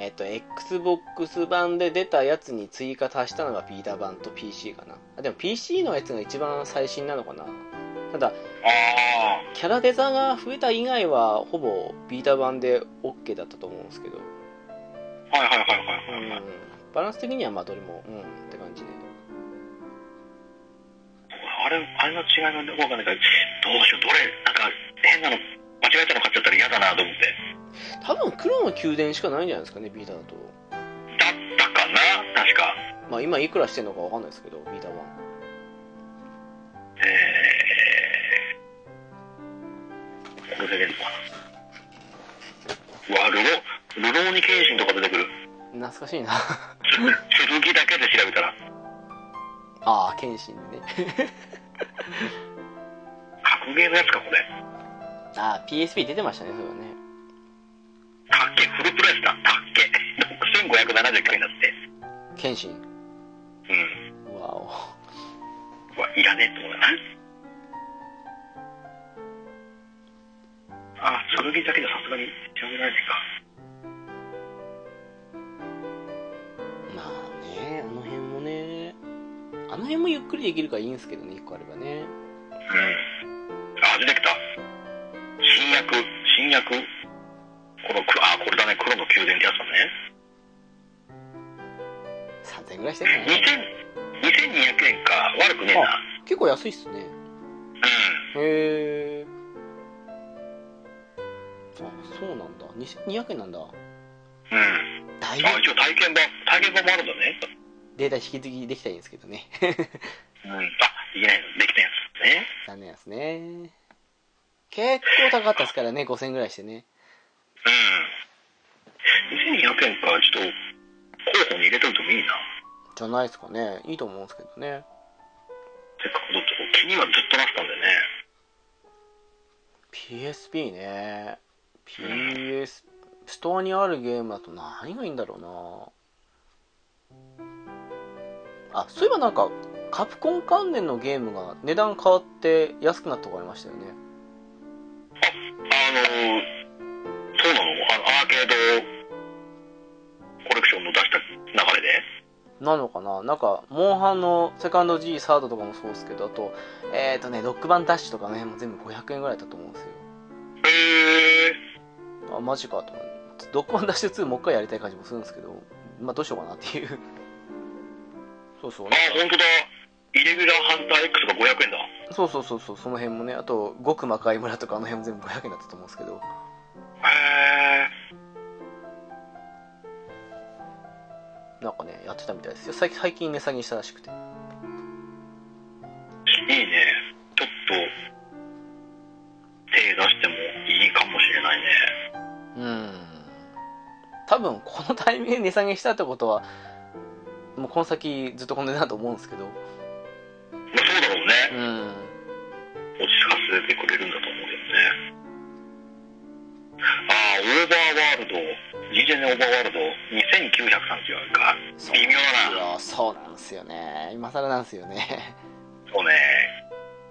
[SPEAKER 1] えっ、と、Xbox 版で出たやつに追加足したのがビータ版と PC かな。あ、でも PC のやつが一番最新なのかな。ただ、
[SPEAKER 2] あ
[SPEAKER 1] キャラデザが増えた以外は、ほぼビータ版で OK だったと思うんですけど、
[SPEAKER 2] あ、はいはいはいは
[SPEAKER 1] う
[SPEAKER 2] いはい、はい
[SPEAKER 1] ん。バランス的にはまあどれも、うん、って感じで。
[SPEAKER 2] あれ、あれの違いがよくわかんないから、どうしよう、どれ、なんか、変なの、間違えたの買っちゃったら嫌だなと思って。
[SPEAKER 1] 多分黒の宮殿しかないんじゃないですかね、ビータだと。
[SPEAKER 2] だったかな確か。
[SPEAKER 1] まあ今いくらしてんのかわかんないですけど、ビータ版。
[SPEAKER 2] えー、これで出るのかなうわ、ルロ、ルローニケンシンとか出てくる。
[SPEAKER 1] 懐かし いな。
[SPEAKER 2] つ剣だけで調べたら、
[SPEAKER 1] ああ、剣心ね。
[SPEAKER 2] 格ゲーのやつか、これ。
[SPEAKER 1] ああ、PSP 出てましたね、それはね。
[SPEAKER 2] たっけ、フルプライスだ。たっ け。6579円だって。
[SPEAKER 1] 剣心。
[SPEAKER 2] うん。
[SPEAKER 1] わお。
[SPEAKER 2] うわ、いらねえと思うな。あ、剣だけじゃさすがに調べられねえか。
[SPEAKER 1] まあね、あの辺もね、あの辺もゆっくりできるからいいんですけどね1個あればね
[SPEAKER 2] あ、出てきた。新薬、新薬。この黒、あ、これだね、黒の宮殿ってやつだね。
[SPEAKER 1] 3000円ぐらいしてるかな
[SPEAKER 2] 2000、2200円か。悪くねえな。
[SPEAKER 1] あ結構安いっすね
[SPEAKER 2] う
[SPEAKER 1] へえあそうなんだ2200円なんだ
[SPEAKER 2] ん。うん。
[SPEAKER 1] だいぶ
[SPEAKER 2] あ、一応体験版、体験版もあるんだね。
[SPEAKER 1] データ引き継ぎできたらいいんですけどね
[SPEAKER 2] うん。あ、できないの。できたやつね。
[SPEAKER 1] 残念ですね結構高かったですからね5000円ぐらいしてね
[SPEAKER 2] うん。2200円か。ちょっと、候補に入れといてもいいな。
[SPEAKER 1] じゃないですかねいいと思うんですけどね
[SPEAKER 2] せっかくだと、気にはずっとなってたんだよね。
[SPEAKER 1] PSP ね PS ストアにあるゲームだと何がいいんだろうなあそういえばなんかカプコン関連のゲームが値段変わって安くなったとこありましたよね
[SPEAKER 2] あのー、そうなのあの、アーケードコレクションの出した流れで。
[SPEAKER 1] なのかななんか、モンハンのセカンド G、サードとかもそうですけど、あと、えっ、ー、とね、ロックバンダッシュとかね、もう全部500円ぐらいだったと思うんです
[SPEAKER 2] へえ。
[SPEAKER 1] よ。あ、マジかと思う。ロックバンダッシュ2もう一回やりたい感じもするんですけど、まあどうしようかなっていう。そうそう、
[SPEAKER 2] あ
[SPEAKER 1] なん、か
[SPEAKER 2] 本当だ。イレギュラーハンター X が500円だ。
[SPEAKER 1] そうそうそうそう、その辺もね、あと、極魔界村とかあの辺も全部500円だったと思うんですけど、
[SPEAKER 2] へえ。
[SPEAKER 1] なんかね、やってたみたいですよ。最近、最近値下げしたらしくて。
[SPEAKER 2] いいね。ちょっと、手出してもいいかもしれないね。
[SPEAKER 1] うん多分このタイミングで値下げしたってことはもうこの先ずっとこの値段だと思うんですけど
[SPEAKER 2] まあそうだろう
[SPEAKER 1] う
[SPEAKER 2] ね。
[SPEAKER 1] ん
[SPEAKER 2] 落ち着かせてくれるんだと思うけどね。ああ、オーバーワールド。GJ オーバーワールド2930円か。
[SPEAKER 1] そう
[SPEAKER 2] 微妙だな。
[SPEAKER 1] よそうなんですよね今更なんですよね
[SPEAKER 2] そうね。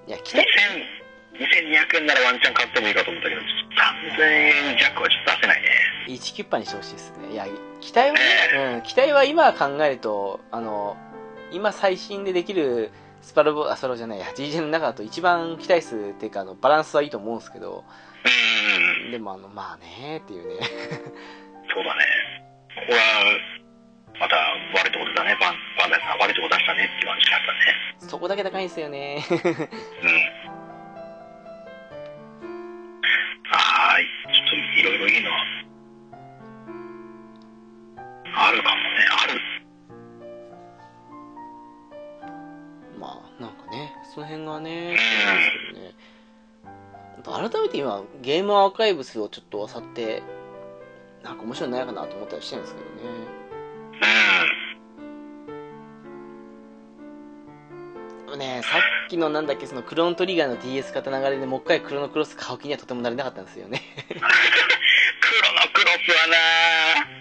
[SPEAKER 1] いや来た
[SPEAKER 2] 2000 2200円ならワンチャン買ってもいいかと思ったけど、ちょっと3000円弱はちょっと出せないね。
[SPEAKER 1] 1キュッパにしてほしいですねいや期待はね、うん、期待は今考えるとあの今最新でできるスパロボあスパロボじゃないや GJ の中だと一番期待数っていうかあのバランスはいいと思うんですけど
[SPEAKER 2] う
[SPEAKER 1] でもあのまあねーっていうね
[SPEAKER 2] ん、そうだね。ここは、また悪いとこ出たね、バンバンダイさん。悪いとこ出したねっていう感じだったね。
[SPEAKER 1] そこだけ高いんですよね
[SPEAKER 2] うん。はーい。ちょっといろいろいいのあるかもね。ある。
[SPEAKER 1] まあなんかねその辺がね
[SPEAKER 2] う
[SPEAKER 1] ね改めて今ゲームアーカイブスをちょっと漁ってなんか面白いのないかなと思ったりしてるんですけどね
[SPEAKER 2] う
[SPEAKER 1] でもねさっきのなんだっけそのクロントリガーの DS 型流れでもう一回クロノクロス買う気にはとてもなれなかったんですよね
[SPEAKER 2] ん。黒のクロスはな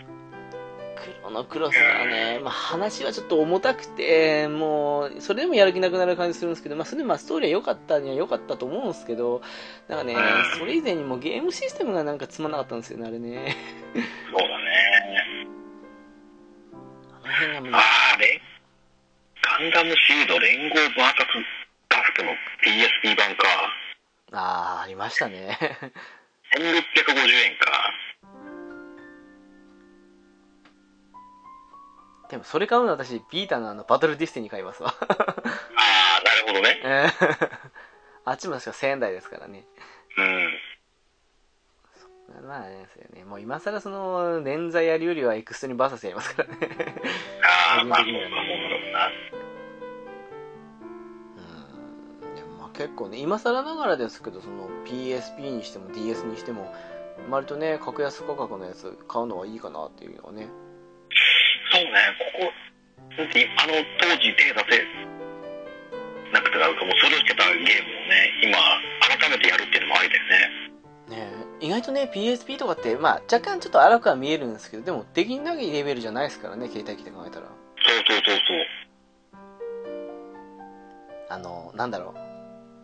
[SPEAKER 1] クロノクロスはね、まあ、話はちょっと重たくてもうそれでもやる気なくなる感じするんですけど、まあ、それでもまあストーリーは良かったには良かったと思うんですけどなんかねそれ以前にもうゲームシステムがなんかつまんなかったんですよねあれね
[SPEAKER 2] そうだね。
[SPEAKER 1] あの辺がもう
[SPEAKER 2] ああ、れガンダムシード連合 VS ダフトの PSP 版か。
[SPEAKER 1] ああ、ありましたね。
[SPEAKER 2] 1650円か。
[SPEAKER 1] でもそれ買うの私、ビータのあの、バトルディスティニー買いますわ。
[SPEAKER 2] ああ、なるほどね。
[SPEAKER 1] うんあっちも確か1000円台ですからね。
[SPEAKER 2] うん。
[SPEAKER 1] まあ、あれですよね。もう今更その、捻挫やるよりはエクストリームバーサスやりますからね。
[SPEAKER 2] ああ、まあ、
[SPEAKER 1] 個人的
[SPEAKER 2] そう
[SPEAKER 1] にはね
[SPEAKER 2] か、そうだろうな。
[SPEAKER 1] うん。でもまあ結構ね、今更ながらですけど、その PSP にしても DS にしても、割とね、格安価格のやつ買うのはいいかなっていうのはね。
[SPEAKER 2] そうね、ここ、だってあの当時手出せなくてなんかもうスルーしてたゲームをね、今、改めてやるっていうのもありだよね。
[SPEAKER 1] ねえ意外とね、PSP とかって、まあ若干ちょっと荒くは見えるんですけど、でもできないレベルじゃないですからね、携帯機で考えたら。
[SPEAKER 2] そうそうそうそう。
[SPEAKER 1] あの、なんだろ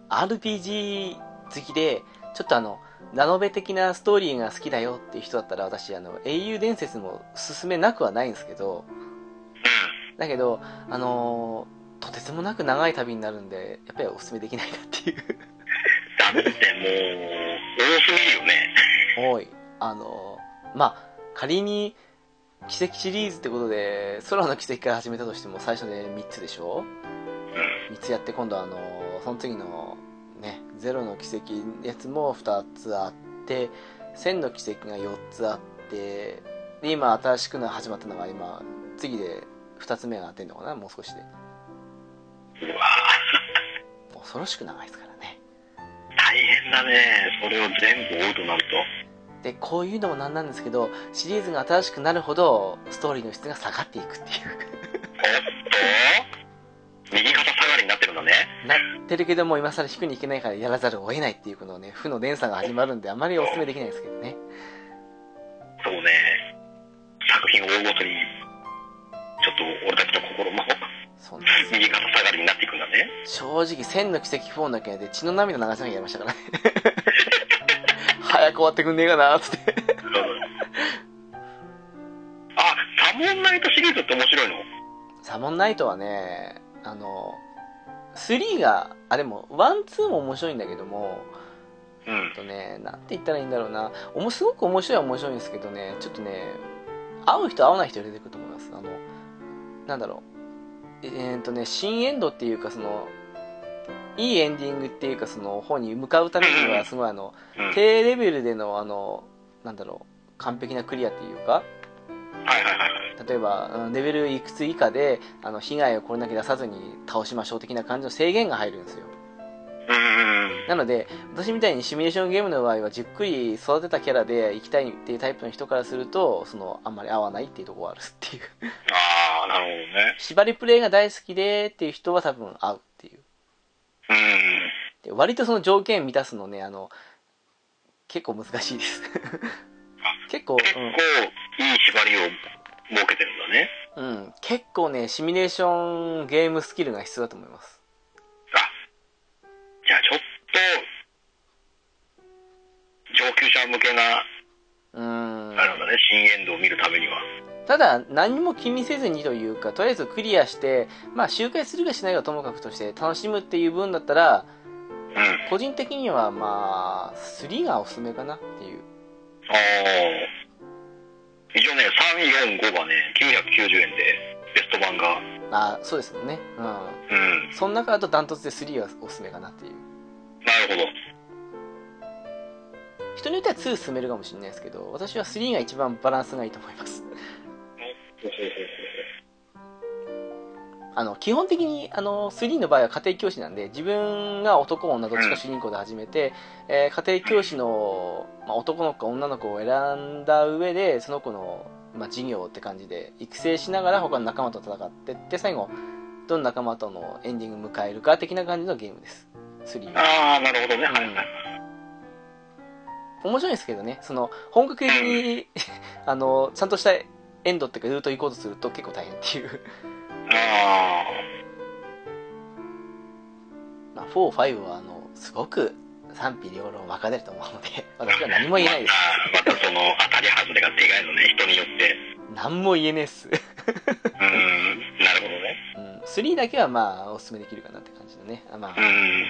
[SPEAKER 1] う、RPG 好きで、ちょっとあの、ラノベ的なストーリーが好きだよっていう人だったら、私、あの、英雄伝説も勧めなくはないんですけど、
[SPEAKER 2] う
[SPEAKER 1] だけど、あのーととてつもなく長い旅になるんでやっぱりおすすめできないなっていう
[SPEAKER 2] だってもう、多すぎるよね。
[SPEAKER 1] おいあのまあ仮に奇跡シリーズってことで空の奇跡から始めたとしても最初で3つでしょ
[SPEAKER 2] うん。
[SPEAKER 1] 3つやって今度あのその次のね「ゼロの奇跡」のやつも2つあって「千の奇跡」が4つあってで今新しくな始まったのが今次で2つ目が当てんのかなもう少しで
[SPEAKER 2] うわ
[SPEAKER 1] 恐ろしく長いですからね
[SPEAKER 2] ぁ、大変だね。それを全部追うとなると。
[SPEAKER 1] でこういうのもなんなんですけどシリーズが新しくなるほどストーリーの質が下がっていくっていう
[SPEAKER 2] と右肩下がりになってるんだね。
[SPEAKER 1] なってるけども今更引くにいけないからやらざるを得ないっていうこのね負の連鎖が始まるんであまりお勧めできないですけどね
[SPEAKER 2] そうね。作品を追うごとに、ちょっと俺たちの心も
[SPEAKER 1] そうなんですよ
[SPEAKER 2] 右肩下がりになっていくんだね。
[SPEAKER 1] 正直千の奇跡4だけで血の涙流しなきゃやりましたからね 早く終わってくんねえかなっつって
[SPEAKER 2] あ、サモンナイトシリーズって面白いの
[SPEAKER 1] サモンナイトはねあの3があれも12も面白いんだけども
[SPEAKER 2] うん
[SPEAKER 1] えっ。とね、なんて言ったらいいんだろうな、おもすごく面白いは面白いんですけどね、ちょっとね、会う人、会わない人出てくると思います。あの、なんだろう、えーっとね、新エンドっていうか、その、いいエンディングっていうか、その方に向かうためには、すごいあの、
[SPEAKER 2] うん
[SPEAKER 1] 低レベルでの、あの、なんだろう、完璧なクリアっていうか、
[SPEAKER 2] はいはいはいはい。
[SPEAKER 1] 例えばうんレベルいくつ以下であの被害をこれだけ出さずに倒しましょう的な感じの制限が入るんですよ
[SPEAKER 2] うんうんうん。
[SPEAKER 1] なので私みたいにシミュレーションゲームの場合はじっくり育てたキャラで行きたいっていうタイプの人からするとそのあんまり合わないっていうところがあるっていう
[SPEAKER 2] ああ、なるほどね。
[SPEAKER 1] 縛りプレイが大好きでっていう人は多分合うっていう
[SPEAKER 2] うん。
[SPEAKER 1] で割とその条件満たすのねあの結構難しいです 結構、
[SPEAKER 2] 結構、いい縛りを設けてるんだね。
[SPEAKER 1] うんうん、結構ねシミュレーションゲームスキルが必要だと思います
[SPEAKER 2] あ、じゃあちょっと、上級者向けな、
[SPEAKER 1] うん
[SPEAKER 2] あれなんだね、新エンドを見るためには。
[SPEAKER 1] ただ何も気にせずにというかとりあえずクリアしてまあ周回するかしないかはともかくとして楽しむっていう分だったら
[SPEAKER 2] うん。あ
[SPEAKER 1] 個人的にはまあ3がおすすめかなっていう
[SPEAKER 2] あ。一応ね、3、4、5がね、990円で、ベスト版が、
[SPEAKER 1] あそうですよねう
[SPEAKER 2] うん。
[SPEAKER 1] んその中だとダントツで3はおすすめかなっていう
[SPEAKER 2] なるほど。
[SPEAKER 1] 人によっては2進めるかもしれないですけど私は3が一番バランスがいいと思います
[SPEAKER 2] ほうほうほう
[SPEAKER 1] あの基本的にあの3の場合は家庭教師なんで自分が男女どっちか主人公で始めて、えー家庭教師の、まあ、男の子か女の子を選んだ上でその子の、まあ、授業って感じで育成しながら他の仲間と戦ってって最後どの仲間とのエンディング迎えるか的な感じのゲームです3は
[SPEAKER 2] ああ、なるほどね。はいはいはい。
[SPEAKER 1] 面白いですけどねその本格的に あのちゃんとしたエンドっていうかルート行こうとすると結構大変っていう
[SPEAKER 2] あ
[SPEAKER 1] まあ、4、5はあのすごく賛否両論分かれると思うので、 私は何も言えないです。
[SPEAKER 2] あ、またその当たり外れがでかいのね、人によって。
[SPEAKER 1] 何も言えねえっす。
[SPEAKER 2] うん、なるほどね。
[SPEAKER 1] うん、3だけはまあ、おすすめできるかなって感じのね。あまあ
[SPEAKER 2] う、ん。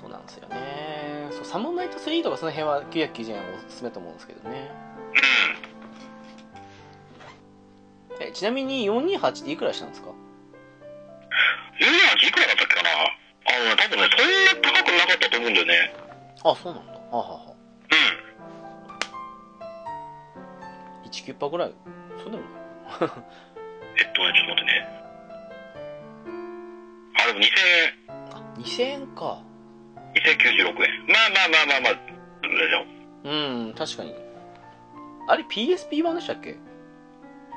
[SPEAKER 1] そうなんですよね。そう、サモンナイト3とかその辺は990円はおすすめだと思うんですけどね。え、ちなみに428っていくらしたんですか
[SPEAKER 2] ユニアいくらだったっけかなあのね、多分ね、そんな高くなかったと思うんだよね。
[SPEAKER 1] あ、そうなんだ。はあ、はあは
[SPEAKER 2] う
[SPEAKER 1] あ、19%パーぐらい。そうでもない。
[SPEAKER 2] ん。えっとね、ちょっと待ってね。あ、でも2000
[SPEAKER 1] あ、2000円か。
[SPEAKER 2] 円、2096円。まあまあまあまあまあ、どうでしょう。
[SPEAKER 1] うん、確かに。あれ PSP 版でしたっけ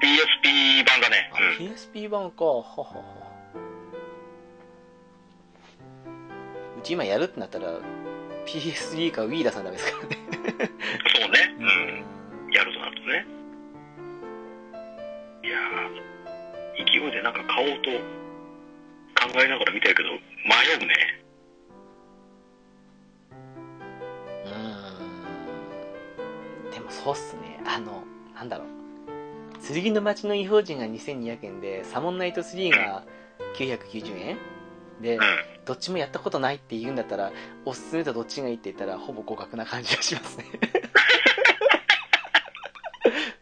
[SPEAKER 2] PSP 版だね。
[SPEAKER 1] あ
[SPEAKER 2] うん。
[SPEAKER 1] PSP 版か、はははうち今やるってなったら PS3 か Wii 出さないですからね
[SPEAKER 2] そうね。うん。やるとなるとね。いやー、勢いでなんか買おうと考えながら見てるけど、迷うね。
[SPEAKER 1] うんでもそうっすねあのなんだろう剣の町の異邦人が2200円で、サモンナイト3が990円で
[SPEAKER 3] うん、
[SPEAKER 1] どっちもやったことないって言うんだったら、おすすめとどっちがいいって言ったら、ほぼ互角な感じがしますね。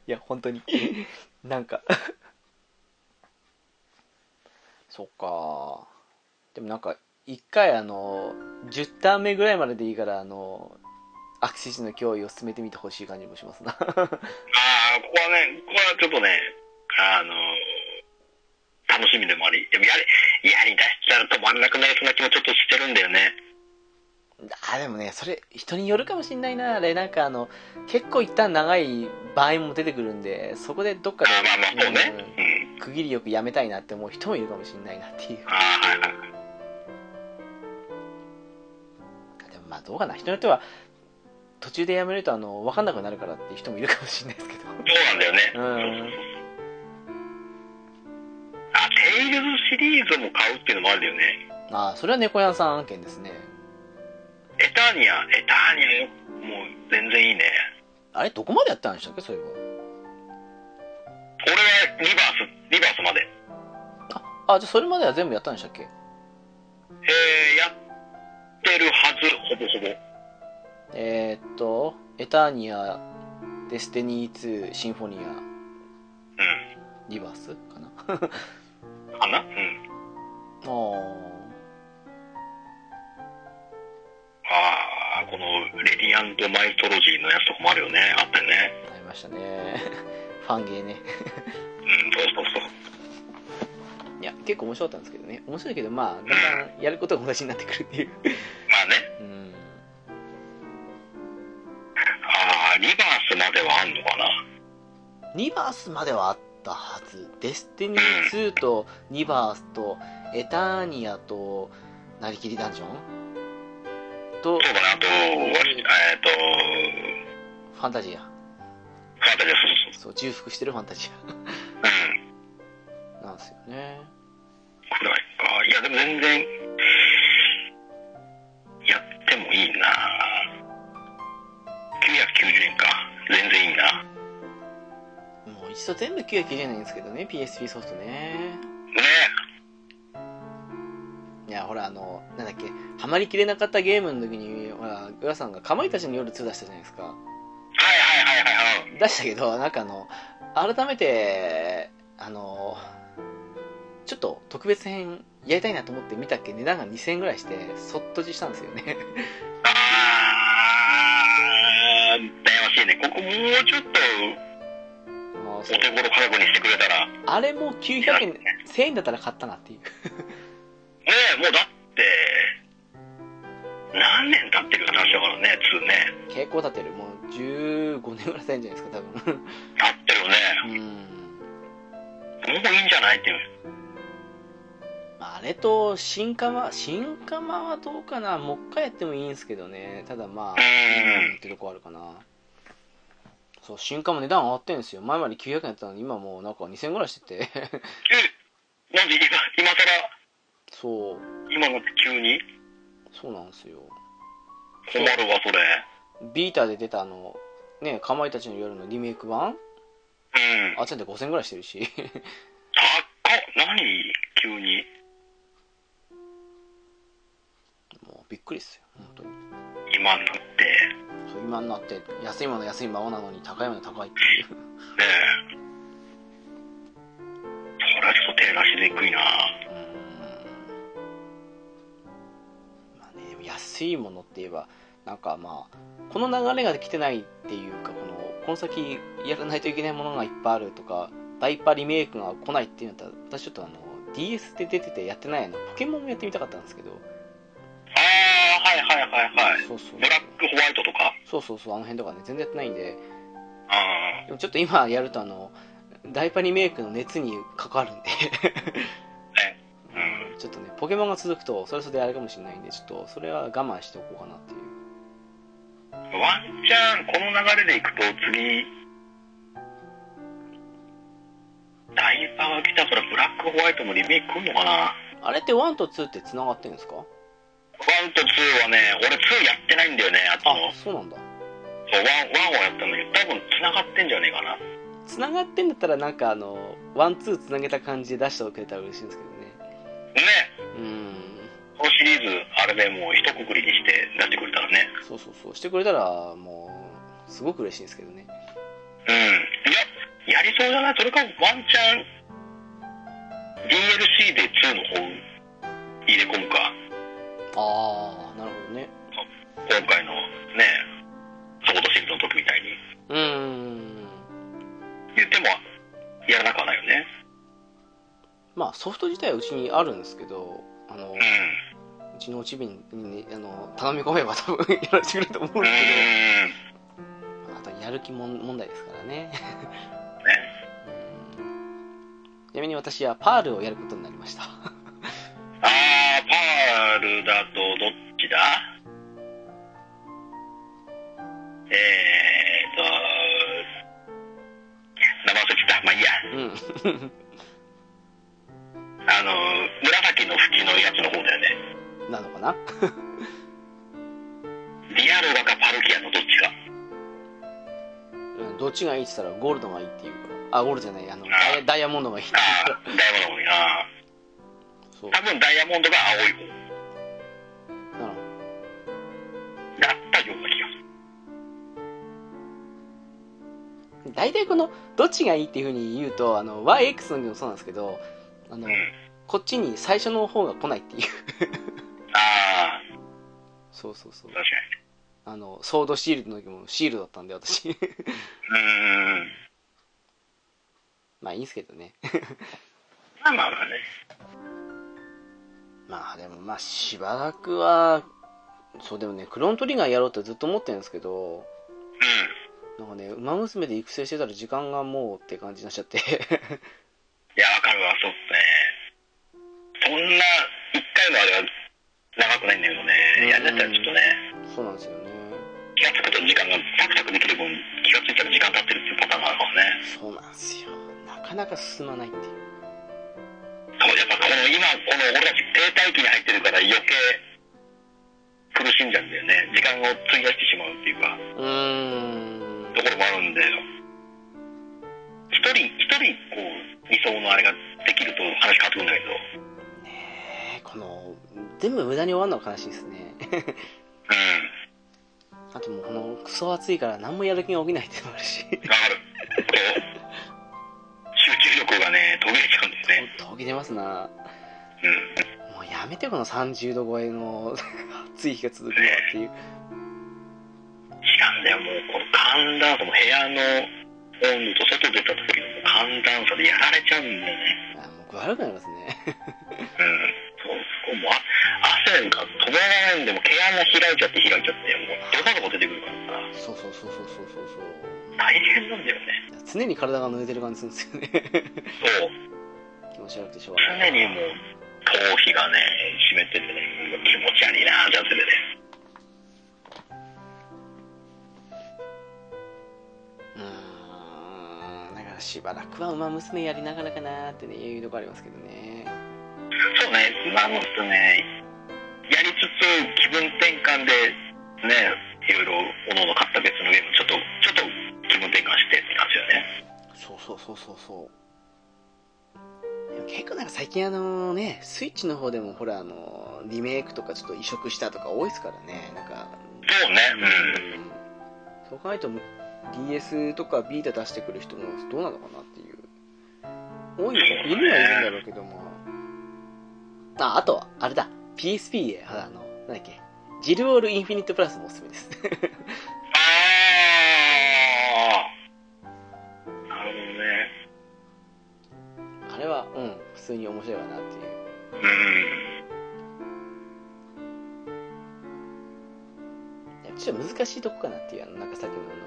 [SPEAKER 1] いや、本当に。なんか。そっか。でもなんか、一回あの、10ターン目ぐらいまででいいから、あの、アクシスの脅威を進めてみてほしい感じもしますな。
[SPEAKER 2] ああ、ここはね、ここはちょっとね、あのー、楽しみでもあり、でもやり、やりだしたら止まらなくなりそうな気もちょっとしてるんだよね。
[SPEAKER 1] あでもねそれ人によるかもしんないなあれなんかあの結構一旦長い場合も出てくるんでそこでどっか
[SPEAKER 2] ああ、まあまあ、そう
[SPEAKER 1] で、
[SPEAKER 2] ね。うん。
[SPEAKER 1] うん区切りよくやめたいなって思う人もいるかもしんないなっていう
[SPEAKER 2] ああ、はいはい。
[SPEAKER 1] でもまあどうかな人によっては途中でやめるとあの分かんなくなるからっていう人もいるかもしんないですけど
[SPEAKER 2] そうなんだよね。
[SPEAKER 1] うん
[SPEAKER 2] あ、テイルズシリーズも買うっていうのもあるんだよね。
[SPEAKER 1] ああそれは猫屋さん案件ですね
[SPEAKER 2] エターニア、エターニアも、もう全然いいね。
[SPEAKER 1] あれどこまでやったんでしたっけそういえ
[SPEAKER 2] 俺はリバース、リバースまで。
[SPEAKER 1] ばああじゃあそれまでは全部やったんでしたっけ
[SPEAKER 2] えー、やってるはず、ほぼほぼ。
[SPEAKER 1] えー、っとエターニアデスティニー2シンフォニア
[SPEAKER 2] う
[SPEAKER 1] リバースかな
[SPEAKER 2] ん。かなうん。
[SPEAKER 1] あー
[SPEAKER 2] ああ、この、レディアント・マイトロジーのやつとかもあるよね。あったよね。
[SPEAKER 1] ありましたね ファンゲーね
[SPEAKER 2] うん、そうそうそう。
[SPEAKER 1] いや結構面白かったんですけどね面白いけどまあだんだんやることが同じになってくるっていう
[SPEAKER 2] まあね。
[SPEAKER 1] うん
[SPEAKER 2] ああ、リバースまではあんのかな。
[SPEAKER 1] 2バースまではあったはずデスティニー2と2バースとエターニアとなりきりダンジョンと
[SPEAKER 2] そうだね。あと、えっと、
[SPEAKER 1] ファンタジア
[SPEAKER 2] カーテンです。
[SPEAKER 1] そう重複してるファンタジ
[SPEAKER 2] うん。
[SPEAKER 1] アなんですよね
[SPEAKER 2] くらいか。いや、でも全然、やってもいいな990円か。全然いいな。
[SPEAKER 1] もう一度全部990円なんですけどね PSP ソフトね
[SPEAKER 2] ね
[SPEAKER 1] いやほらあのなんだっけハマりきれなかったゲームの時にほら浦さんがかまいたちの夜2出したじゃないですか
[SPEAKER 2] はいはいはいはいはい。
[SPEAKER 1] 出したけどなんかあの改めてあのちょっと特別編やりたいなと思って見たっけ値段が2000円ぐらいしてそっとじしたんですよね
[SPEAKER 2] あー、悩ましいね。ここもうちょっと
[SPEAKER 1] あーそ
[SPEAKER 2] お
[SPEAKER 1] う
[SPEAKER 2] 手頃価格にしてくれたら。ね
[SPEAKER 1] あれもう900円1000円だったら買ったなっていう
[SPEAKER 2] え、もうだって、何年経ってる話だからね、2ね。
[SPEAKER 1] 結構経ってるもう15年ぐらい経ってんじゃないですか多分
[SPEAKER 2] 経ってるよね。
[SPEAKER 1] うん、
[SPEAKER 2] もういいんじゃないっていう。
[SPEAKER 1] まあ、あれと新カマ新カマはどうかなもう一回やってもいいんですけどねただまあ
[SPEAKER 2] うん
[SPEAKER 1] ってとこあるかなそう新刊も値段上がってんですよ前まで900円だったのに今もうなんか2000円ぐらいして て
[SPEAKER 2] え、なんで今、今更、
[SPEAKER 1] そう
[SPEAKER 2] 今の急に
[SPEAKER 1] そうなんですよ
[SPEAKER 2] 困るわ、それ。
[SPEAKER 1] ビータで出たあのねかまいたちの夜のリメイク版
[SPEAKER 2] うん。
[SPEAKER 1] あっちゃんって5000円ぐらいしてるし
[SPEAKER 2] 高っ何急に
[SPEAKER 1] もうびっくりっすよ本当に
[SPEAKER 2] 今になって
[SPEAKER 1] そう今になって安いもの安いままなのに高いもの高いっていう
[SPEAKER 2] ねえそれはちょっと手出しにくいな
[SPEAKER 1] うーんまあねでも安いものって言えばなんかまあこの流れが来てないっていうかこのこの先やらないといけないものがいっぱいあるとかダイパーリメイクが来ないっていうんだったら私ちょっとあの DS で出ててやってないあのポケモンもやってみたかったんですけど
[SPEAKER 2] ああはいはいはいはい
[SPEAKER 1] そうそう
[SPEAKER 2] ブラックホワイトとか
[SPEAKER 1] そうそうそうあの辺とかね全然やってないんで
[SPEAKER 2] あ
[SPEAKER 1] でもちょっと今やるとあのダイパーリメイクの熱に関わるんで
[SPEAKER 2] あうん
[SPEAKER 1] ちょっとねポケモンが続くとそれはそれであれかもしれないんでちょっとそれは我慢しておこうかなっていう
[SPEAKER 2] ワンチャンこの流れでいくと次ダイパーが来たからブラックホワイトもリメイク来んのかなワ
[SPEAKER 1] あれって1と2って繋がってるんですか
[SPEAKER 2] ンとツーはね俺ツーやってないんだよねあと
[SPEAKER 1] あ
[SPEAKER 2] の
[SPEAKER 1] そうなんだ
[SPEAKER 2] そうワンワンをやったんだけど多分繋がってんじゃねえかな
[SPEAKER 1] あつながってんだったらなんかあのワンツーつなげた感じで出してくれたら嬉しいんですけどね
[SPEAKER 2] ね
[SPEAKER 1] うん
[SPEAKER 2] このシリーズあれでもう一括りにして出してくれたらね
[SPEAKER 1] そうそうそうしてくれたらもうすごく嬉しいんですけどね
[SPEAKER 2] うんいややりそうじゃないそれかワンチャン DLC で2の方入れ込むか
[SPEAKER 1] ああなるほどね
[SPEAKER 2] 今回のねソードシールドの時みたいに
[SPEAKER 1] うーん
[SPEAKER 2] 言ってもやらなくはないよね
[SPEAKER 1] まあソフト自体はうちにあるんですけどあの
[SPEAKER 2] うん
[SPEAKER 1] うちのおちびに、ね、あの頼み込めば多分やらせてくれると思うん
[SPEAKER 2] う
[SPEAKER 1] で
[SPEAKER 2] ん
[SPEAKER 1] すけどあとやる気もん問題ですからねうんちなみに私はパールをやることになりました
[SPEAKER 2] あーパールだとどっちだえーと名前忘れちゃったまあいいや
[SPEAKER 1] うん
[SPEAKER 2] あの紫の縁のやつの方だよね
[SPEAKER 1] なのかな
[SPEAKER 2] ディアルガかパルキアのどっちか
[SPEAKER 1] うんどっちがいいって言ったらゴールドがいいって言うからあゴールドじゃないあのダイヤダイヤモンドがいいって
[SPEAKER 2] あ
[SPEAKER 1] 言う
[SPEAKER 2] あダイヤモンドの方にあ
[SPEAKER 1] そう
[SPEAKER 2] ー多分ダイヤモンドが青い方
[SPEAKER 1] なの
[SPEAKER 2] だったような気がする
[SPEAKER 1] 大体このどっちがいいっていうふうに言うとあの YX の時もそうなんですけどあの、
[SPEAKER 2] うん
[SPEAKER 1] こっちに最初の方が来ないっていう
[SPEAKER 2] ああ
[SPEAKER 1] そうそうそう
[SPEAKER 2] 確か
[SPEAKER 1] あのソードシールドの時もシールドだったんで私
[SPEAKER 2] にうーん
[SPEAKER 1] まあいいんですけどね
[SPEAKER 2] まあまあまあね
[SPEAKER 1] まあでもまあしばらくはそうでもねクロントリガーやろうってずっと思ってるんですけど
[SPEAKER 2] うん
[SPEAKER 1] なんかね「ウマ娘」で育成してたら時間がもうって感じになっちゃって
[SPEAKER 2] いや、わかるわ、そうっすね。そんな、一回のあれは長くないんだけどね。やっちゃったらちょっとね、
[SPEAKER 1] そうなんですよね
[SPEAKER 2] 気がつくと時間がサクサクできる分、気がついたら時間経ってるっていうパターンがあるからね。
[SPEAKER 1] そうなんですよなかなか進まないっていう
[SPEAKER 2] そう、やっぱこの今、この俺たち停滞期に入ってるから余計苦しんじゃうんだよね。時間を費やしてしまうっていうか、
[SPEAKER 1] うーん
[SPEAKER 2] ところもあるんで、一人、一人、こう、理想のあれができると話変わってくるんだけど、
[SPEAKER 1] えーこの全部無駄に終わるのが悲しいですね
[SPEAKER 2] うん。
[SPEAKER 1] あともうこのクソ暑いから何もやる気が起きないっていうのもあるし
[SPEAKER 2] わかる。こう、集中力がね、途切れちゃうんですね。
[SPEAKER 1] 本当起きてますな
[SPEAKER 2] うん。
[SPEAKER 1] もうやめてこの30度超えの暑い日が続くのはっていう
[SPEAKER 2] 違うんだよ、もう、この寒暖差も部屋の温度と外出た時の寒暖差でやられちゃうんだよね。
[SPEAKER 1] あもう具合悪くなりますね
[SPEAKER 2] うん。そう、そこもうあ、汗が止められんでも毛穴開いちゃって開いちゃって、もう、どこどこ出てくるからさ、
[SPEAKER 1] そうそうそうそうそうそうそう
[SPEAKER 2] 大変なんだよね。
[SPEAKER 1] 常に体が濡れてる感じするんですよね
[SPEAKER 2] そう。
[SPEAKER 1] 気持ち悪くてしょうがな
[SPEAKER 2] 常
[SPEAKER 1] い
[SPEAKER 2] にもう、頭皮がね、湿っててね、気持ち悪いなーってやつでね。
[SPEAKER 1] うーんだからしばらくは馬娘やりながらかなーってねいうとこありますけどね
[SPEAKER 2] そうね、今のとね、やりつつ気分転換でね、いろいろ各々買った別のゲームちょっとちょっと気分転換してって感じだよね。
[SPEAKER 1] そうそうそうそうそうでも結構なんか最近あのねスイッチの方でもほらあのリメイクとかちょっと移植したとか多いですからねなんか
[SPEAKER 2] そうね、
[SPEAKER 1] う
[SPEAKER 2] うん。
[SPEAKER 1] んそう考えると DS とかビータ出してくる人もどうなのかなっていう多いのかいるはいるんだろうけどもああとあれだ PSP であのなんだっけジルオールインフィニットプラスもおすすめです
[SPEAKER 2] あーなる
[SPEAKER 1] あれはうん普通に面白いかなっていう
[SPEAKER 2] ほどね。うん。
[SPEAKER 1] いやちょっと難しいとこかなっていうあのなんかさっきのあの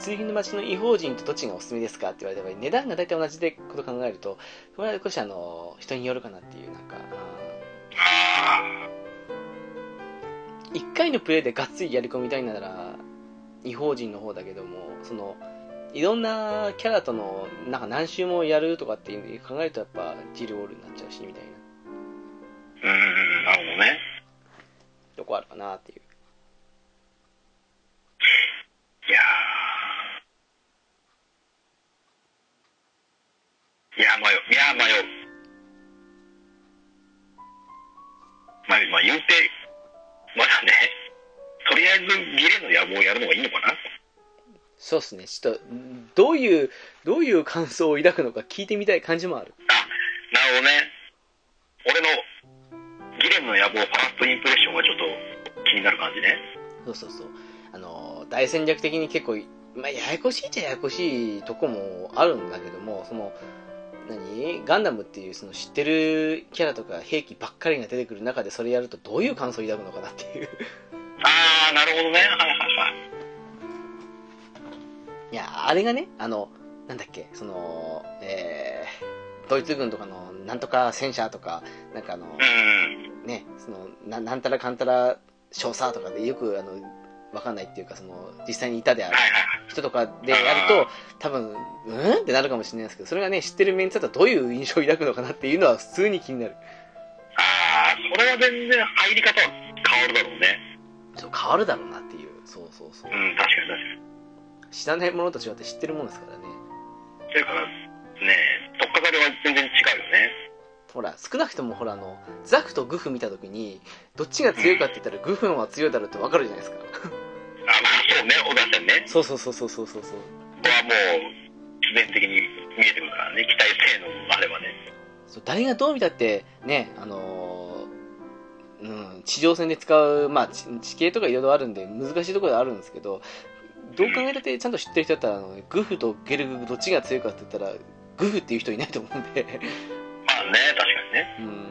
[SPEAKER 1] 剣の町の異邦人とどっちがおすすめですかって言われた場合値段が大体同じでことを考えるとこれは少しあの人によるかなっていうなんか
[SPEAKER 2] あ
[SPEAKER 1] 1回のプレイでがっつりやり込みたいなら異邦人の方だけどもそのいろんなキャラとのなんか何周もやるとかっていうのを考えるとやっぱジルオールになっちゃうしみたいな
[SPEAKER 2] ーうん、なるほどね。
[SPEAKER 1] とこあるかなっていう
[SPEAKER 2] いややるのがいいのかな
[SPEAKER 1] そうですねちょっとどういうどういう感想を抱くのか聞いてみたい感じもある
[SPEAKER 2] あなるほどね俺のギレムの野望ファーストインプレッションがちょっと気になる感じね
[SPEAKER 1] そうそうそうあの大戦略的に結構、まあ、ややこしいっちゃややこしいとこもあるんだけどもその何ガンダムっていうその知ってるキャラとか兵器ばっかりが出てくる中でそれやるとどういう感想を抱くのかなっていう
[SPEAKER 2] ああなるほどねはいはいはい
[SPEAKER 1] いや、あれがね、あの、なんだっけ、その、えー、ドイツ軍とかのなんとか戦車とか、なんかあの、
[SPEAKER 2] うん
[SPEAKER 1] ね、その、ななんたらかんたら少佐とかでよく、あの、わかんないっていうか、その、実際にいたである
[SPEAKER 2] はいはい
[SPEAKER 1] 人とかでやると、多分、うんってなるかもしれないですけど、それがね、知ってるメンツだったらどういう印象を抱くのかなっていうのは普通に気になる。
[SPEAKER 2] ああそれは全然入り方は変わるだろうね
[SPEAKER 1] そう変わるだろうなっていう、そうそうそう。
[SPEAKER 2] うん確かに確かに
[SPEAKER 1] 知らない者たちはって知ってるもんですからね。
[SPEAKER 2] というかねとっかかりは全然違うよね
[SPEAKER 1] ほら少なくともほらあのザクとグフ見た時にどっちが強いかって言ったらグフンは強いだろうってわかるじゃないですか
[SPEAKER 2] あまあそうね小田さんね
[SPEAKER 1] そうそうそうそうそうそうそう
[SPEAKER 2] ここはもう必然的に見えてくるからね期待性能もあればね
[SPEAKER 1] そう誰がどう見たってねあのーうん、地上戦で使う、まあ、地地形とかいろいろあるんで難しいところではあるんですけどどう考えたってちゃんと知ってる人だったらあのグフとゲルグどっちが強いかって言ったらグフっていう人いないと思うんで
[SPEAKER 2] まあね確かにね
[SPEAKER 1] うん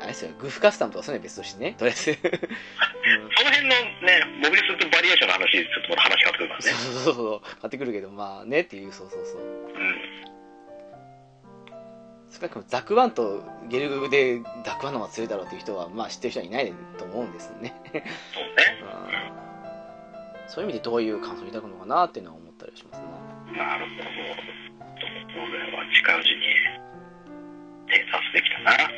[SPEAKER 1] あれですよグフカスタムとかそういうのは別としてねとりあえず、うん
[SPEAKER 2] その辺のねモビルスーツバリエーションの話ちょっとまだ話変わってくるから
[SPEAKER 1] そう
[SPEAKER 2] ね
[SPEAKER 1] そうそう買ってくるけどまあねっていうそうそうそう
[SPEAKER 2] うん
[SPEAKER 1] 少なくともザクワンとゲルググでザクワンの方が強いだろうっていう人はまあ知ってる人はいないと思うんですよね
[SPEAKER 2] そうね
[SPEAKER 1] あーそういう意味でどういう感想を抱くのかなっていうのは思ったりしますね
[SPEAKER 2] なるほどこれは近いうちに偵察できたな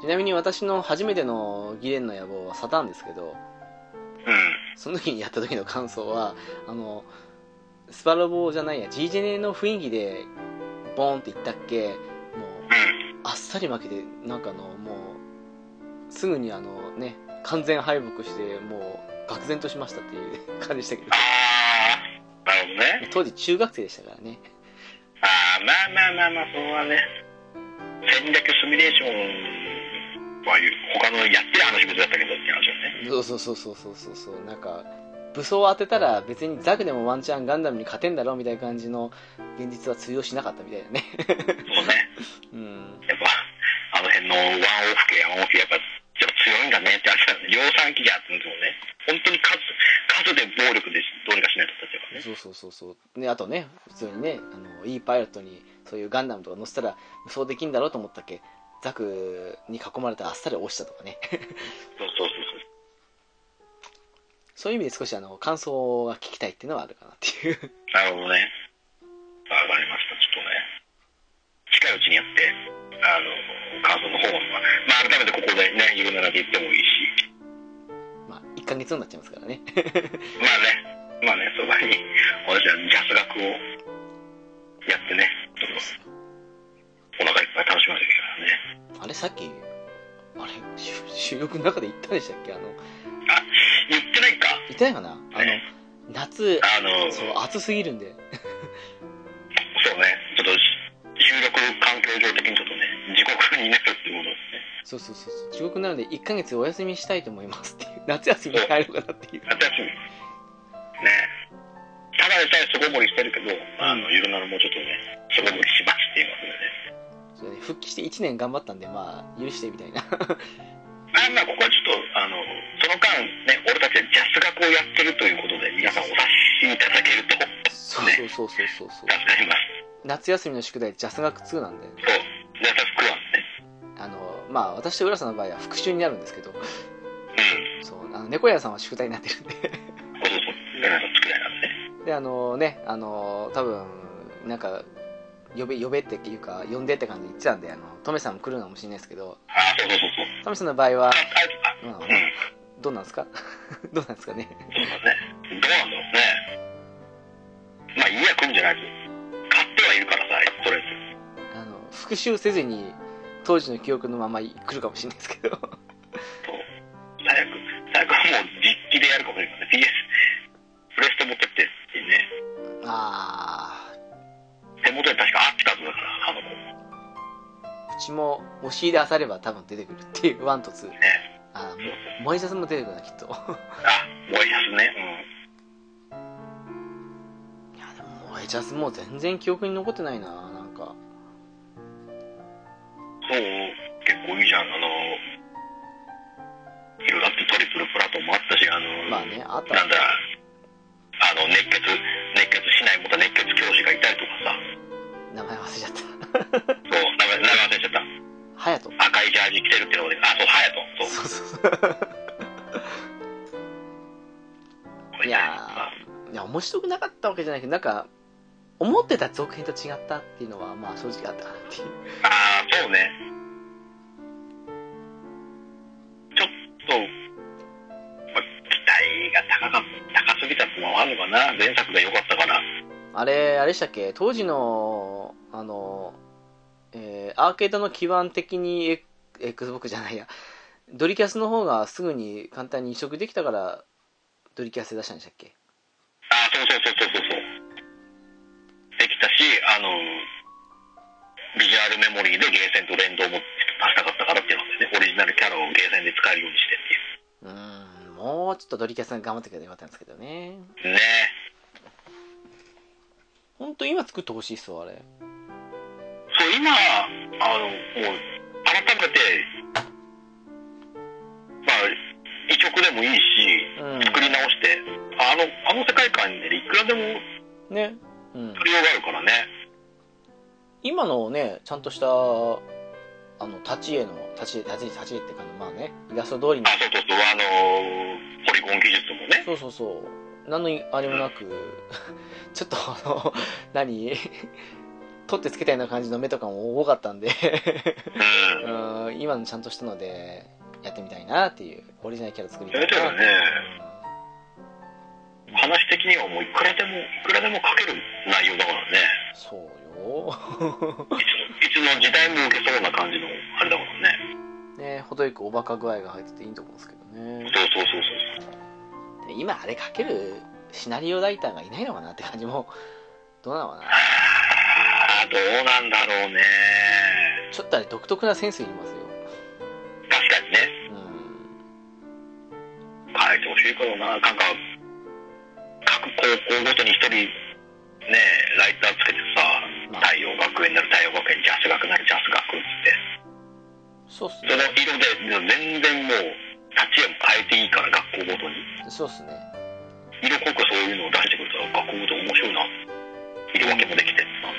[SPEAKER 1] ちなみに私の初めてのギレンの野望はサタンですけど
[SPEAKER 2] うん
[SPEAKER 1] その時にやった時の感想はあのスパロボじゃないや G ジェネの雰囲気でボーンっていったっけもう
[SPEAKER 2] うん
[SPEAKER 1] あっさり負けてなんかあのもうすぐにあのね完全敗北してもう愕然としましたっていう感じでしたけど
[SPEAKER 2] ああなるほどね
[SPEAKER 1] 当時中学生でしたからね
[SPEAKER 2] ああまあまあまあまあそれはね戦略シミュレーションは他のやってる話別だったけどって話よね
[SPEAKER 1] そうそうそうそうそうそうそうなんか武装を当てたら別にザクでもワンチャンガンダムに勝てんだろうみたいな感じの現実は通用しなかったみたいなね
[SPEAKER 2] そう ね
[SPEAKER 1] うん
[SPEAKER 2] やっぱあの辺のワンオフ系ワンオフ系やっぱやっぱ強いんだねって話なんで量産機じゃってんですもんね本当に数数で暴力でどうにかしないとっていうかね
[SPEAKER 1] そうそうそうそうねあとね普通にねあのいいパイロットにそういうガンダムとか乗せたら武装できんだろうと思ったっけザクに囲まれたらあっさり落ちたとかね
[SPEAKER 2] そうそうそうそう
[SPEAKER 1] そういう意味で少しあの感想が聞きたいっていうのはあるかなっていう
[SPEAKER 2] なるほどねわかりましたちょっとね近いうちにやってあの感想の方は、まあ、改めてここでね言うなら言ってもいいし
[SPEAKER 1] まあ1ヶ月後になっちゃいますからね
[SPEAKER 2] まあね、まあね、そばに、私はジャス学をやってね、ちょっとお腹いっぱい楽しませてきた
[SPEAKER 1] あれさっきあれ収収録の中で言ったでしたっけあの
[SPEAKER 2] からね。あ、言ってないか。
[SPEAKER 1] 言ってないかなあの
[SPEAKER 2] ね
[SPEAKER 1] 夏
[SPEAKER 2] あの、そ
[SPEAKER 1] そうう暑すぎるんで
[SPEAKER 2] ね、ちょっと収録環境上的にちょっとね、地獄になるっていうもので
[SPEAKER 1] そ
[SPEAKER 2] すね。
[SPEAKER 1] うそうそうそう地獄なので1ヶ月お休みしたいと思いますって いう夏休みに帰ろうかなっていう
[SPEAKER 2] 夏休み。ね。ただでさえ巣ごもりしてるけど、あの、ゆるならもうちょっとね、巣ごもりしますって言いますのでね。
[SPEAKER 1] それで復帰して1年頑張ったんでまあ許してみたいな
[SPEAKER 2] あまあ、ここはちょっと、あの、その間、ね、俺たちはジャス学をやってるということで、皆さんお察しいただけると
[SPEAKER 1] そうそうそうそうそうそう
[SPEAKER 2] 助かります。
[SPEAKER 1] 夏休みの宿題ジャス学2なんで
[SPEAKER 2] そう、ジャス学はね。
[SPEAKER 1] あのまあ私と浦さんの場合は復習になるんですけど
[SPEAKER 2] う
[SPEAKER 1] そうあの猫屋さんは宿題になってるんで
[SPEAKER 2] ん、そうそうそう、皆さん作らなんでね。
[SPEAKER 1] であのねあの多分なんか呼べ呼べっていうか呼んでって感じで言ってたんであのトメさんも来るのかもしれないですけど
[SPEAKER 2] あ、そうそうそうそう。
[SPEAKER 1] トメさんの場合は
[SPEAKER 2] あ、あ、
[SPEAKER 1] どうなの
[SPEAKER 2] あ、うん、
[SPEAKER 1] どうなんですか どうなんですかね
[SPEAKER 2] そうだね。どうなんだろうね。まあ、家は来るんじゃないです買ってはいるからさ、とりあえず。
[SPEAKER 1] あの復習せずに当時の記憶のまま来るかもしれないですけど
[SPEAKER 2] そう。最悪、最悪はもう実機でやるかもし
[SPEAKER 1] ちも押し入れあされば多分出てくるっていうワンとツーあもモイシャスも出てくるなきっと い
[SPEAKER 2] あ、もういいですね。
[SPEAKER 1] やでもモイシャスも全然記憶に残ってないななんか
[SPEAKER 2] うん。そう、結構いいじゃん。あの、いろいろあってトリプルプラトンもあったし、あの、
[SPEAKER 1] まあねあった
[SPEAKER 2] なんだ、あの、熱血、熱血市内元熱血教師がいたりとかさ、
[SPEAKER 1] 名前忘れちゃった
[SPEAKER 2] そう、名前、名前忘れちゃった。
[SPEAKER 1] ハヤト
[SPEAKER 2] 赤いジャージ着てるっていうので、あ、そう、ハヤト。そ
[SPEAKER 1] そうそうそう
[SPEAKER 2] う。
[SPEAKER 1] いやーいや面白くなかったわけじゃないけどなんか思ってた続編と違ったっていうのはまあ正直あったかなっていう
[SPEAKER 2] ああ、そうね。ちょっと、まあ、期待が高か高すぎたってのもあるのかな。前作が良かったか
[SPEAKER 1] あ
[SPEAKER 2] ら。
[SPEAKER 1] れ、あれでしたっけ当時の、あの、えーアーケードの基盤的にエ Xbox じゃないや、ドリキャスの方がすぐに簡単に移植できたから、ドリキャスで出したんでしたっけ
[SPEAKER 2] ああ、そうそうそうそうそうそう。できたし、あの、ビジュアルメモリーでゲーセンと連動も出したかったからっていうのでね、オリジナルキャラをゲーセンで使えるようにしてっていう
[SPEAKER 1] ーん、もうちょっとドリキャスさん頑張ってくればよかったんですけどね。
[SPEAKER 2] う。ね
[SPEAKER 1] ほんと今作ってほしいっすわ、あれ。
[SPEAKER 2] そう、今、あの、もう、改めて、まあ、移植でもいいし、作
[SPEAKER 1] う
[SPEAKER 2] り直して、あの、あの世界観でいくらでも
[SPEAKER 1] ん。ね。うん。
[SPEAKER 2] 作りようがあるからね。
[SPEAKER 1] 今のね、ちゃんとした、あの、立ち絵の、立ち絵、立ち絵、立ち絵っていうか、まあね、イラスト通りに
[SPEAKER 2] あ、そうそうそう、あのーポリコン技術もね。
[SPEAKER 1] そうそうそう。何のあれもなく、 ちょっとあの、 何取ってつけたような感じの目とかも多かったんで、
[SPEAKER 2] うん
[SPEAKER 1] う。ーん今のちゃんとしたので、やってみたいなっていう、オリジナルキャラ作りたい
[SPEAKER 2] やりたいよね
[SPEAKER 1] うん
[SPEAKER 2] 話的にはもういくらでも、いくらでも書ける内容だからね。
[SPEAKER 1] そうよ。
[SPEAKER 2] いつの、いつの時代も受けそうな感じの、あれだからね。
[SPEAKER 1] ね程よくおバカ具合が入ってていいと思うんですけどね。
[SPEAKER 2] そうそうそうそう。
[SPEAKER 1] で今あれ書けるシナリオライターがいないのかなって感じも、どうなのかな。
[SPEAKER 2] ああ、どうなんだろうね。
[SPEAKER 1] ちょっとあれ独特なセンスいりますよ。
[SPEAKER 2] 確かにね。
[SPEAKER 1] うん
[SPEAKER 2] 書いてほしいけどな。なんか、各高校ごとに一人、ね、ライターつけてさ、太陽学園なら太陽学園、ジャス学ならジャス学っつって。
[SPEAKER 1] そうっす
[SPEAKER 2] そ
[SPEAKER 1] ね
[SPEAKER 2] の。色で、全然もう、立ち絵も変えていいから、学校ごとに。
[SPEAKER 1] そうっすね。
[SPEAKER 2] 色濃くそういうのを出してくれたら学部と面白いな色分けもできてなんだね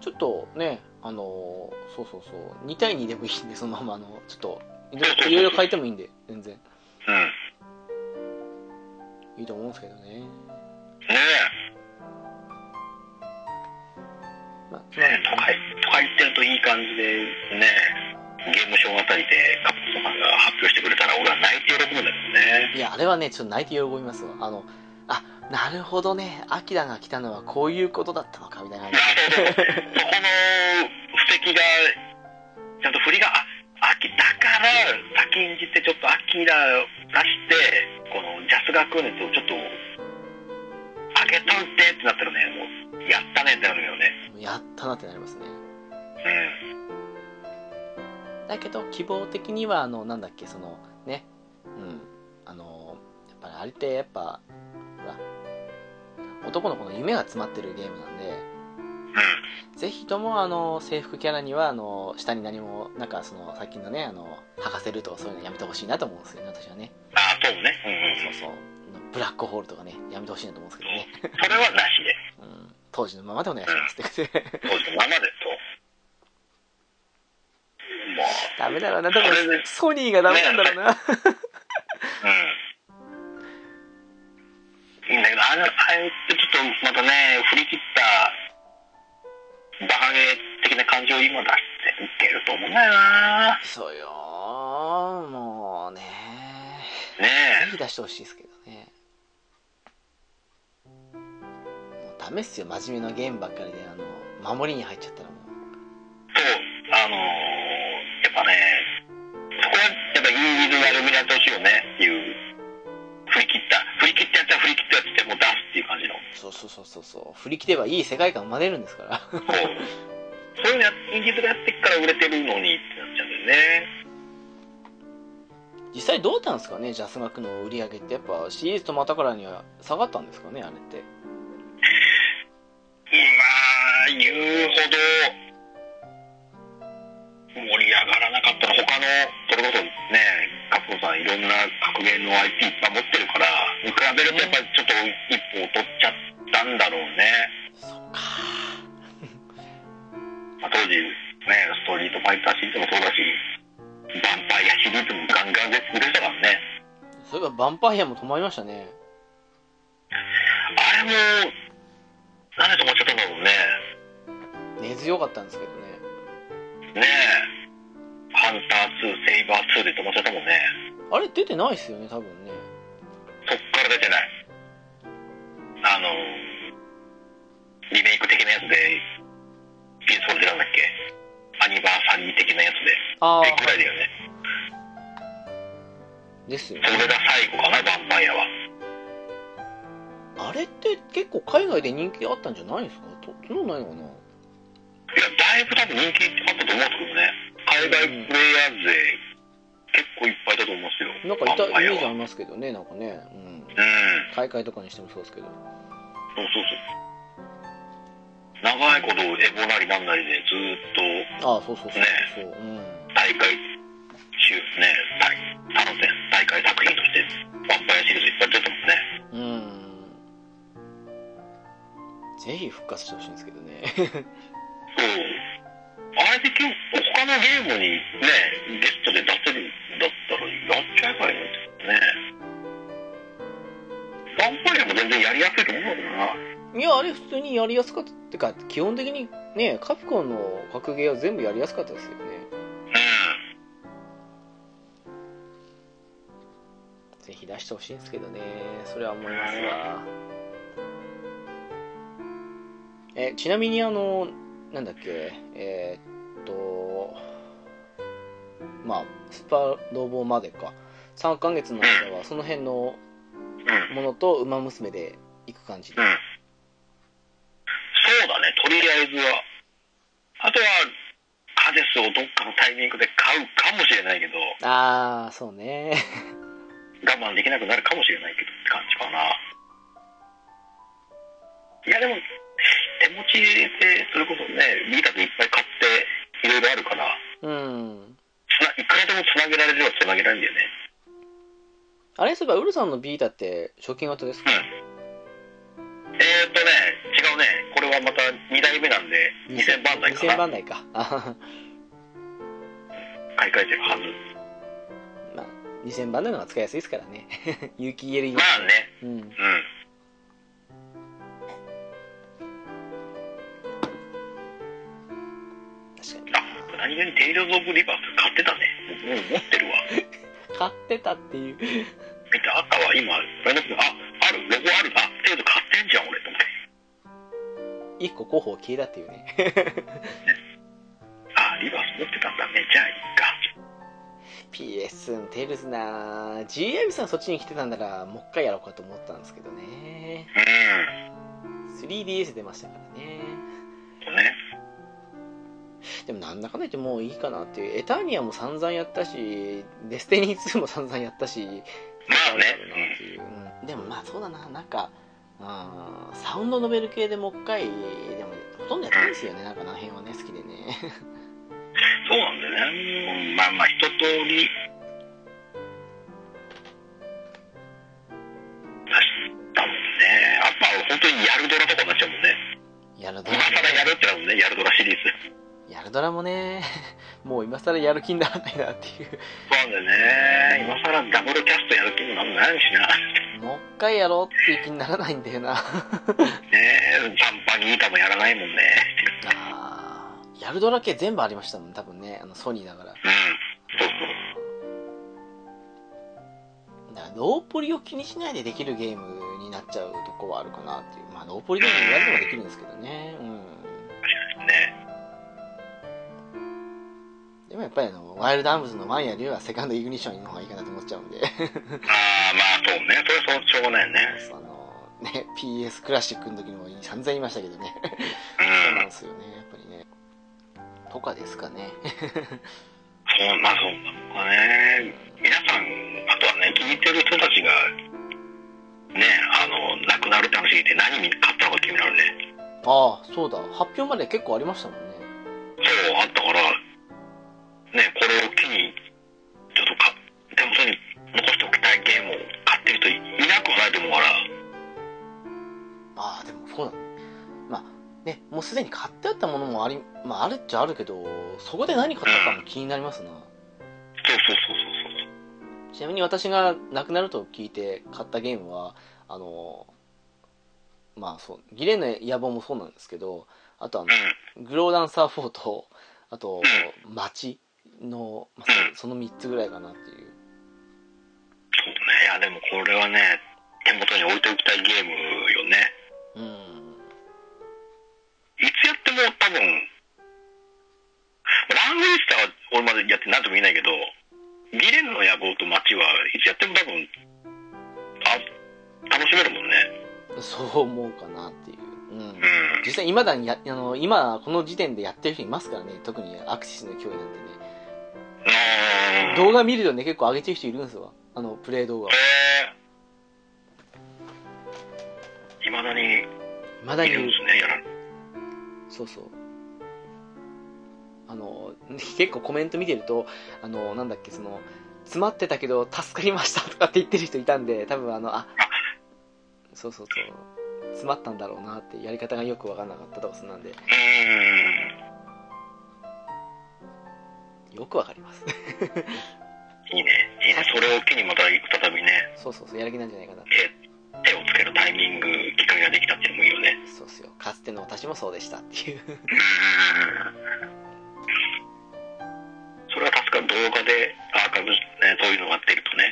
[SPEAKER 1] ちょっとね、あのーそうそうそう、2対2でもいいんで、そのまま、あの、ちょっと、いろいろいろいろ変えてもいいんで、全然。
[SPEAKER 2] うん
[SPEAKER 1] いいと思うんですけどね。
[SPEAKER 2] ね
[SPEAKER 1] まあ、つ
[SPEAKER 2] え
[SPEAKER 1] ま
[SPEAKER 2] ねえ
[SPEAKER 1] り
[SPEAKER 2] 都会都会行ってるといい感じでねえゲームショーあたりでカップさんが発表してくれたら俺は泣いて喜ぶんだけどね
[SPEAKER 1] いや、あれはね、ちょっと泣いて喜びますわ。あの、あ、なるほどね、アキラが来たのはこういうことだったのか、みたいな感じ
[SPEAKER 2] そこの布石がちゃんと振りがあ秋だから先んじてちょっと秋だ出してこのジャス学熱をちょっと上げといてってなったらねもうやったねってなるよね
[SPEAKER 1] で。やったなってなりますね。
[SPEAKER 2] うん
[SPEAKER 1] だけど、希望的には、あの、なんだっけ、その、ね、うん、あのーやっぱりあれって、やっぱ、ほら、男の子の夢が詰まってるゲームなんで、
[SPEAKER 2] う
[SPEAKER 1] ぜひともあの制服キャラにはあの下に何もなんかその最近のねあの履かせるとかそういうのやめてほしいなと思うんですよね私はね
[SPEAKER 2] ん。ああ、そうね。うん
[SPEAKER 1] そうそうブラックホールとかねやめてほしいなと思うんですけどね、
[SPEAKER 2] うん。それはなしで。
[SPEAKER 1] うん、当時のままでお願いしますって
[SPEAKER 2] 当時のままでと。も
[SPEAKER 1] ダメだろうな多
[SPEAKER 2] それ
[SPEAKER 1] 分
[SPEAKER 2] で
[SPEAKER 1] ソニーがダメなんだろうな
[SPEAKER 2] う、うん。いいんだけど、あの、ああいうちょっとまたね、振り切った、バカゲー的な感じを今出していけると思うんだよな
[SPEAKER 1] そうよーもうね
[SPEAKER 2] ね
[SPEAKER 1] ぜ
[SPEAKER 2] え。
[SPEAKER 1] ひ出してほしいですけどねもうダメっすよ真面目なゲームばっかりであの守りに入っちゃったらもう
[SPEAKER 2] と、あのーやっぱね、そこはやっぱインディーズがルミナってほしいよねっていう。振り切った、振り切ったやつは振り切ったやつでもう出すっていう感じの。
[SPEAKER 1] そうそうそうそうそう振り切ればいい世界観生まれるんですから
[SPEAKER 2] そう。いうのやインディーズがやってっから売れてるのにってなっちゃうんだよね
[SPEAKER 1] 実際どうなんですかねジャスマックの売り上げってやっぱシリーズ止まったからには下がったんですかねあれって
[SPEAKER 2] まあ言うほど盛り上がらなかったら他のそれこそねカプコンさんいろんな格言の IP いっぱい持ってるから見比べるとやっぱりちょっと一歩取っちゃったんだろうね
[SPEAKER 1] そっか
[SPEAKER 2] まあ、当時、ね、ストリートファイターシリーズもそうだし、ヴァンパイアシリーズもガンガンで作れたからね。
[SPEAKER 1] そういえばヴァンパイアも止まりましたね
[SPEAKER 2] あれも、なんで止まっちゃったんだろうね。
[SPEAKER 1] 根強かったんですけどね
[SPEAKER 2] ねえ。ハンター2、セイバー2で止まっちゃったもんね。
[SPEAKER 1] あれ出てないっすよね多分ね
[SPEAKER 2] そっから出てない。あの、リメイク的なやつで、ピースホルでなんだっけアニバーサリー的なやつで。
[SPEAKER 1] あ
[SPEAKER 2] えぐらいだよね。
[SPEAKER 1] あですよね
[SPEAKER 2] それが最後かな、ヴァンパイアは。
[SPEAKER 1] あれって結構海外で人気あったんじゃないんですかとそんなことないのか
[SPEAKER 2] いや、だいぶ多分人気あったと思うんですけどね。海外プレイヤー勢、結構いっぱいだと思うんですよ。
[SPEAKER 1] ななんかいた
[SPEAKER 2] あんま
[SPEAKER 1] イ
[SPEAKER 2] り
[SPEAKER 1] メージあ
[SPEAKER 2] は
[SPEAKER 1] りますけどねなんかねうん
[SPEAKER 2] うん。
[SPEAKER 1] 大会とかにしてもそうですけど
[SPEAKER 2] そうそうそう。長いことエボなりなんなりで、ずーっと
[SPEAKER 1] ああそうそうそうそう、うん
[SPEAKER 2] 大会中、ね、大他のね大会作品として、ワンパイアシリーズいっぱい出てたもんね。
[SPEAKER 1] うんぜひ復活してほしいんですけどね
[SPEAKER 2] そう。あれで結構他のゲームにね、ゲストで出せるんだったらやっちゃえばいいんですよね。ワンパイアも全然やりやすいと思うんだけどな。
[SPEAKER 1] いやあれ普通にやりやすかったってか基本的にねカプコンの格ゲーは全部やりやすかったですよね
[SPEAKER 2] う
[SPEAKER 1] ぜひ出してほしいんですけどねそれは思いますわえちなみにあのなんだっけえーっとまあスパロボまでか3ヶ月の間はその辺の
[SPEAKER 2] ん。うん。
[SPEAKER 1] ものと馬娘で行く感じで
[SPEAKER 2] うん。そうだね、とりあえずは。あとは、ハデスをどっかのタイミングで買うかもしれないけど、
[SPEAKER 1] ああそうね
[SPEAKER 2] 我慢できなくなるかもしれないけどって感じかな。いや、でも、手持ちで、それこそね、ビータでいっぱい買って、いろいろあるから、
[SPEAKER 1] うん
[SPEAKER 2] つないくらでもつなげられるはつなげられるんだよね。
[SPEAKER 1] あれそういえばウルさんのビータって賞金型ですか
[SPEAKER 2] えー、っとね、違うね、これはまた2代目なんで、2000番台か
[SPEAKER 1] 2000
[SPEAKER 2] な、
[SPEAKER 1] 番台かあはは
[SPEAKER 2] 買い替えてるはず。
[SPEAKER 1] まあ2000番台の方が使いやすいですからね 有機 EL
[SPEAKER 2] まあね、
[SPEAKER 1] うん
[SPEAKER 2] うん。
[SPEAKER 1] 確かに
[SPEAKER 2] あ何気にテイルズ・オブ・リバース買ってたね。もう持ってるわ。
[SPEAKER 1] 買ってたっていう
[SPEAKER 2] 見て、赤は今、ラインナップにあ、ある、ロゴある、あ、テイルズ買ってんじゃん、俺、と思って。
[SPEAKER 1] 一個候補消えたっていうね
[SPEAKER 2] あ、リバース持ってたんだね。じゃあ、いいか。
[SPEAKER 1] PS テイルズなぁ GIB さんそっちに来てたんならもう一回やろうかと思ったんですけどね
[SPEAKER 2] う
[SPEAKER 1] 3DS 出ましたからね
[SPEAKER 2] ん。とね。
[SPEAKER 1] でもなんだかんだ言ってもういいかなっていうエターニアも散々やったしデスティニー2も散々やったし
[SPEAKER 2] まあね
[SPEAKER 1] るなっていう、うんでもまあそうだななんかうんサウンドノベル系でもう一回でもほとんどやってるんですよねなんかあの辺はね好きでね
[SPEAKER 2] そうなんだよね。うんまあまあ、一通り。出したもんね。あとは、本当にヤルドラとかになっちゃうもんね。
[SPEAKER 1] やるド
[SPEAKER 2] 今
[SPEAKER 1] ラ
[SPEAKER 2] 更やるってなるもんね、ヤルドラシリー ズ。
[SPEAKER 1] やるドラもね もう今更やる気にならないなっていう
[SPEAKER 2] そうなんだよね。今更ダブルキャストやる気もなんもないしな。
[SPEAKER 1] もう一回やろうっていう気にならないんだよな
[SPEAKER 2] ねえ、短パンに板もやらないもんね。
[SPEAKER 1] あーやるドラ系全部ありましたもん多分ねあのソニーだから
[SPEAKER 2] うん。そうそう。
[SPEAKER 1] だからローポリを気にしないでできるゲームになっちゃうとこはあるかなっていうまあローポリでも言われてもできるんですけどねう
[SPEAKER 2] ね。
[SPEAKER 1] んでもやっぱりあのワイルドアームズのワンやりはセカンドイグニッションの方がいいかなと思っちゃうんで
[SPEAKER 2] ああ、まあそうね。それはそうしょうがないよね。
[SPEAKER 1] そのね PS クラシックの時にも散々言いましたけどね
[SPEAKER 2] う
[SPEAKER 1] そうなん
[SPEAKER 2] ん。
[SPEAKER 1] ですよねやっぱりねとかですかね
[SPEAKER 2] そうまあそうなんかね皆さんあとはね聞いてる人たちがねあの亡くなるって話聞いて何に買ったのか気になるね
[SPEAKER 1] ああそうだ発表まで結構ありましたもんね
[SPEAKER 2] そうあったからねこれを機にちょっとか手元に残しておきたいゲームを買ってる人いなくはないと思うから
[SPEAKER 1] ああでもそうなんまあねもうすでに買ってあったものもあり、まあ、あるっちゃあるけどそこで何買ったかも気になりますな
[SPEAKER 2] そうそうそうそうそう
[SPEAKER 1] ちなみに私が亡くなると聞いて買ったゲームはあのまあそうギレンの野望もそうなんですけどあとあのグローダンサー4とあと街の、まあその3つぐらいかなっていう
[SPEAKER 2] そうねいやでもこれはね手元に置いておきたいゲームよね
[SPEAKER 1] うん
[SPEAKER 2] いつやっても多分ラングイスターは俺までやって何とも言えないけどギレンの野望と街はいつやっても多分あ楽しめるもんね
[SPEAKER 1] そう思うかなっていう、うん
[SPEAKER 2] う、ん
[SPEAKER 1] 実際今だにやあの今この時点でやってる人いますからね特にアクシスの脅威なんてね
[SPEAKER 2] うん
[SPEAKER 1] 動画見るとね結構上げてる人いるんですわあのプレイ動画を
[SPEAKER 2] いまだに
[SPEAKER 1] まだ
[SPEAKER 2] い
[SPEAKER 1] に
[SPEAKER 2] るんですねやら
[SPEAKER 1] そうそうあの結構コメント見てるとあのなんだっけその詰まってたけど助かりましたとかって言ってる人いたんで多分あのあそうそうそう詰まったんだろうなってやり方がよく分からなかったとかそんなんで
[SPEAKER 2] う
[SPEAKER 1] よくわかります
[SPEAKER 2] んいいねいいねそれを機にまた再びね
[SPEAKER 1] そうそうそうやる気なんじゃないかな
[SPEAKER 2] 手手をつけるタイミングきっかけができたっていうのもいいよね
[SPEAKER 1] そうっすよかつての私もそうでしたっていう
[SPEAKER 2] それは確か動画でアーカイブ、ね、そういうのが出るとね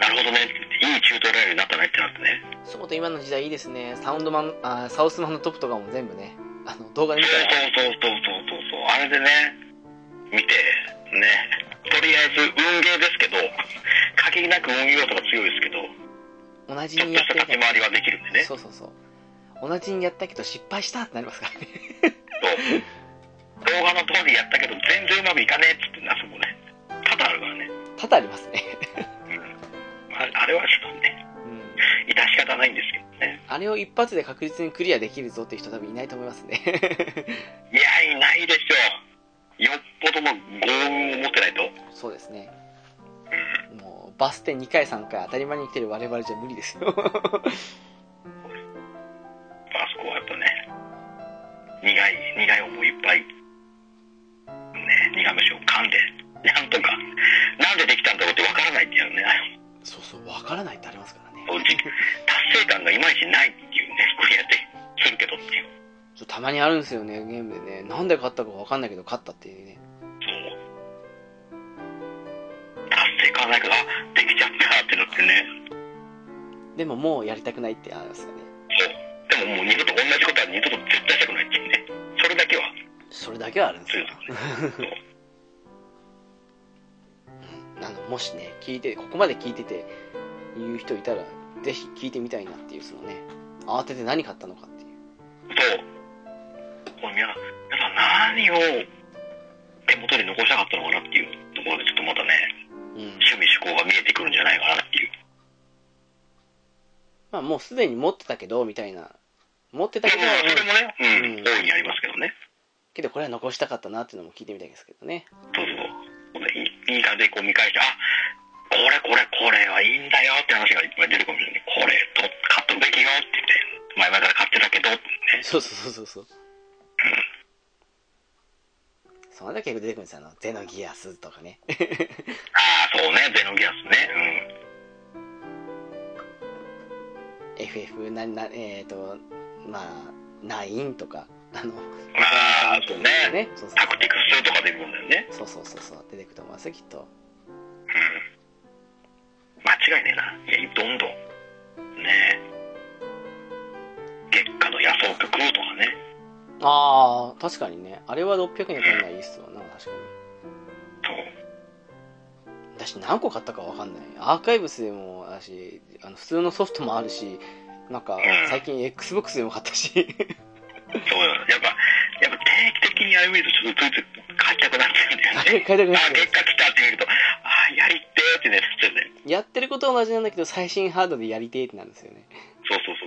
[SPEAKER 2] あなるほどねいいチュートリアルになったねってなってね
[SPEAKER 1] そうと今の時代いいですねサウンドマンあサウスマンのトップとかも全部ねあの動画で見
[SPEAKER 2] そう
[SPEAKER 1] たら
[SPEAKER 2] そうそうそうそうそうあれでね見てねとりあえず運ゲーですけど 限りなく運要素が強いですけど
[SPEAKER 1] 同じ
[SPEAKER 2] ちょっ
[SPEAKER 1] に
[SPEAKER 2] と
[SPEAKER 1] やっ
[SPEAKER 2] して
[SPEAKER 1] るか
[SPEAKER 2] た立ち
[SPEAKER 1] ら
[SPEAKER 2] 回りはできるんでねそ
[SPEAKER 1] そうそうそう同じにやったけど失敗したってなりますからね
[SPEAKER 2] う動画の通りやったけど全然うまくいかねえっつってなそこね多々あるからね、
[SPEAKER 1] 多々ありますね、
[SPEAKER 2] まあ、あれはちょっとね
[SPEAKER 1] うん、
[SPEAKER 2] 致し方ないんですけどね
[SPEAKER 1] あれを一発で確実にクリアできるぞっていう人多分いないと思いますね
[SPEAKER 2] いやいないでしょうよっぽどの幸運を持ってないと
[SPEAKER 1] そうですねもうバス停2回3回当たり前に来てる我々じゃ無理ですよ
[SPEAKER 2] あそこはやっぱね苦い苦い思いいっぱいね苦虫を噛んでなんとかなんでできたんだろうってわからないっていうね
[SPEAKER 1] そうそう分からないってありますからね
[SPEAKER 2] こうじ達成感がいまいちないっていうねクリアでするけどっていう
[SPEAKER 1] そうたまにあるんですよねゲームでねなんで勝ったか分かんないけど勝ったっていうね
[SPEAKER 2] そう達成感ないからあできちゃったってなってね
[SPEAKER 1] でももうやりたくないってありますよね
[SPEAKER 2] そうでももう二度と同じことは二度と絶対したくないっていうねそれだけは
[SPEAKER 1] それだけはあるんです
[SPEAKER 2] 強
[SPEAKER 1] よ
[SPEAKER 2] いですねそう
[SPEAKER 1] あのもしね聞いてここまで聞いてて言う人いたらぜひ聞いてみたいなっていうそのね慌てて何買ったのかっていう
[SPEAKER 2] そう。これ皆さん、皆さん何を手元に残したかったのかなっていうところで、ちょっとまたね、
[SPEAKER 1] うん
[SPEAKER 2] 趣味思考が見えてくるんじゃないかなっていう。
[SPEAKER 1] まあもうすでに持ってたけどみたいな持ってた
[SPEAKER 2] で
[SPEAKER 1] けど、
[SPEAKER 2] も、それ
[SPEAKER 1] うんう
[SPEAKER 2] もね、うん、
[SPEAKER 1] ん
[SPEAKER 2] 大いにありますけどね。
[SPEAKER 1] けどこれは残したかったなっていうのも聞いてみたいですけどね
[SPEAKER 2] そうそう。いいいい感じでこう見返して、あこれこれこれはいいんだよって話がいっぱい出るかもしれない。これと買っとくべきよって言って、前々から買ってたけどってね。
[SPEAKER 1] そうそうそうそうそうその時結構出てくるんですよあのゼノギアスとかね
[SPEAKER 2] ああ、そうね、ゼノギアスね。うん。
[SPEAKER 1] FF ななえっ、とまあ9とかあの
[SPEAKER 2] ああそうね
[SPEAKER 1] そうそう
[SPEAKER 2] タクティクスとか出るもんだよね。
[SPEAKER 1] そうそうそうそう出てくると思いますよきっと
[SPEAKER 2] うん間違いねえな。いや、どんどん。ねえ。月下の野草曲とかね。
[SPEAKER 1] ああ確かにねあれは600円かんないいいっすわな確かに
[SPEAKER 2] そう。
[SPEAKER 1] 私何個買ったかわかんないアーカイブスでもだしあの普通のソフトもあるしなんか最近 XBOX でも買ったし
[SPEAKER 2] そうよやっぱ、やっぱ定期的ににあれ見るとちょっとついつい買いたくなっちゃうんだよ
[SPEAKER 1] 買
[SPEAKER 2] ね
[SPEAKER 1] いたくなっ
[SPEAKER 2] あ
[SPEAKER 1] ちゃいま
[SPEAKER 2] 結
[SPEAKER 1] す
[SPEAKER 2] 果来たって見るとあやりてーってねちょっとね
[SPEAKER 1] やってることは同じなんだけど最新ハードでやりてえってなるんですよね
[SPEAKER 2] そうそう